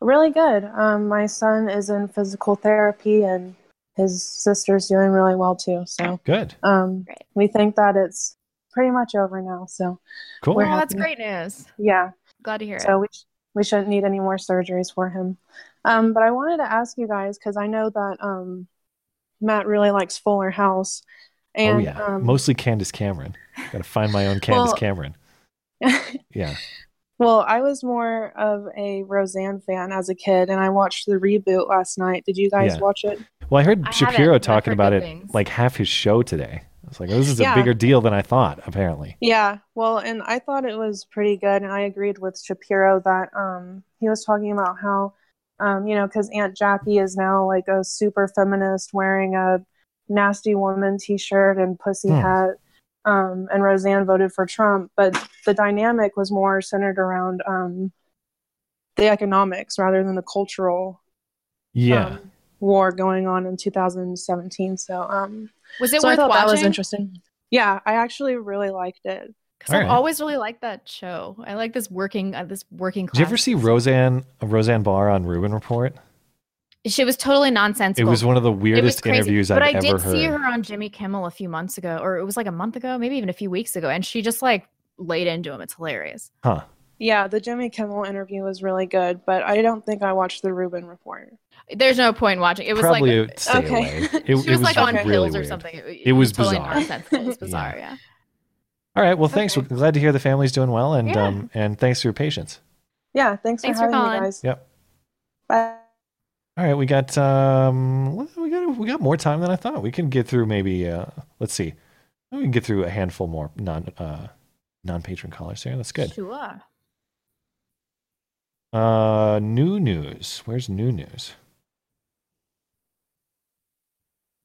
Really good. Um, my son is in physical therapy, and his sister's doing really well too. So
Good.
Um, we think that it's pretty much over now. So
Cool.
we're
Oh, that's
happy.
great news.
Yeah.
Glad to hear it.
So we sh- we shouldn't need any more surgeries for him. Um, but I wanted to ask you guys because I know that um, Matt really likes Fuller House, and
oh yeah.
um,
Mostly Candace Cameron. Got to find my own Candace
Well-
Cameron. Yeah.
well, I was more of a Roseanne fan as a kid, and I watched the reboot last night. Did you guys
Yeah.
watch it?
Well, I heard
I haven't, but
Shapiro
I've
talking
heard
about it
good things.
like half his show today. I was like, oh, this is
Yeah.
a bigger deal than I thought, apparently.
Yeah, well, and I thought it was pretty good, and I agreed with Shapiro that um, he was talking about how, um, you know, because Aunt Jackie is now like a super feminist wearing a nasty woman T-shirt and pussy
Hmm.
hat, um, and Roseanne voted for Trump, but the dynamic was more centered around um, the economics rather than the cultural
Yeah.
war going on in 2017. So, um,
Was it
so I
worth
thought That was
watching?
interesting. Yeah, I actually really liked it.
Because I've always really liked that show. I like this working uh, this working
Did you
class.
ever see Roseanne Roseanne Barr on Rubin Report?
She was totally nonsensical.
It was one of the
was
weirdest
crazy.
interviews
but
I've
I did
ever
see
heard.
her on Jimmy Kimmel a few months ago, or it was like a month ago, maybe even a few weeks ago, and she just like laid into him. It's hilarious.
Huh.
Yeah, the Jimmy Kimmel interview was really good, but I don't think I watched the Rubin Report.
There's no point in watching. It was
Probably
like
stay
[LAUGHS]
away. It,
she was,
it was
like on
really
pills or
weird.
something.
It, was
totally
bizarre.
nonsensical. It was bizarre. yeah.
All right. Well, thanks. We're glad to hear the family's doing well, and
Yeah.
um, and thanks for your patience.
Yeah, thanks,
Thanks for
for having
calling.
me, guys.
Yep.
Bye.
All right. We got um, we got we got more time than I thought. We can get through maybe. Uh, let's see. We can get through a handful more non uh, non patron callers here. That's good.
Sure.
Uh, new news. Where's new news?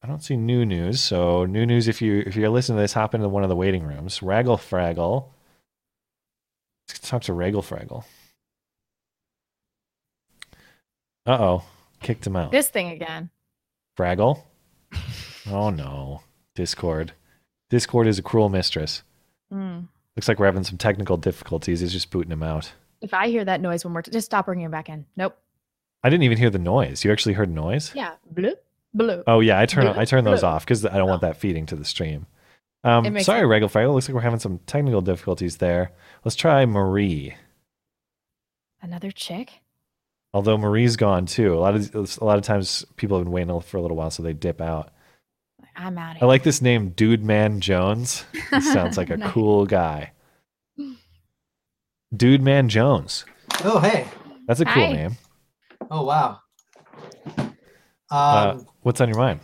I don't see new news. So new news. If you if you're listening to this, hop into one of the waiting rooms. Raggle Fraggle. Let's talk to Raggle Fraggle. Uh oh, kicked him out.
This thing again.
Fraggle. Oh no, Discord. Discord is a cruel mistress.
Mm.
Looks like we're having some technical difficulties. It's just booting him out.
If I hear that noise one more time, just stop bringing it back in. Nope.
I didn't even hear the noise. You actually heard noise?
Yeah. Bloop, bloop.
Oh yeah, I turn I turn those
bloop.
off because I don't want that feeding to the stream.
Oh. It
Um,
makes
sorry, Regal Fraggle. Looks like we're having some technical difficulties there. Let's try Marie.
Another chick?
Although Marie's gone too. A lot of a lot of times people have been waiting for a little while, so they dip out.
I'm out.
I like this name, Dude Man Jones. He sounds
[LAUGHS]
like a
Nice.
cool guy. Dude Man Jones.
Oh, hey.
That's a cool
Hi.
name.
Oh, wow.
Uh,
Um,
what's on your mind?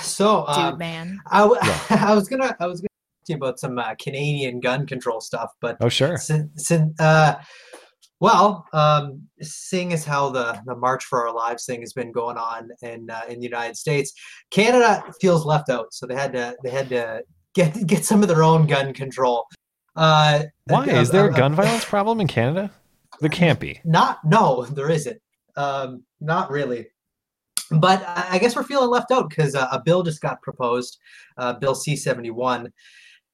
so, um,
Dude, man.
I, w- [LAUGHS] I was gonna I was gonna talk to you about some uh, Canadian gun control stuff, but
Oh, sure.
Since, since uh, well, um, seeing as how the the March for Our Lives thing has been going on in uh, in the United States, Canada feels left out, so they had to they had to get get some of their own gun control. Uh,
Why
uh,
is there a
uh,
gun violence problem in Canada? There can't be.
Not no, [LAUGHS] there isn't. Um, not really. But I I guess we're feeling left out because uh, a bill just got proposed, uh, Bill C seventy one,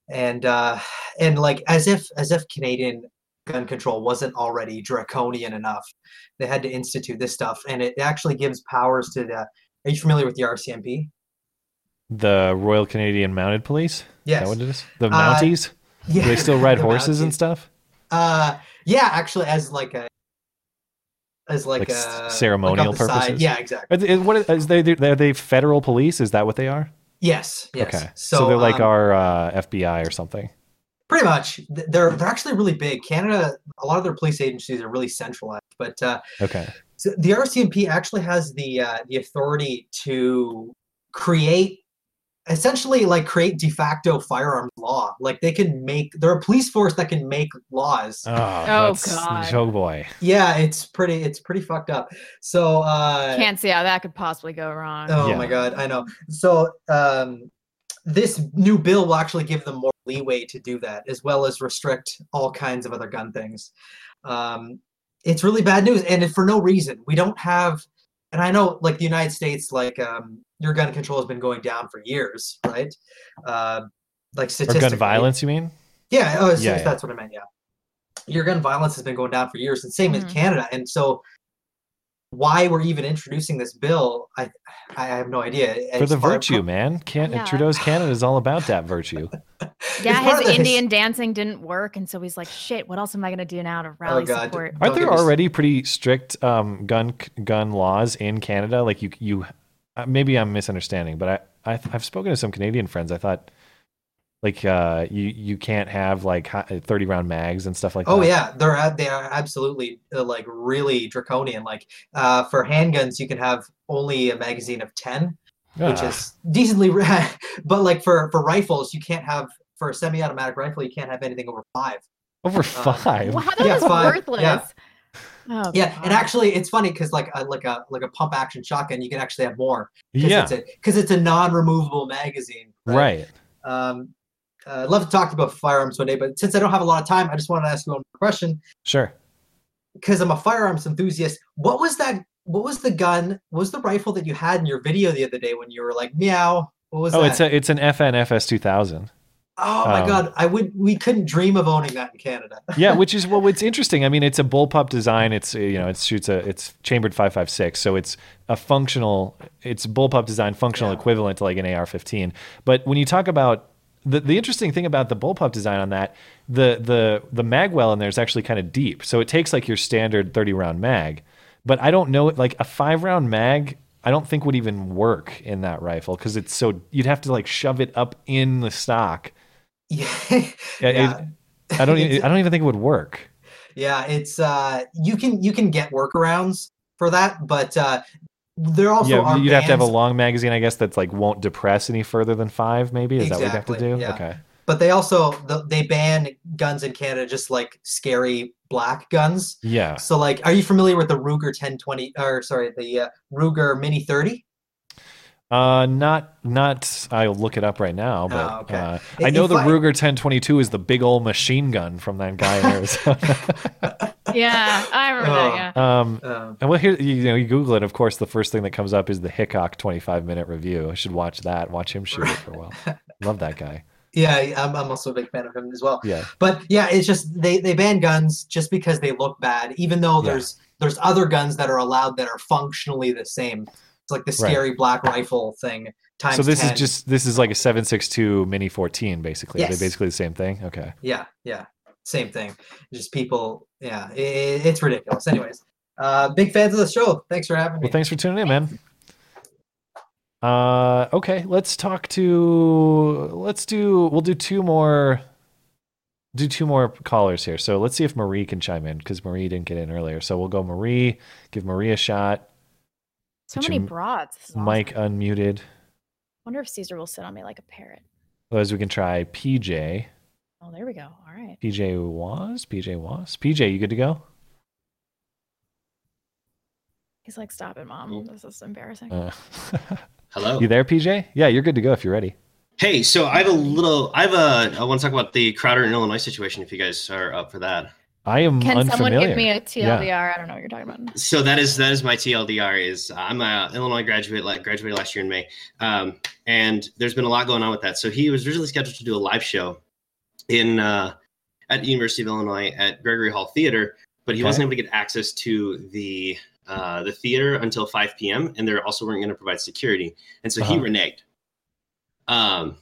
and uh, and like as if as if Canadian gun control wasn't already draconian enough, they had to institute this stuff, and it actually gives powers to the. Are you familiar with the RCMP?
The Royal Canadian Mounted Police.
Yes.
Is that what it is? The
Uh,
Mounties.
yeah,
Do they still ride
the
horses and
Mounties.
stuff?
Uh, yeah, actually, as like a as Uh, like,
Like, s-
a
ceremonial
like on the side.
purposes.
Yeah, exactly.
Are they, is- what is, is they, they- are they federal police? Is that what they are?
Yes. Yes.
Okay. So,
So,
they're like
um,
our uh, FBI or something.
Pretty much, Th- they're they're actually really big. Canada, a lot of their police agencies are really centralized, but uh,
Okay.
so the RCMP actually has the uh, the authority to create, essentially, like create de facto firearms law. Like they can make, they're a police force that can make laws.
Oh, that's- Oh boy.
Yeah, it's pretty it's pretty fucked up. So uh,
Can't see how that could possibly go wrong.
Oh my god, I know. So um, this new bill will actually give them more leeway to do that, as well as restrict all kinds of other gun things. Um, it's really bad news, and it- for no reason. We don't have, and I know, like the United States, like um, your gun control has been going down for years, right? Uh, like
Or
statistically,
gun violence, you mean?
yeah, oh, it's-
Yeah, yeah.
it's- that's what I meant. Yeah, your gun violence has been going down for years, and same in Canada. And so, why we're even introducing this bill, I I have no idea.
For
It's
the
part of-
virtue, man. Can
Yeah.
Trudeau's Canada is all about that
[LAUGHS]
virtue.
Yeah,
part of
his
the his-
Indian dancing didn't work, and so he's like, "Shit, what else am I gonna do now to rally
Oh God.
support?"
Aren't
Don't
there
get me s-
already pretty strict um, gun gun laws in Canada? Like you you uh, maybe I'm misunderstanding, but I, I I've spoken to some Canadian friends. I thought like uh, you you can't have like hi- 30 round mags and stuff like
oh
that.
yeah, they're a- they are absolutely uh, like really draconian. Like uh, for handguns, you can have only a magazine of ten. which
Ah.
is decently, ra- but like for for rifles, you can't have for a semi-automatic rifle, you can't have anything over five.
Over
five.
Wow, that
Yeah,
is
five.
worthless.
Yeah.
Oh,
yeah,
God.
and actually, it's funny because like a, like a like a pump action shotgun, you can actually have more.
Yeah.
because it's a non-removable magazine.
Right.
Um, uh, I'd love to talk about firearms one day, but since I don't have a lot of time, I just wanted to ask you one more question
Sure.
because I'm a firearms enthusiast. What was that? What was the gun? What was the rifle that you had in your video the other day when you were like meow? What was
Oh,
that?
it's a it's an FNFS two thousand.
oh my
um,
god! I would we couldn't dream of owning that in Canada.
yeah, which is well, it's interesting. I mean, it's a bullpup design. It's uh, you know, it shoots a it's chambered five five six, so it's a functional. It's bullpup design, functional equivalent to like an AR fifteen. But when you talk about the, the interesting thing about the bullpup design on that, the the the mag well in there is actually kind of deep, so it takes like your standard thirty round mag. But I don't know, like a five round mag, I don't think would even work in that rifle because it's so you'd have to like shove it up in the stock. Yeah, it- I don't. e- I don't even think it would work.
Yeah, it's uh you can you can get workarounds for that, but uh there also
yeah,
are
you'd have to have a
bands-
long magazine, I guess, that's like won't depress any further than five. Maybe is that what
Exactly,
you have to do?
yeah.
Okay.
but they also th- they ban guns in Canada just like scary black guns.
Yeah.
So like are you familiar with the Ruger 1020 or sorry, the uh, Ruger Mini 30?
Uh, not not. I'll look it up right now. But
Oh, okay.
uh,
If-
I know
if
the
I-
Ruger 1022 is the big old machine gun from that guy in
[LAUGHS]
Arizona.
yeah, I remember that. Yeah.
um,
and
well, here you know you Google it. Of course, the first thing that comes up is the Hickok 25 minute review. I should watch that. Watch him shoot it for
[LAUGHS]
a while. Love that guy.
Yeah, I'm, I'm also a big fan of him as well.
Yeah.
But yeah, it's just they they ban guns just because they look bad, even though
Yeah.
there's there's other guns that are allowed that are functionally the same. It's like the
Right.
scary black rifle thing times
so this
10.
is just this is like a 7.62 Mini 14, basically. Are
Yes.
they basically the same thing? Okay.
Yeah, yeah, same thing. Just people, yeah, i i- it's ridiculous. Anyways, uh, big fans of the show. Thanks for having me.
Well, thanks for tuning in, man. Uh, okay, let's talk to let's do we'll do two more do two more callers here. So let's see if Marie can chime in because Marie didn't get in earlier. So we'll go Marie, give Marie a shot.
So
Get
many
your
broads. This is awesome.
Mike unmuted.
Wonder if Caesar will sit on me like a parrot.
Otherwise, we can try PJ.
Oh, there we go. All right.
PJ was PJ was PJ. You good to go?
He's like, stop it, mom. This is embarrassing.
Uh, [LAUGHS]
Hello.
You there, PJ? Yeah, you're good to go if you're ready.
Hey, so I have a little. I have a. I want to talk about the Crowder in Illinois situation. If you guys are up for that.
I am
Can
unfamiliar.
someone give me a TLDR? I don't know what you're talking about.
So that is that is my TLDR. Is uh, I'm a Illinois graduate, like graduated last year in May, um, and there's been a lot going on with that. So he was originally scheduled to do a live show in uh, at the University of Illinois at Gregory Hall Theater, but he
Okay.
wasn't able to get access to the uh, the theater until 5 p.m. and they also weren't going to provide security, and so he
Uh-huh.
reneged. Um,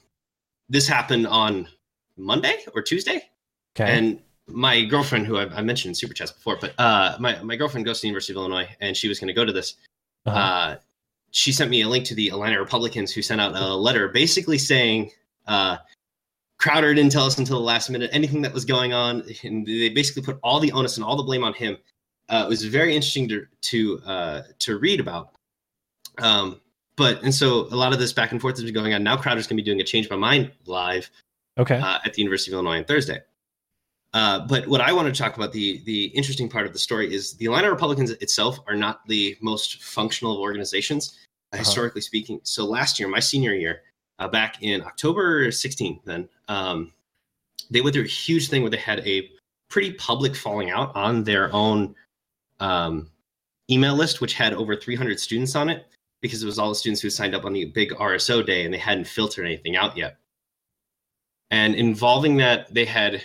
this happened on Monday or Tuesday.
Okay.
And my girlfriend, who I, I mentioned in Super Chats before, but uh, my, my girlfriend goes to the University of Illinois and she was going to go to this. uh she sent me a link to the Atlanta Republicans who sent out a letter basically saying uh, Crowder didn't tell us until the last minute anything that was going on. And they basically put all the onus and all the blame on him. Uh, it was very interesting to, to, uh, to read about. Um, but, and so a lot of this back and forth has been going on. Now Crowder's going to be doing a Change My Mind live
Okay.
uh, at the University of Illinois on Thursday. Uh, but what I want to talk about the the interesting part of the story is the Atlanta Republicans itself are not the most functional of organizations, uh, historically speaking. So last year, my senior year, uh, back in October 16, then um, they went through a huge thing where they had a pretty public falling out on their own um, email list, which had over 300 students on it, because it was all the students who signed up on the big RSO day and they hadn't filtered anything out yet and involving that they had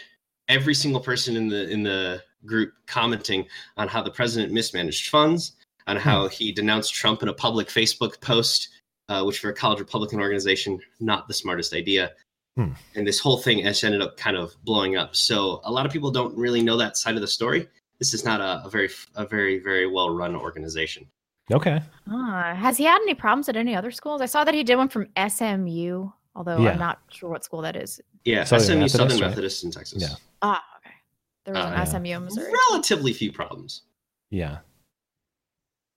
every single person in the in the group commenting on how the president mismanaged funds on how he denounced trump in a public facebook post uh, which for a college republican organization not the smartest idea
Hmm.
and this whole thing has ended up kind of blowing up so a lot of people don't really know that side of the story this is not a, a very a very very well run organization
Okay.
Ah, has he had any problems at any other schools? I saw that he did one from SMU, although
Yeah.
I'm not sure what school that is.
yeah
Southern
smu southern
Methodist, right?
methodist in texas
Yeah.
Ah, okay. There was
Uh,
an
yeah.
SMU in Missouri.
relatively few problems
Yeah.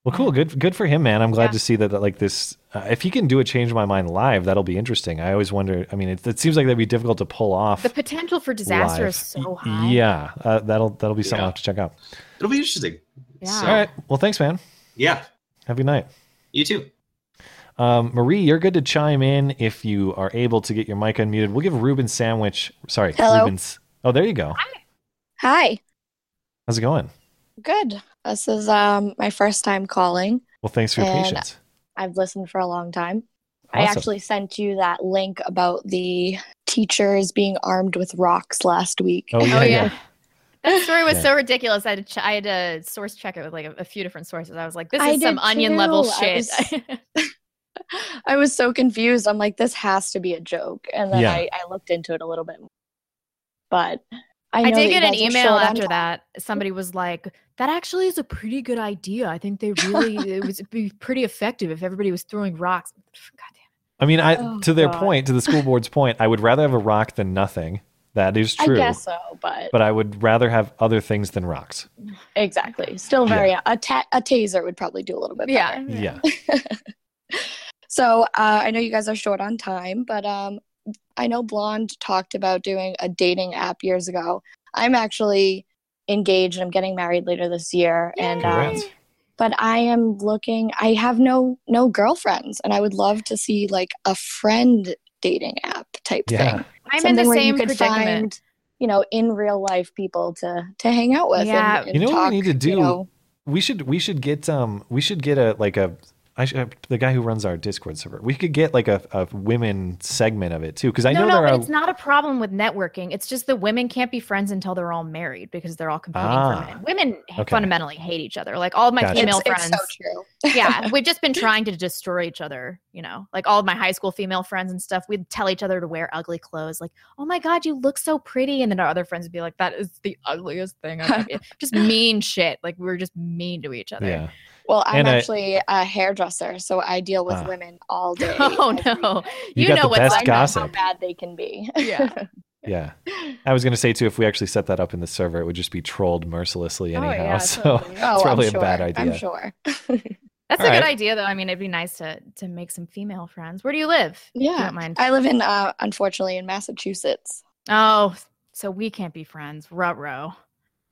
Well, cool. Good, good for him, man. I'm glad
Yeah.
to see that, that like this. Uh, if he can do a change my mind live, that'll be interesting. I always wonder. I mean, it, it seems like that'd be difficult to pull off.
The potential for disaster is
live.
so
Y-
high.
Yeah, uh, that'll that'll be something I'll have to check out.
It'll be interesting.
Yeah.
All right. Well, thanks, man.
Yeah.
Have a good night.
You too.
Um, Marie, you're good to chime in if you are able to get your mic unmuted. We'll give Ruben sandwich. Sorry,
Hello.
Ruben's. Oh, there you go.
Hi.
How's it going?
Good. This is um my first time calling.
Well, thanks for your
and
patience.
I've listened for a long time. I
Awesome.
actually sent you that link about the teachers being armed with rocks last week.
Oh, yeah, Oh, yeah. yeah.
That story was
Yeah.
so ridiculous. I had, to ch- I had to source check it with like a, a few different sources. I was like, this
I
is some
did
onion level
too. I
shit.
[LAUGHS]
[LAUGHS]
I was so confused. I'm like, this has to be a joke. And then
Yeah.
I, I looked into it a little bit more. But I,
I
know that
did
you
get an
guys are
email
short on
after
time.
that. Somebody was like, "That actually is a pretty good idea. I think they really
[LAUGHS]
it was be pretty effective if everybody was throwing rocks."
I mean, I
Oh,
to their
God.
point, to the school board's point, I would rather have a rock than nothing. That is true.
I guess so, but,
But I would rather have other things than rocks.
exactly. Still
Yeah.
very a, ta- a taser would probably do a little bit better.
Yeah.
So uh, I know you guys are short on time, but um, I know Blonde talked about doing a dating app years ago. I'm actually engaged. I'm getting married later this year, and um,
Congrats.
but I am looking. I have no no girlfriends, and I would love to see like a friend dating app type
Yeah.
thing.
I'm in the
Something where
same
you could
predicament.
find, you know, in real life people to to hang out with. and-
Yeah.
and,
you know what we
talk,
need to do?
You know,
We should we should get um we should get a like a I sh- the guy who runs our Discord server. We could get like a, a women segment of it too because I
no,
know
no,
there
but
are
it's not a problem with networking. It's just the women can't be friends until they're all married because they're all competing
Ah.
for men. Women
Okay.
fundamentally hate each other. Like all of my
Gotcha.
female
It's-
friends.
it's so
[LAUGHS]
[LAUGHS]
yeah, we've just been trying to destroy each other. You know, like all of my high school female friends and stuff. We'd tell each other to wear ugly clothes. Like, oh my god, you look so pretty, and then our other friends would be like, that is the ugliest thing.
[LAUGHS]
I've ever-" e-" just mean shit. Like we were just mean to each other.
yeah.
well, I'm
And I-
actually a hairdresser, so I deal with
Ah.
women
[LAUGHS]
all day.
Oh no,
You
you,
got
know
the
what's
best
like
gossip.
How bad they can be. [LAUGHS]
Yeah.
Yeah. I was going to say too, if we actually set that up in the server, it would just be trolled mercilessly anyhow. [LAUGHS] so
Oh,
it's
I'm
probably a
sure.
bad idea.
I'm sure.
Oh,
[LAUGHS]
That's
All
a
right.
good idea, though. I mean, it'd be nice to to make some female friends. Where do you live? if you
Yeah.
don't mind.
I live in, uh, unfortunately, in Massachusetts.
Oh, so we can't be friends. Ruh-roh.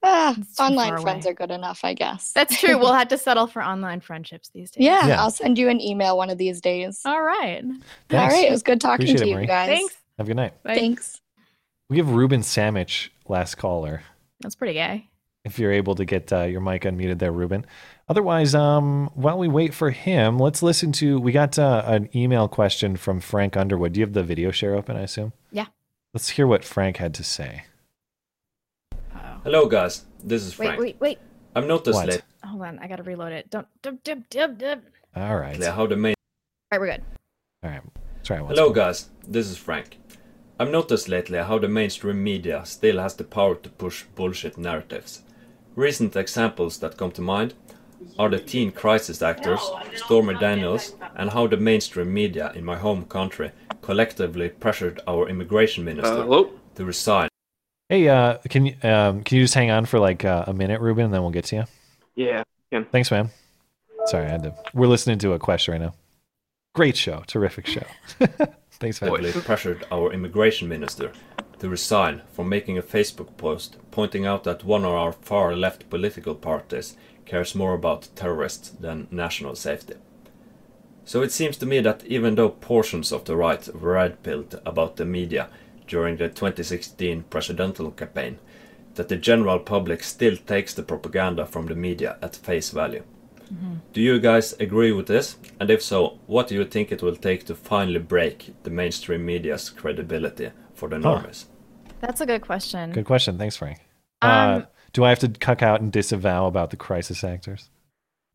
Ah,
too
online
far
friends are good enough, I guess.
That's
[LAUGHS]
true. we'll have to settle for online friendships these days.
yeah, I'll send you an email one of these days.
All right.
All
Thanks.
right. It was good talking
Appreciate
to
it,
you
Marie.
guys.
Thanks.
Have a good night.
Thanks.
We give Ruben Samich last caller.
That's pretty gay.
If you're able to get uh, your mic unmuted there, Ruben. Otherwise, um, while we wait for him, let's listen to. We got uh, an email question from Frank Underwood. Do you have the video share open? I assume.
Yeah.
Let's hear what Frank had to say.
Hello, guys. This is
Oh. Wait,
Frank.
wait, wait.
I'm not the
What?
slave
Hold on. I got to reload it. Don't. Dub, dub, dub, dub. All
All right.
player. How the main.
right, we're good.
All right. Try once.
Hello, guys. This is Frank. I've noticed lately how the mainstream media still has the power to push bullshit narratives. Recent examples that come to mind are the teen crisis actors, Stormy Daniels, and how the mainstream media in my home country collectively pressured our immigration minister to resign.
Hey, uh, can you um, can you just hang on for like uh, a minute, Ruben, and then we'll get to you.
Yeah.
Thanks, man. Sorry, I had to. We're listening to a question right now. Great show, terrific show. [LAUGHS] Thanks, man.
Actively pressured our immigration minister to resign for making a Facebook post pointing out that one of our far left political parties cares more about terrorists than national safety. So it seems to me that even though portions of the right were red pilled about the media during the 2016 presidential campaign, that the general public still takes the propaganda from the media at face value.
Mm-hmm.
Do you guys agree with this? And if so, what do you think it will take to finally break the mainstream media's credibility for the normies?
That's a good question.
Good question. Thanks, Frank. uh,
Um,
do I have to cuck out and disavow about the crisis actors?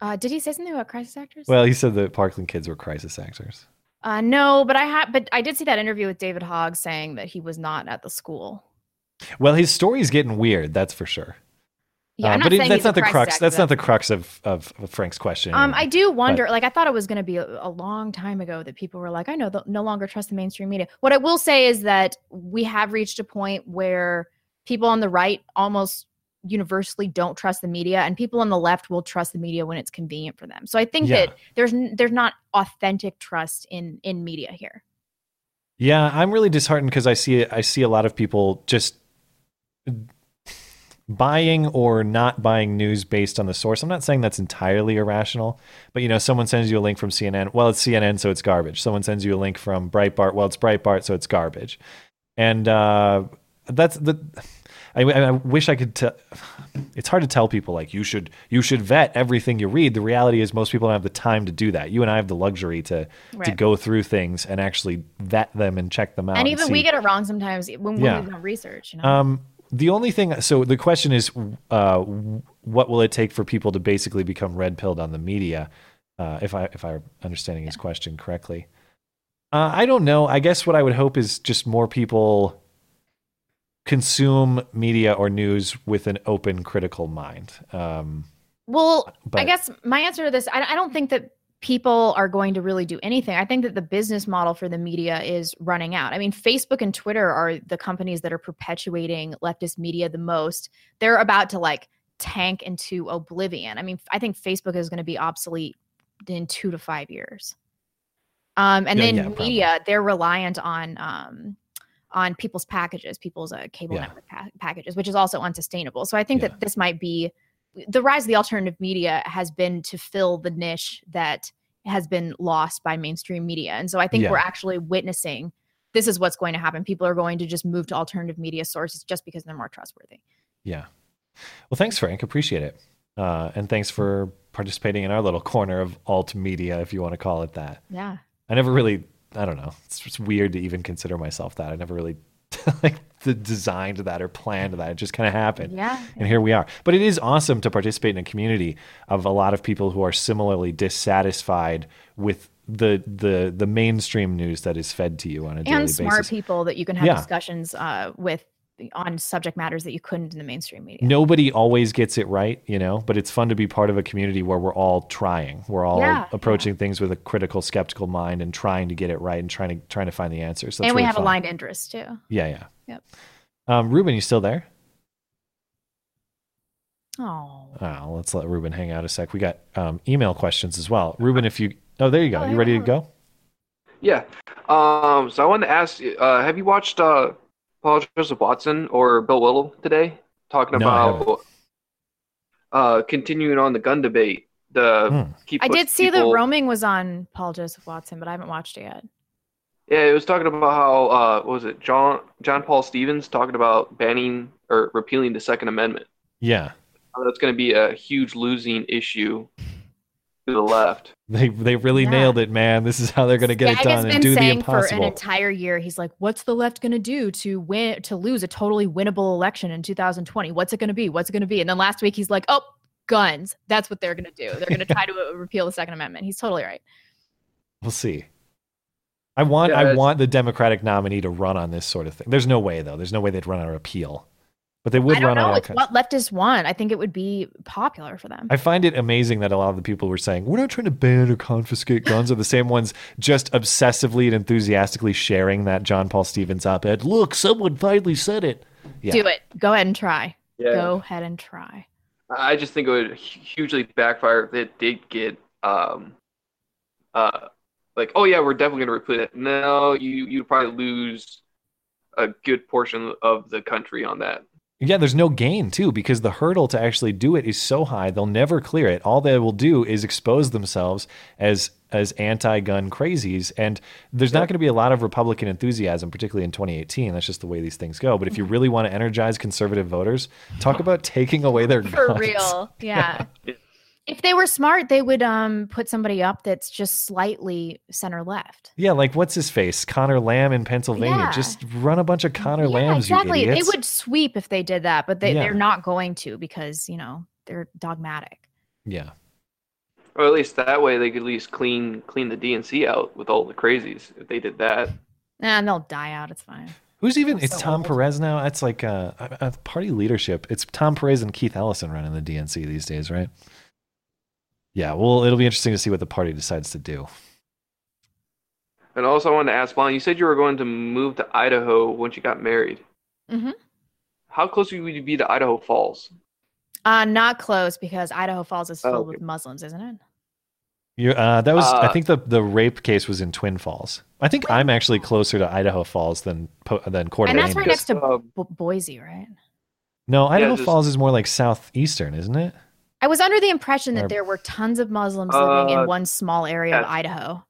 Uh, did he say something about crisis actors?
Well, he said the Parkland kids were crisis actors.
uh, no, but I had, but I did see that interview with David Hogg saying that he was not at the school.
Well, his story's getting weird, that's for sure. Uh,
Yeah, I'm not
Um, but
saying
that's
he's a
not the
crisis
crux.
actor,
That's not
though.
the crux of, of of Frank's question.
Um,
anyway.
I do
But-
wonder. like, I thought it was going to be a, a long time ago that people were like, "I know, they'll no longer trust the mainstream media." What I will say is that we have reached a point where people on the right almost universally don't trust the media and people on the left will trust the media when it's convenient for them. So I think
Yeah.
that there's n- there's not authentic trust in in media here.
Yeah, I'm really disheartened because I see I see a lot of people just buying or not buying news based on the source. I'm not saying that's entirely irrational, but you know, someone sends you a link from CNN, well, it's CNN, so it's garbage. Someone sends you a link from Breitbart, well, it's Breitbart, so it's garbage. And uh, that's the. I, I wish I could. T- it's hard to tell people like you should you should vet everything you read. The reality is most people don't have the time to do that. You and I have the luxury to to
Right.
go through things and actually vet them and check them out.
and even
see.
we get it wrong sometimes when
Yeah.
we don't research. You know?
Um, the only thing, so the question is, uh, what will it take for people to basically become red pilled on the media? Uh, if I if I'm understanding his question correctly, uh, I don't know. I guess what I would hope is just more people consume media or news with an open, critical mind. Um,
Well, I
But-
guess my answer to this, I, I don't think that people are going to really do anything. I think that the business model for the media is running out. I mean, Facebook and Twitter are the companies that are perpetuating leftist media the most. They're about to like tank into oblivion. I mean, I think Facebook is going to be obsolete in two to five years. Um, and
Yeah,
then
yeah, probably.
media, they're reliant on um, on people's packages, people's uh, cable
Yeah.
network pa- packages, which is also unsustainable. So I think that this might be the rise of the alternative media has been to fill the niche that has been lost by mainstream media. And so I think we're
Yeah.
actually witnessing this is what's going to happen. People are going to just move to alternative media sources just because they're more trustworthy.
yeah. Well, thanks, Frank. Appreciate it, uh, and thanks for participating in our little corner of alt media, if you want to call it that.
Yeah.
I never really, I don't know. It's just weird to even consider myself that. I never really [LAUGHS] like the designed that or planned that. It just kind of happened.
Yeah.
And here we are. But it is awesome to participate in a community of a lot of people who are similarly dissatisfied with the the the mainstream news that is fed to you on a daily
And smart
basis.
people that you can have
Yeah.
discussions uh, with on subject matters that you couldn't in the mainstream media.
Nobody always gets it right, you know, but it's fun to be part of a community where we're all trying. We're all
Yeah,
approaching things with a critical, skeptical mind and trying to get it right and trying to trying to find the answers. That's
and we
really
have
fun.
aligned interests too.
Yeah, yeah.
Yep.
Um, Ruben, you still there?
Oh,
Oh, let's let Ruben hang out a sec. We got um, email questions as well. Ruben, if you oh, there you go. You ready to go?
Yeah. Um, so I wanted to ask, uh, have you watched uh, Paul Joseph Watson or Bill Whittle today talking
No, I
about uh, continuing on the gun debate? The
Hmm.
keep
I did
pushing
see
people-
the roaming was on Paul Joseph Watson, but I haven't watched it yet.
Yeah, it was talking about how uh, what was it John John Paul Stevens talking about banning or repealing the Second Amendment.
Yeah,
How that's going to be a huge losing issue to the left.
they they really nailed it, man. This is how they're going to get it
Gag has
done
been
and do the
saying for an
impossible.
entire year, he's like, "What's the left going to do to win to lose a totally winnable election in 2020? What's it going to be? What's it going to be?" And then last week, he's like, "Oh, guns. That's what they're going to do. They're going to try to uh, [LAUGHS] repeal the Second Amendment." He's totally right.
we'll see. I want
Yeah,
I
it's-
want the Democratic nominee to run on this sort of thing. There's no way though. There's no way they'd run on a repeal, but they would
I don't
run on
know
all
it's
kinds.
what leftists want. I think it would be popular for them.
I find it amazing that a lot of the people were saying, we're not trying to ban or confiscate guns, are the same ones just obsessively and enthusiastically sharing that John Paul Stevens op ed. Look, someone finally said it. Yeah.
Do it. Go ahead and try.
Yeah.
Go ahead and try.
I just think it would hugely backfire if it did get um uh like oh yeah we're definitely gonna repeal it. No, you you probably lose a good portion of the country on that.
Yeah, there's no gain too because the hurdle to actually do it is so high they'll never clear it. All they will do is expose themselves as as anti-gun crazies, and there's not going to be a lot of Republican enthusiasm, particularly in 2018. That's just the way these things go. But if you really want to energize conservative voters, talk about taking away their
For
guns.
real.
[LAUGHS]
Yeah. if they were smart, they would um put somebody up that's just slightly center left.
Yeah, like what's his face, Connor Lamb in Pennsylvania.
Yeah.
Just run a bunch of Connor
Yeah,
Lambs,
exactly.
you
They
idiots.
would sweep if they did that, but they,
Yeah.
they're not going to because, you know, they're dogmatic.
Yeah.
Or at least that way they could at least clean clean the DNC out with all the crazies if they did that.
And they'll die out. It's fine.
Who's even?
That's
It's
so
Tom
old.
Perez now. That's like uh, uh, uh, party leadership. It's Tom Perez and Keith Ellison running the DNC these days, right? Yeah. Well, it'll be interesting to see what the party decides to do.
And also I wanted to ask Vaughn, you said you were going to move to Idaho once you got married.
Mm-hmm.
How close would you be to Idaho Falls?
Uh, not close because Idaho Falls is
Oh,
filled
okay.
with Muslims, isn't it?
You, uh, that was, I
Uh,
think the the rape case was in Twin Falls. I think I'm actually closer to Idaho Falls than Po- than Coeur
and that's
d'Alene
right
is.
next to
um,
Bo- Boise, right?
No,
Yeah,
Idaho
just-
Falls is more like southeastern, isn't it?
I was under the impression that
Or-
there were tons of Muslims living
Uh,
in one small area of
yes.
Idaho.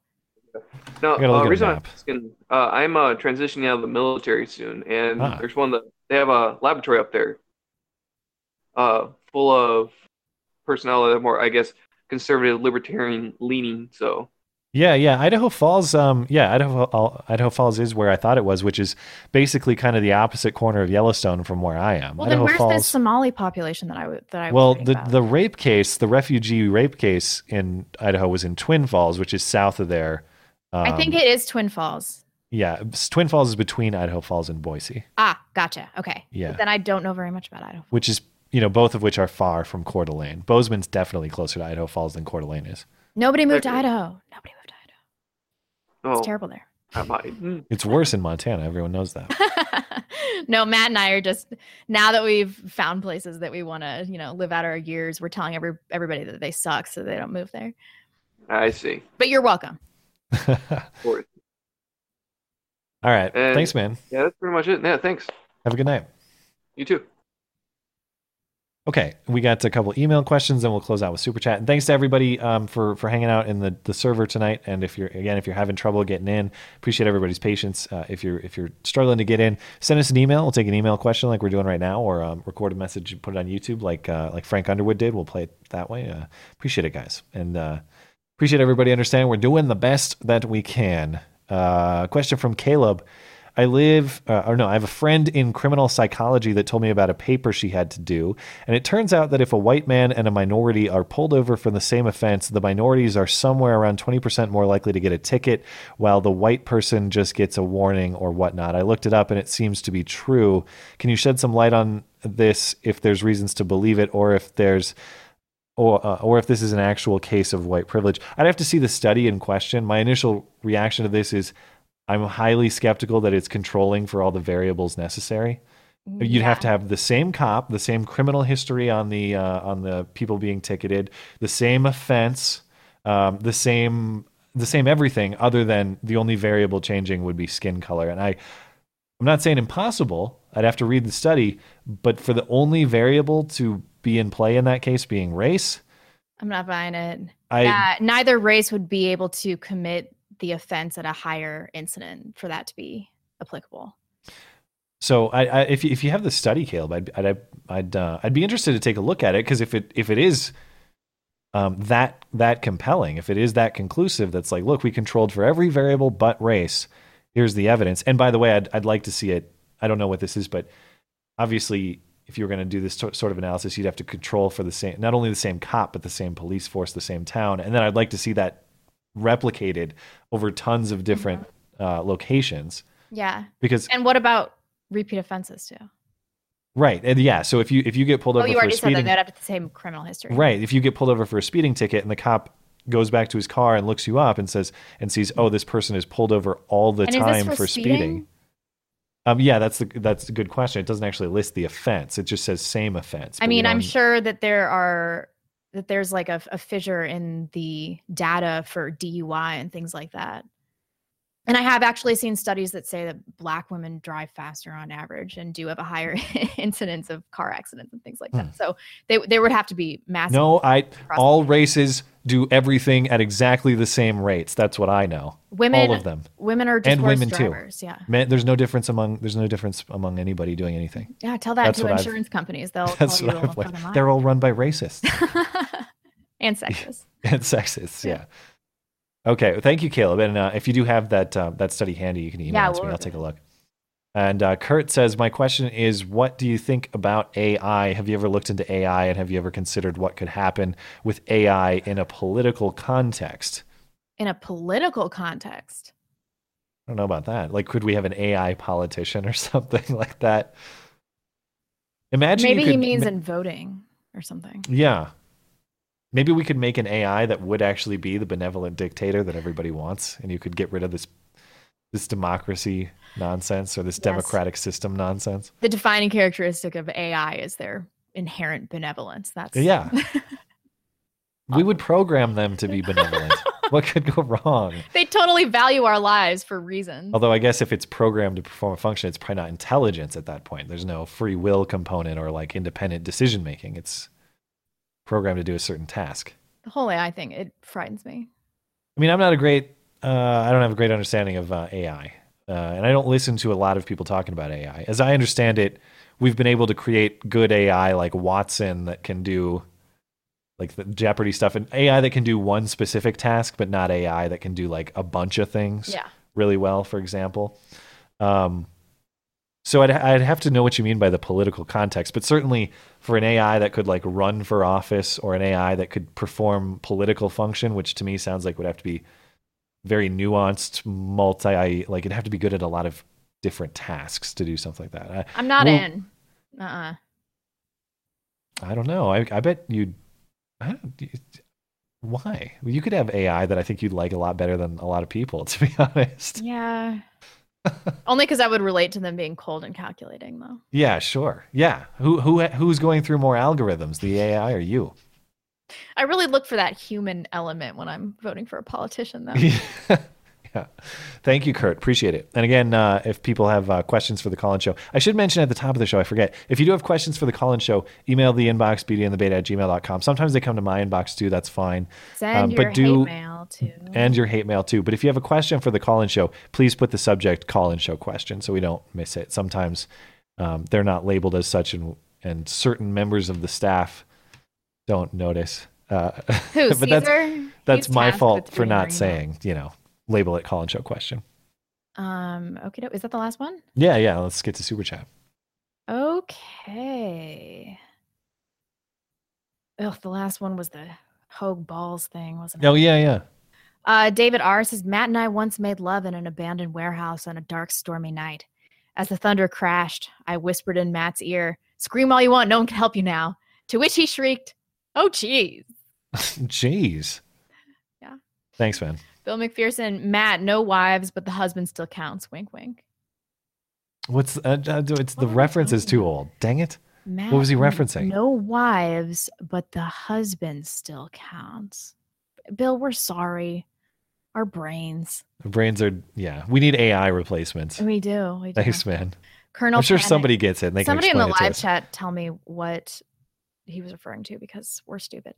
No,
I gotta look
uh,
at a
reason I'm
map.
asking, uh, I'm uh, transitioning out of the military soon, and
Ah.
there's one that they have a laboratory up there, uh, full of personnel that are more, I guess, conservative, libertarian leaning. So
Yeah, yeah. Idaho Falls, um, yeah, Idaho Idaho Falls is where I thought it was, which is basically kind of the opposite corner of Yellowstone from where I am. Idaho
Well, then where's
Falls.
the Somali population that I would that I was
well,
reading
the
about?
the rape case, the refugee rape case in Idaho was in Twin Falls, which is south of there. Um,
I think it is Twin Falls.
yeah, s- Twin Falls is between Idaho Falls and Boise,
Ah, gotcha. Okay.
Yeah.
But then I don't know very much about Idaho.
which is you know both of which are far from Coeur d'Alene. Bozeman's definitely closer to Idaho Falls than Coeur d'Alene is.
Nobody moved to Idaho.
It's
terrible there.
[LAUGHS]
I might.
It's worse in Montana. Everyone knows that.
No, Matt and I are just now that we've found places that we want to, you know, live out our years. We're telling every everybody that they suck, so they don't move there.
I see.
But you're welcome.
All
right. Thanks, man.
Yeah, that's pretty much it. Yeah, thanks.
Have a good night.
You too.
Okay, we got a couple email questions, then we'll close out with super chat. And thanks to everybody um, for for hanging out in the, the server tonight. And if you're again, if you're having trouble getting in, appreciate everybody's patience. Uh, if you're if you're struggling to get in, send us an email. We'll take an email question like we're doing right now, or um, record a message and put it on YouTube like uh, like Frank Underwood did. We'll play it that way. Uh, appreciate it, guys, and uh, appreciate everybody understanding. We're doing the best that we can. Uh, question from Caleb. I live, uh, or no, I have a friend in criminal psychology that told me about a paper she had to do. And it turns out that if a white man and a minority are pulled over for the same offense, the minorities are somewhere around 20% more likely to get a ticket, while the white person just gets a warning or whatnot. I looked it up and it seems to be true. Can you shed some light on this if there's reasons to believe it or if there's or uh, or if this is an actual case of white privilege. I'd have to see the study in question. My initial reaction to this is I'm highly skeptical that it's controlling for all the variables necessary. You'd have to have the same cop, the same criminal history on the uh, on the people being ticketed, the same offense, um, the same the same everything. Other than the only variable changing would be skin color, and I I'm not saying impossible. I'd have to read the study, but for the only variable to be in play in that case being race,
I'm not buying it.
I-
yeah, neither race would be able to commit the offense at a higher incident for that to be applicable.
So I, I if you, if you have the study, Caleb, I'd I'd I'd, uh, I'd be interested to take a look at it because if it if it is um, that that compelling, if it is that conclusive, that's like, look, we controlled for every variable but race. Here's the evidence. And by the way, I'd I'd like to see it. I don't know what this is, but obviously, if you were going to do this to- sort of analysis, you'd have to control for the same, not only the same cop, but the same police force, the same town. And then I'd like to see that replicated over tons of different uh, locations.
Yeah.
Because-
and what about repeat offenses too?
Right. And yeah, so if you if you get pulled
Oh,
over
you
for a
already said
speeding
that they'd have the same criminal history.
Right. If you get pulled over for a speeding ticket and the cop goes back to his car and looks you up and says and sees, oh, this person is pulled over all the
And is this
time
for
speeding.
speeding?
Um, yeah, that's the that's a good question. It doesn't actually list the offense. It just says same offense.
I
but we
mean, I'm
don't-
sure that there are that there's like a, a fissure in the data for DUI and things like that. And I have actually seen studies that say that black women drive faster on average and do have a higher [LAUGHS] incidence of car accidents and things like
Hmm.
that. So they they would have to be massive.
No, I
Cross-
all races do everything at exactly the same rates. That's what I know.
Women-
all of them.
women are just
and
worse
women
drivers,
too.
yeah.
Men, there's no difference among there's no difference among anybody doing anything.
Yeah, tell that
That's
to
what I've-
insurance companies. They'll
[LAUGHS] That's
call you
what
a
I've
fucking
learned.
liar.
They're all run by racists. [LAUGHS]
and sexist.
and sexists. [LAUGHS] Yeah. Okay. well, thank you, Caleb. And uh, if you do have that uh, that study handy, you can email
Yeah,
it to me.
we'll
I'll
look
take a look. And uh, Kurt says, my question is, what do you think about AI? Have you ever looked into AI, and have you ever considered what could happen with AI in a political context?
In a political context.
I don't know about that. Like, could we have an AI politician or [LAUGHS] something like that? Imagine you
Maybe he
could-
means
ma-
in voting or something.
Yeah. Maybe we could make an AI that would actually be the benevolent dictator that everybody wants, and you could get rid of this this democracy nonsense or this democratic system nonsense.
The defining characteristic of AI is their inherent benevolence. That's
Yeah. we would program them to be benevolent. what could go wrong?
They totally value our lives for reasons.
Although I guess if it's programmed to perform a function, it's probably not intelligence at that point. There's no free will component or like independent decision making. It's programmed to do a certain task.
The whole AI thing, it frightens me.
I mean, I'm not a great, uh, I don't have a great understanding of uh, AI, uh, and I don't listen to a lot of people talking about AI. As I understand it, we've been able to create good AI like Watson that can do like the Jeopardy stuff, and AI that can do one specific task, but not AI that can do like a bunch of things
Yeah.
really well. For example, um, so I'd, I'd have to know what you mean by the political context, but certainly for an AI that could like run for office or an AI that could perform political function, which to me sounds like would have to be very nuanced, multi like it'd have to be good at a lot of different tasks to do something like that. I,
I'm not
well,
in. Uh uh
I don't know. I I bet you'd. I don't, you- why? You could have AI that I think you'd like a lot better than a lot of people. [LAUGHS] To be honest. [LAUGHS]
Yeah. Only because I would relate to them being cold and calculating, though.
Yeah, sure. Yeah. Who who who's going through more algorithms, the AI or you?
I really look for that human element when I'm voting for a politician, though.
Yeah. Thank you, Kurt. Appreciate it. And again, uh, if people have uh, questions for the call in show, I should mention at the top of the show, I forget. If you do have questions for the call in show, email the inbox, beautyandthebeta at gmail.com. Sometimes they come to my inbox too. That's fine.
Send
Um,
your
but do,
hate mail to.
And your hate mail too. But if you have a question for the call in show, please put the subject call in show question so we don't miss it. Sometimes um, they're not labeled as such, and, and certain members of the staff don't notice. Uh, [LAUGHS]
Who,
but that's,
Caesar?
that's
He's
my
tasked
fault
with
for
reading our
not
emails.
saying, you know, label it call in show question.
Um. Okay. Is that the last one?
Yeah, yeah. Let's get to super chat.
Okay. Ugh, the last one was the Hogue Balls thing, wasn't it?
Oh yeah, yeah. [LAUGHS]
Uh, David R says Matt and I once made love in an abandoned warehouse on a dark, stormy night. As the thunder crashed, I whispered in Matt's ear, "Scream all you want, no one can help you now." To which he shrieked, "Oh, jeez!"
Jeez.
Yeah.
Thanks, man.
Bill McPherson, Matt, no wives, but the husband still counts. Wink, wink.
What's uh, uh, it's the reference is too old. Dang it.
Matt,
what was he
n-
referencing?
No wives, but the husband still counts. Bill, we're sorry. Our brains.
Brains are yeah. We need AI replacements.
We do. We do.
Thanks, man.
Colonel
I'm sure
Panic.
somebody gets it. And they
Somebody
can
in the
explain it to
live
us.
chat tell me what he was referring to because we're stupid.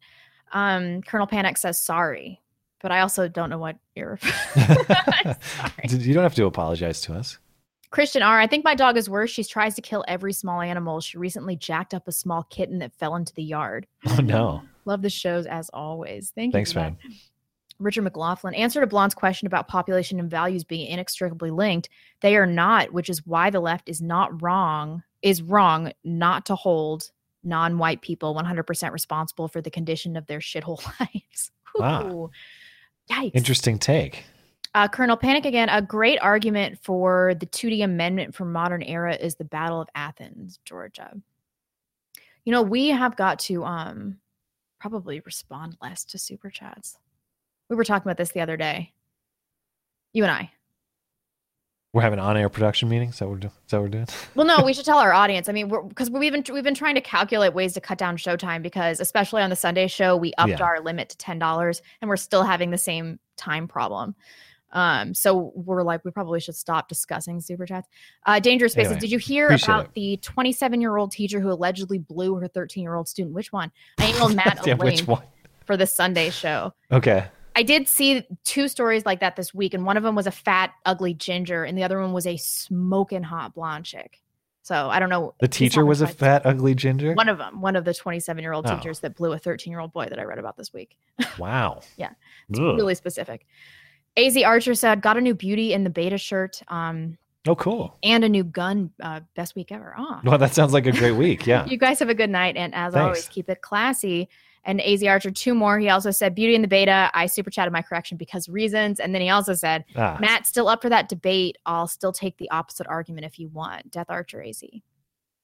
Um, Colonel Panic says sorry, but I also don't know what you're. [LAUGHS]
D- You don't have to apologize to us.
Christian R. I think my dog is worse. She tries to kill every small animal. She recently jacked up a small kitten that fell into the yard.
Oh no.
Love the shows as always. Thank you.
Thanks,
for that.
man.
Richard McLaughlin answer to Blonde's question about population and values being inextricably linked. They are not, which is why the left is not wrong, is wrong not to hold non-white people 100% responsible for the condition of their shithole [LAUGHS] lives.
Ah.
Ooh. Yikes.
Interesting take.
Uh, Colonel Panic again. A great argument for the 2D amendment for modern era is the Battle of Athens, Georgia. You know, we have got to um, probably respond less to super chats. We were talking about this the other day. You and I.
We're having on-air production meetings. Is that what we're doing? Is that what we're doing?
Well, no, we should tell our audience. I mean, because we've been we've been trying to calculate ways to cut down showtime because, especially on the Sunday show, we upped
Yeah.
our limit to ten dollars, and we're still having the same time problem. Um, so we're like, we probably should stop discussing super chats. Uh, Dangerous Spaces.
Anyway,
did you hear
appreciate
about the 27 year old teacher who allegedly blew her 13 year old student? Which one? I
[LAUGHS]
emailed Matt a
Yeah, which
link
one?
for the Sunday show.
Okay.
I did see two stories like that this week, and one of them was a fat, ugly ginger, and the other one was a smoking hot blonde chick. So I don't know.
The
This
teacher was a
happened
fat, ugly ginger.
twice. one of them, one of the 27 year old
Oh.
teachers that blew a 13 year old boy that I read about this week.
Wow.
Yeah, it's
Ugh.
really specific. AZ Archer said, "Got a new beauty in the beta shirt, um,
Oh, cool.
and a new gun. Uh, best week ever. Ah,
Well, that sounds like a great week. Yeah.
you guys have a good night, and as always,
Thanks.
keep it classy. And AZ Archer, two more. He also said, Beauty in the Beta. I super chatted my correction because reasons. And then he also said,
Ah.
Matt, still up for that debate. I'll still take the opposite argument if you want. Death Archer AZ.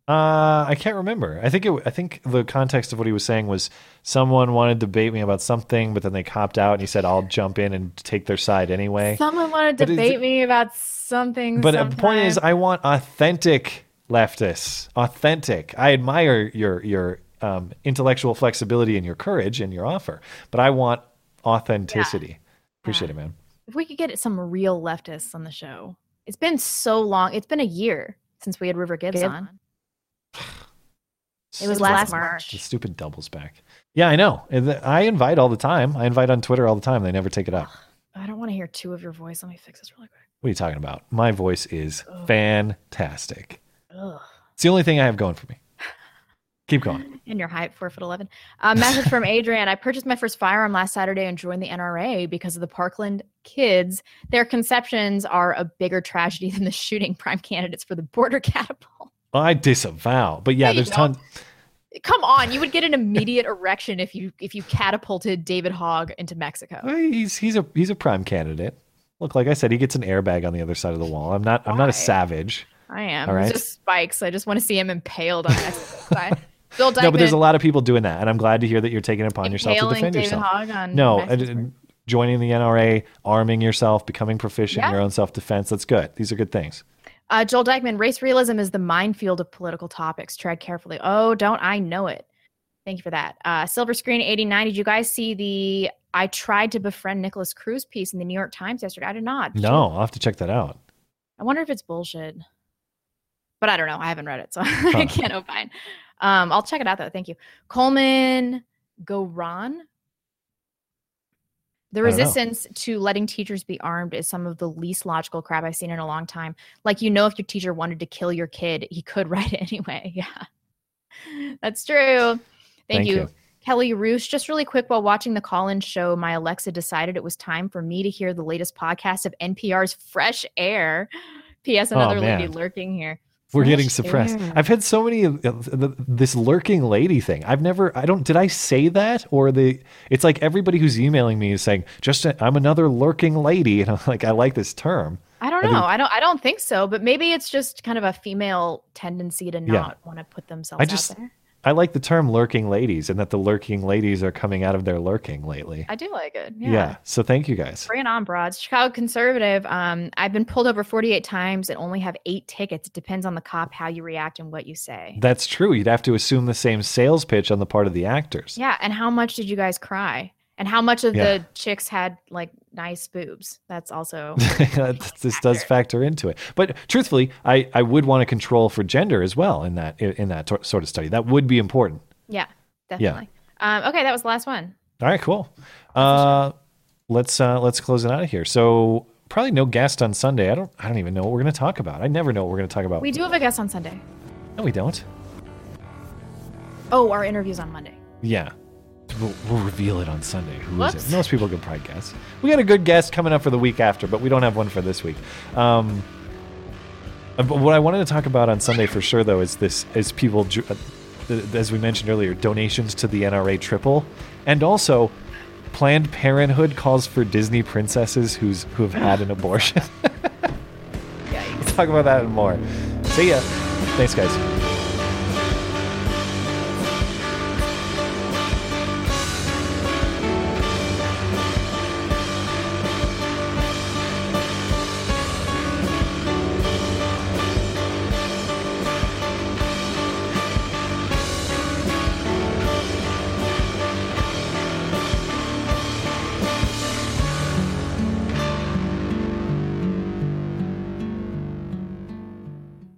Uh, I can't remember. I think it. I think the context of what he was saying was someone wanted to debate me about something, but then they copped out, and he said, "I'll jump in and take their side anyway." uh,
Someone wanted to
But is-
debate me about something.
but the point is, I want authentic leftists, authentic. I admire your your um, intellectual flexibility and your courage and your offer, but I want authenticity. Appreciate it, man.
If we could get some real leftists on the show, it's been so long. It's been a year since we had River Gibbs
Gibb- [SIGHS]
on. It was last March.
The stupid doubles back. Yeah, I know. And th- I invite all the time. I invite on Twitter all the time. They never take it up.
I don't want to hear two of your voice. Let me fix this really
What are you talking about? My voice is fantastic.
quick. Ugh.
It's the only thing I have going for me. Keep going.
And your height, four foot eleven. A message
[LAUGHS]
from Adrian: I purchased my first firearm last Saturday and joined the NRA because of the Parkland kids. Their conceptions are a bigger tragedy than the shooting prime candidates for the border catapult.
I disavow. But yeah,
Yeah, you
there's
don't.
tons.
Come on, you would get
[LAUGHS]
an immediate erection if you if you catapulted David Hogg into Mexico.
Well, he's he's a he's a prime candidate. Look, like I said, he gets an airbag on the other side of the wall. I'm not I'm not a savage.
I am.
All
It's
right.
just spikes. I just want to see him impaled on
[LAUGHS]
Mexico side. Bill Dykeman.
no, but there's a lot of people doing that, and I'm glad to hear that you're taking it upon yourself to
Impaling
defend
David
yourself.
Hogg on
no,
Max
and- and joining the NRA, arming yourself, becoming proficient in
Yeah.
your own self defense. That's good. These are good things.
Uh, Joel Dykeman, race realism is the minefield of political topics. Tread carefully. Oh, don't I know it? Thank you for that. Uh, Silver Screen 89. Did you guys see the I tried to befriend Nicholas Cruz piece in the New York Times yesterday? I did not. Did you?
No, I'll have to check that out.
I wonder if it's bullshit. But I don't know. I haven't read it, so [LAUGHS]
Huh.
I can't opine. Um, I'll check it out though. Thank you. Coleman Goran. The
I don't know.
resistance to letting teachers be armed is some of the least logical crap I've seen in a long time. Like, you know, if your teacher wanted to kill your kid, he could [LAUGHS] write it anyway. Yeah. That's true. Thank,
Thank
you.
you.
Kelly Roosh, just really quick while watching the call in show, my Alexa decided it was time for me to hear the latest podcast of NPR's Fresh Air. P.S.
Oh,
Another lady
man.
lurking here.
We're
Fresh
getting suppressed.
air.
I've had so many of of the- this lurking lady thing. I've never. I don't. Did I say that or the? It's like everybody who's emailing me is saying, "Just i I'm another lurking lady," [LAUGHS] and I'm like, I like this term.
I don't
I
know.
think-
I don't. I don't think so. But maybe it's just kind of a female tendency to
Yeah.
not want to put themselves
I just.
out there.
I like the term lurking ladies and that the lurking ladies are coming out of their lurking lately.
I do like it.
yeah. So thank you guys.
Bring it on, broads. Chicago conservative. Um, I've been pulled over 48 times and only have eight tickets. It depends on the cop how you react and what you say.
That's true. You'd have to assume the same sales pitch on the part of the actors.
Yeah. And how much did you guys cry? And how much of
Yeah.
the chicks had like nice boobs?
[LAUGHS]
That's also
this does factor into it. But truthfully, I, I would want to control for gender as well in that in that tor- sort of study. That would be important.
yeah, definitely. Um, okay, that was the last one.
All right, cool. Uh, let's uh, let's close it out of here. So probably no guest on Sunday. I don't I don't even know what we're going to talk about. I never know what we're going to talk about.
We do have a guest on Sunday.
no, we don't.
Oh, our interview's on Monday.
Yeah. We'll, we'll reveal it on Sunday. Who is
Whoops.
it? Most people could probably guess. We got a good guest coming up for the week after, but we don't have one for this week. Um, uh, but what I wanted to talk about on Sunday for sure, though, is this: is people, ju- uh, th- as we mentioned earlier, donations to the NRA triple, and also Planned Parenthood calls for Disney princesses who's who have had an [LAUGHS] abortion. We'll talk about that and more. See ya. Thanks, guys.